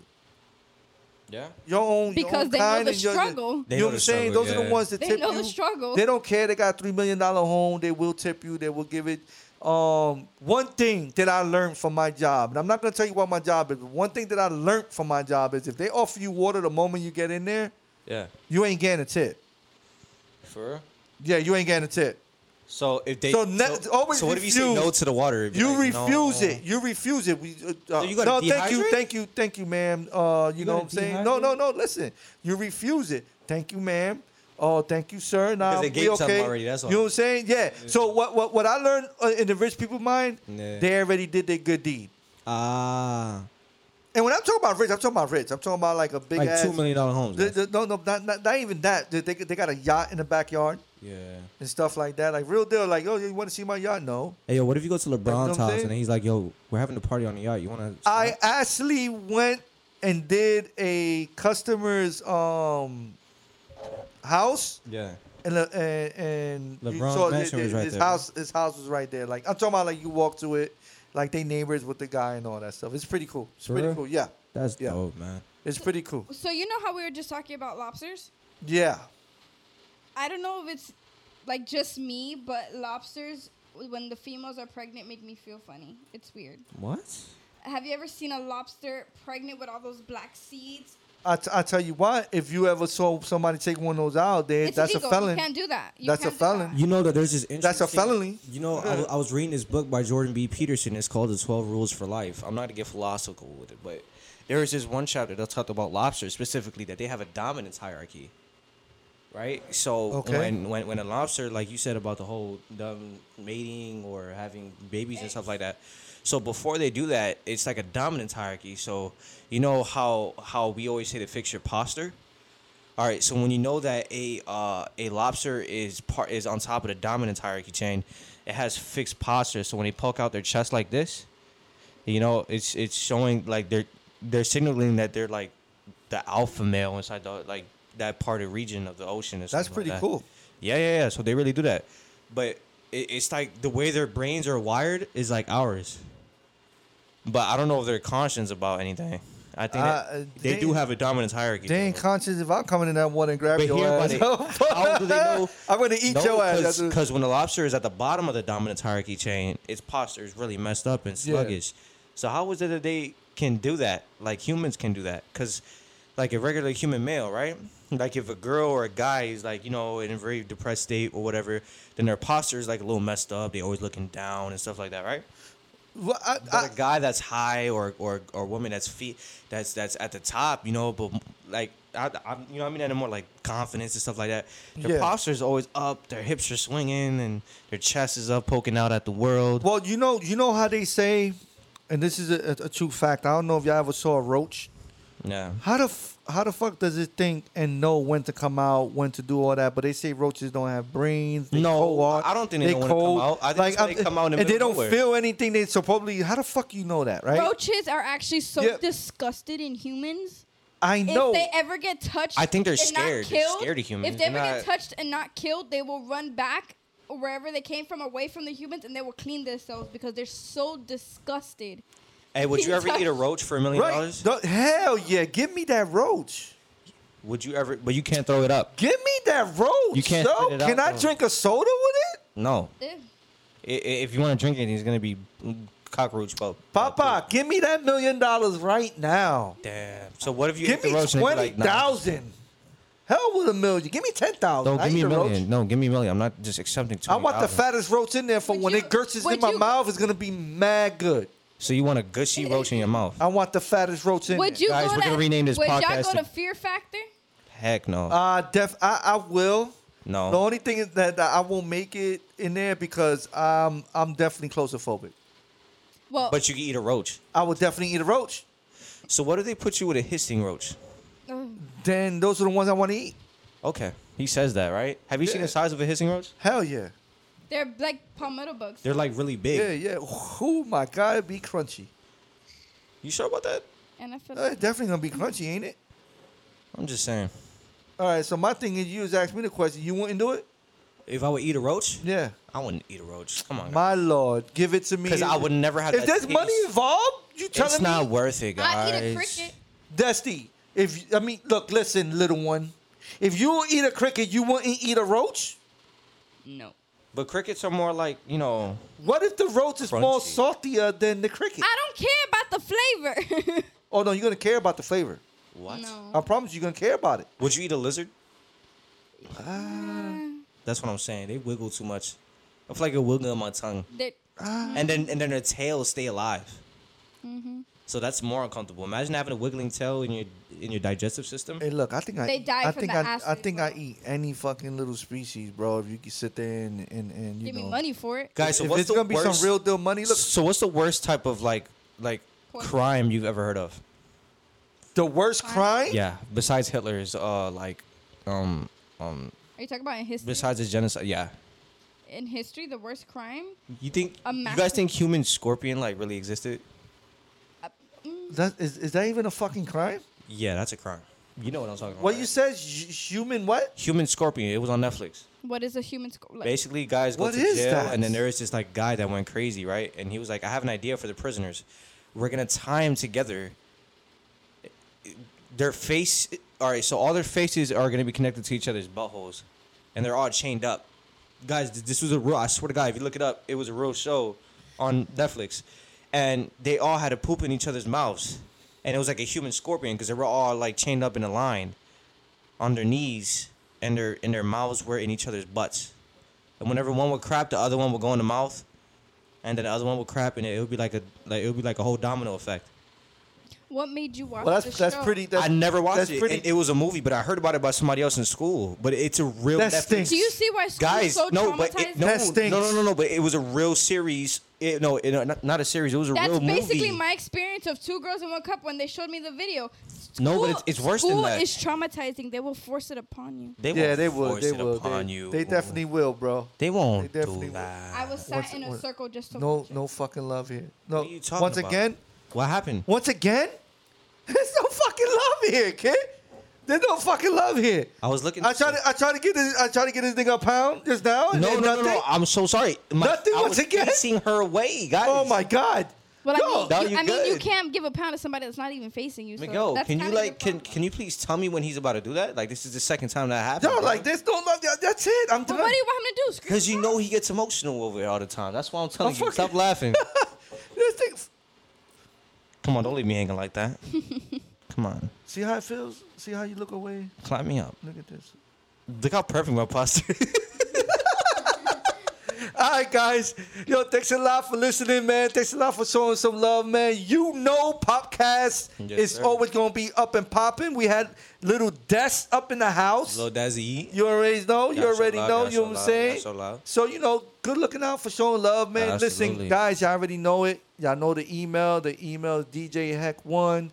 B: yeah.
A: Your own your
C: because
A: own
C: they know
A: kind
C: the
A: and your-
C: struggle.
B: They
A: you know
B: know
A: what I'm
B: the
A: saying?
B: struggle,
A: Those are the
B: yeah.
A: ones that
C: They
A: tip
C: know the
A: you.
C: struggle.
A: They don't care. They got three million dollar home. They will tip you. They will give it. Um, one thing that I learned from my job, and I'm not gonna tell you what my job is. But one thing that I learned from my job is if they offer you water the moment you get in there,
B: Yeah.
A: you ain't getting a tip.
B: For real?
A: Yeah, you ain't getting a tip.
B: So if they
A: So ne- always
B: so what if you say no
A: refuse.
B: to the water? Be
A: You
B: like, no.
A: refuse it. You refuse it. We, uh, uh,
B: you gotta
A: no, thank you,
B: dehydrate?
A: thank you, thank you, ma'am. Uh, you, know
D: gotta
A: what I'm saying? No, no, no. Listen, you refuse it. Thank you, ma'am. Oh, thank you, sir. Nah,
B: Because they
A: we
B: gave something
A: okay.
B: already, that's all.
A: You know what I'm saying? Yeah. So what? What? What I learned uh, in the rich people mind,
B: Yeah.
A: they already did their good deed.
D: Ah,
A: And when I'm talking about rich, I'm talking about rich. I'm talking about like a big
D: like
A: ass.
D: two million dollar homes.
A: The-
D: guys.
A: the- no, no, not, not, not even that. They, they, they got a yacht in the backyard
D: yeah.
A: and stuff like that. Like real deal. Like, oh, you want to see my yacht? No.
D: Hey, yo, what if you go to
A: what I'm
D: LeBron's house
A: saying?
D: and he's like, "Yo, we're having a party on the yacht. You want to?"
A: I actually went and did a customer's um house
B: Yeah.
A: and Le- and, and you
D: LeBron's
A: saw
D: mansion was right
A: his
D: there.
A: house his house was right there. Like I'm talking about like you walk to it, like they neighbors with the guy and all that stuff. It's pretty cool. It's
D: For
A: pretty
D: real?
A: cool. Yeah.
D: That's
A: Yeah.
D: dope, man.
A: It's pretty cool.
C: So you know how we were just talking about lobsters?
A: Yeah.
C: I don't know if it's like just me, but lobsters when the females are pregnant make me feel funny. It's weird.
D: What?
C: Have you ever seen a lobster pregnant with all those black seeds?
A: I, t- I tell you what, if you ever saw somebody take one of those out, there
C: It's
A: that's
C: illegal.
A: a felon.
C: You can't do that. You
A: That's a
C: can't do
A: felon.
C: that.
D: You know that there's this.
A: That's a
D: interesting-
A: felony.
D: You know, I, wa- I was reading this book by Jordan B. Peterson. It's called The Twelve Rules for Life.
B: I'm not to get philosophical with it, but there is this one chapter that talked about lobsters specifically that they have a dominance hierarchy, right? So
A: Okay.
B: when, when when a lobster, like you said about the whole dumb mating or having babies and stuff like that, so before they do that, it's like a dominance hierarchy. So you know how how we always say to fix your posture. All right, so when you know that a uh, a lobster is part is on top of the dominance hierarchy chain, it has fixed posture. So when they poke out their chest like this, you know, it's it's showing like they're they're signaling that they're like the alpha male inside the like that part of region of the ocean. Or
A: That's
B: something like
A: pretty
B: that.
A: cool.
B: Yeah, yeah, yeah. So they really do that, but it, it's like the way their brains are wired is like ours. But I don't know if they're conscious about anything. I think that
A: Uh,
B: they,
A: they-
B: do have a dominance hierarchy.
A: They
B: though.
A: ain't conscious if I'm coming in that water and grabbing
B: But
A: your
B: here,
A: ass.
B: buddy, how do they know-
A: I'm gonna eat your ass. That's what-
B: Because when the lobster is at the bottom of the dominance hierarchy chain, its posture is really messed up and
A: Yeah.
B: sluggish. So how is it that they can do that? Like humans can do that? Because like a regular human male, right? Like if a girl or a guy is like you know in a very depressed state or whatever, then their posture is like a little messed up. They always looking down and stuff like that, right?
A: Well, I-
B: But
A: I-
B: a guy that's high or or or a woman that's feet that's that's at the top, you know, but like I, I'm, you know, what I mean, and more like confidence and stuff like that. Their
A: Yeah.
B: posture is always up, their hips are swinging, and their chest is up, poking out at the world.
A: Well, you know, you know how they say, and this is a, a, a true fact. I don't know if y'all ever saw a roach.
B: yeah,
A: How the f- how the fuck does it think and know when to come out, when to do all that? But they say roaches don't have brains. They
B: No,
A: cold,
B: I don't think they don't wanna come
A: cold.
B: out. I think that's why they
A: I'm-
B: come out in the
A: and they
B: middle
A: don't
B: of nowhere.
A: feel anything. They supposedly. How the fuck you know that, right?
C: Roaches are actually so
A: Yeah.
C: disgusted in humans.
A: I know.
C: If they ever get touched,
B: I think they're
C: and not
B: scared. They're
C: killed-
B: scared of humans.
C: If they ever
B: They're
C: get
B: not-
C: touched and not killed, they will run back wherever they came from, away from the humans, and they will clean themselves because they're so disgusted.
B: hey, would you ever eat a roach for a million
A: right?
B: dollars?
A: The- hell yeah! Give me that roach.
B: Would you ever? But you can't throw it up.
A: Give me that roach.
B: You can't
A: yo.
B: spit it out,
A: Can I
B: though.
A: drink a soda with it?
B: No,
C: Ew.
B: I- i- if you want to drink anything, it's gonna be cockroach pop.
A: Papa, give me that million dollars right now.
B: Damn. So what if you
A: Give
B: ate the
A: me
B: roach and it'd be
A: twenty
B: like, nah,
A: thousand. Hell with a million. Give me ten thousand.
B: No, give me a
A: roach.
B: million. No, give me a million. I'm not just accepting
A: I
B: twenty.
A: want the fattest roach in there for
C: Would
A: when
C: you-
A: it gurches in
C: would
A: my
C: you-
A: mouth. It's gonna be mad good.
B: So you want a gushy roach in your mouth?
A: I want the fattest roach in
C: Would
A: there.
C: you
B: Guys,
C: go
B: we're
C: to,
B: gonna rename this
C: would
B: podcast
C: y'all go
B: to-
C: to Fear Factor?
B: Heck no.
A: Uh, def. I, I will.
B: No.
A: The only thing is that, that I won't make it in there because I'm I'm definitely claustrophobic.
C: Well,
B: But you can eat a roach.
A: I would definitely eat a roach.
B: So what do they put you with a hissing roach?
C: ugh.
A: Then those are the ones I want to eat.
B: Okay, he says that, right? Have you seen
A: Yeah.
B: the size of a hissing roach?
A: Hell yeah.
C: they're like palmetto bugs.
B: They're like really big.
A: Yeah, yeah. Oh my God, it'd be crunchy.
B: You sure about that?
C: and I feel
A: Uh,
C: like
A: It's definitely gonna be crunchy, ain't it?
B: I'm just saying.
A: All right. So my thing is, you just asked me the question. You wouldn't do it?
B: If I would eat a roach,
A: Yeah.
B: I wouldn't eat a roach. Come on, guys.
A: My lord, give it to me.
B: 'Cause I would never have
A: If
B: that
A: there's money
B: taste.
A: involved, you telling
B: it's
A: me
B: not worth it, guys.
C: I eat a cricket.
A: Dusty, if I mean, look, listen, little one. If you eat a cricket, you wouldn't eat a roach.
C: No.
B: But crickets are more like you know.
A: What if the roach is more
B: Crunchy.
A: saltier than the cricket?
C: I don't care about the flavor.
A: oh no, you're gonna care about the flavor.
B: What?
A: I
C: no.
A: promise you're gonna care about it.
B: Would you eat a lizard? That's what I'm saying. They wiggle too much. I feel like it wiggle on my tongue,
C: They're-
B: and then and then their tails stay alive.
C: Mm-hmm.
B: So that's more uncomfortable. Imagine having a wiggling tail in your in your digestive system.
A: Hey, look, I think I
C: They die
A: I
C: from
A: think
C: the
A: I, I
C: acid,
A: think
C: bro.
A: I eat any fucking little species, bro. If you can sit there and and, and you
C: give
A: know,
C: me money for it.
B: Guys, so
A: if
B: what's
A: it's
B: the
A: gonna be
B: worst?
A: some real deal money, look,
B: so what's the worst type of like like
C: Porn.
B: crime you've ever heard of?
A: the worst crime.
B: Yeah, besides Hitler's uh like um um
C: Are you talking about in history?
B: besides his genocide. Yeah,
C: in history, the worst crime?
B: you think
C: A
B: you guys
C: massive-
B: think human scorpion like really existed?
C: Uh,
A: That is, is that even a fucking crime?
B: Yeah, that's a crime. You know what I'm talking about.
A: What
B: right?
A: you said, hu- human what?
B: Human Scorpion. It was on Netflix.
C: What is a human sco- like,
B: Basically, guys go
A: What
B: to
A: is
B: jail,
A: that?
B: and then there is this like guy that went crazy, right? And he was like, "I have an idea for the prisoners. We're gonna tie them together. Their face. All right, so all their faces are gonna be connected to each other's buttholes, and they're all chained up. Guys, th- this was a real. I swear to God, if you look it up, it was a real show on Netflix, and they all had to poop in each other's mouths, and it was like a human scorpion because they were all like chained up in a line on their knees and their and their mouths were in each other's butts. And whenever one would crap, the other one would go in the mouth, and then the other one would crap, and it would be like a like it would be like a whole domino effect.
C: What made you watch
A: Well,
C: the
A: that's that's
C: show?
A: pretty. That's,
B: I never watched
A: that's
B: it.
A: Pretty,
B: and it was a movie, but I heard about it by somebody else in school. But it's a real
A: That
B: Netflix-
A: stinks.
C: Do you see why school
B: guys.
C: is so
B: no,
C: traumatizing?
B: but it, no,
A: That
B: no,
A: stinks.
B: no, no, no. But it was a real series. It, no, it, not, not a series. It was a
C: That's
B: real movie.
C: basically my experience of two girls in one cup when they showed me the video.
B: No, but
C: School-
B: it's- it's worse than
C: school
B: that.
C: is traumatizing. They will force it upon you.
B: They
A: yeah,
B: won't
A: they will.
B: force
A: They
B: it
A: will.
B: upon
A: they,
B: you.
A: they definitely will, bro.
B: They won't
A: they definitely will.
B: do that.
C: I was sat
A: Once-
C: in a
A: once-
C: circle just to
A: No,
C: watch it.
A: no fucking love here. No.
B: What are you talking
A: once
B: about?
A: again,
B: What happened?
A: once again, there's no fucking love here, kid. There's no fucking love here.
B: I was looking.
A: I try to, I try to get this, I try to get this nigga a pound just now. and
B: No,
A: then
B: no, no, no.
A: nothing.
B: I'm so sorry. My,
A: Nothing
B: I
A: once
B: was
A: again?
B: facing her way, guys.
A: Oh my god.
C: Well,
A: Yo,
C: I
B: now
C: mean, you,
B: you
C: I mean, you
B: good.
C: can't give a pound to somebody that's not even facing you. So
B: Miguel,
C: that's
B: can you
C: kinda your
B: like can
C: problem.
B: can you please tell me when he's about to do that? Like this is the second time that happened.
A: Yo, like there's no love. That- That's it. I'm
C: But
A: done.
C: what do you want him to do? Scream
B: Because you
C: at
B: know he gets emotional over here all the time. That's why I'm telling
A: I'm
B: you. Stop
A: fucking-
B: laughing.
A: This thing-
B: Come on, don't leave me hanging like that. Come on,
A: See how it feels. See how you look away.
B: clap me up.
A: Look at this.
B: Look how perfect my posture. is.
A: All right, guys. Yo, thanks a lot for listening, man. Thanks a lot for showing some love, man. You know, Popcast
B: Yes,
A: is
B: sir.
A: always going to be up and popping. We had little desk up in the house.
B: Little Dazzy. E.
A: You already know. You
B: Y'all so
A: already
B: loud,
A: know.
B: y'all
A: You know
B: so
A: what I'm
B: loud,
A: saying?
B: y'all so loud.
A: you know, good looking out for showing love, man. Listen,
B: Absolutely.
A: guys, y'all already know it. Y'all know the email. The email is DJ Heck One,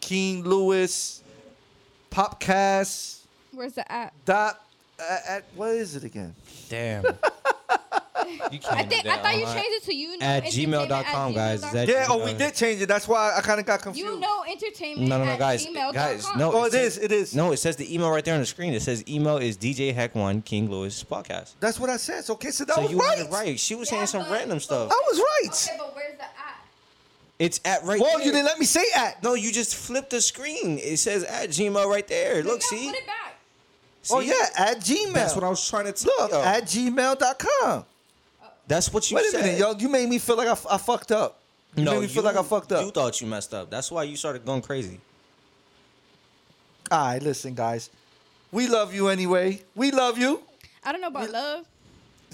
A: King Lewis, Popcast
C: you? Where's the app?
A: dot at, at what is it again?
B: Damn. you can't
C: I
B: do
C: think I
B: that
C: thought you
B: online.
C: changed it to you know
B: At
C: entertainment
B: gmail.com, guys. Is that-
A: Yeah.
B: You
A: Oh, we
B: know.
A: did change it. That's why I kind of got confused.
C: you know entertainment
B: No, no, no,
C: at
B: guys,
C: gmail.com.
B: guys, no.
A: Oh,
B: It
A: it
B: says-
A: is. It is.
B: No, it says the email right there on the screen. It says email is DJ Heck One King Lewis podcast.
A: That's what I said. So, okay, so that
B: so
A: was
B: you
A: right.
B: were right. She was
C: Yeah,
B: saying some
C: but- Oh.
B: random stuff.
A: I was right.
C: Okay, but where's the app?
B: It's at right.
A: Well,
B: there.
A: you didn't let me say at.
B: No, you just flipped the screen. It says at Gmail right there. Look,
C: Miguel,
B: see?
C: Put it back.
A: Oh
B: See?
A: yeah, at Gmail.
D: That's what I was trying to tell
A: Look
B: yo.
A: at gmail.com.
B: That's what you
A: Wait a
B: said.
A: minute, yo. You made me feel like I, f- I fucked up. You
B: no,
A: made me feel like I fucked up.
B: You thought you messed up. That's why you started going crazy.
A: All right, listen, guys. We love you anyway. We love you.
C: I don't know about love,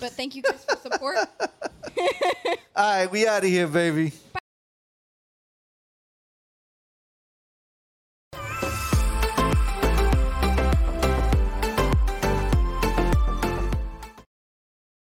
C: but thank you guys for support.
A: All right, we out of here, baby.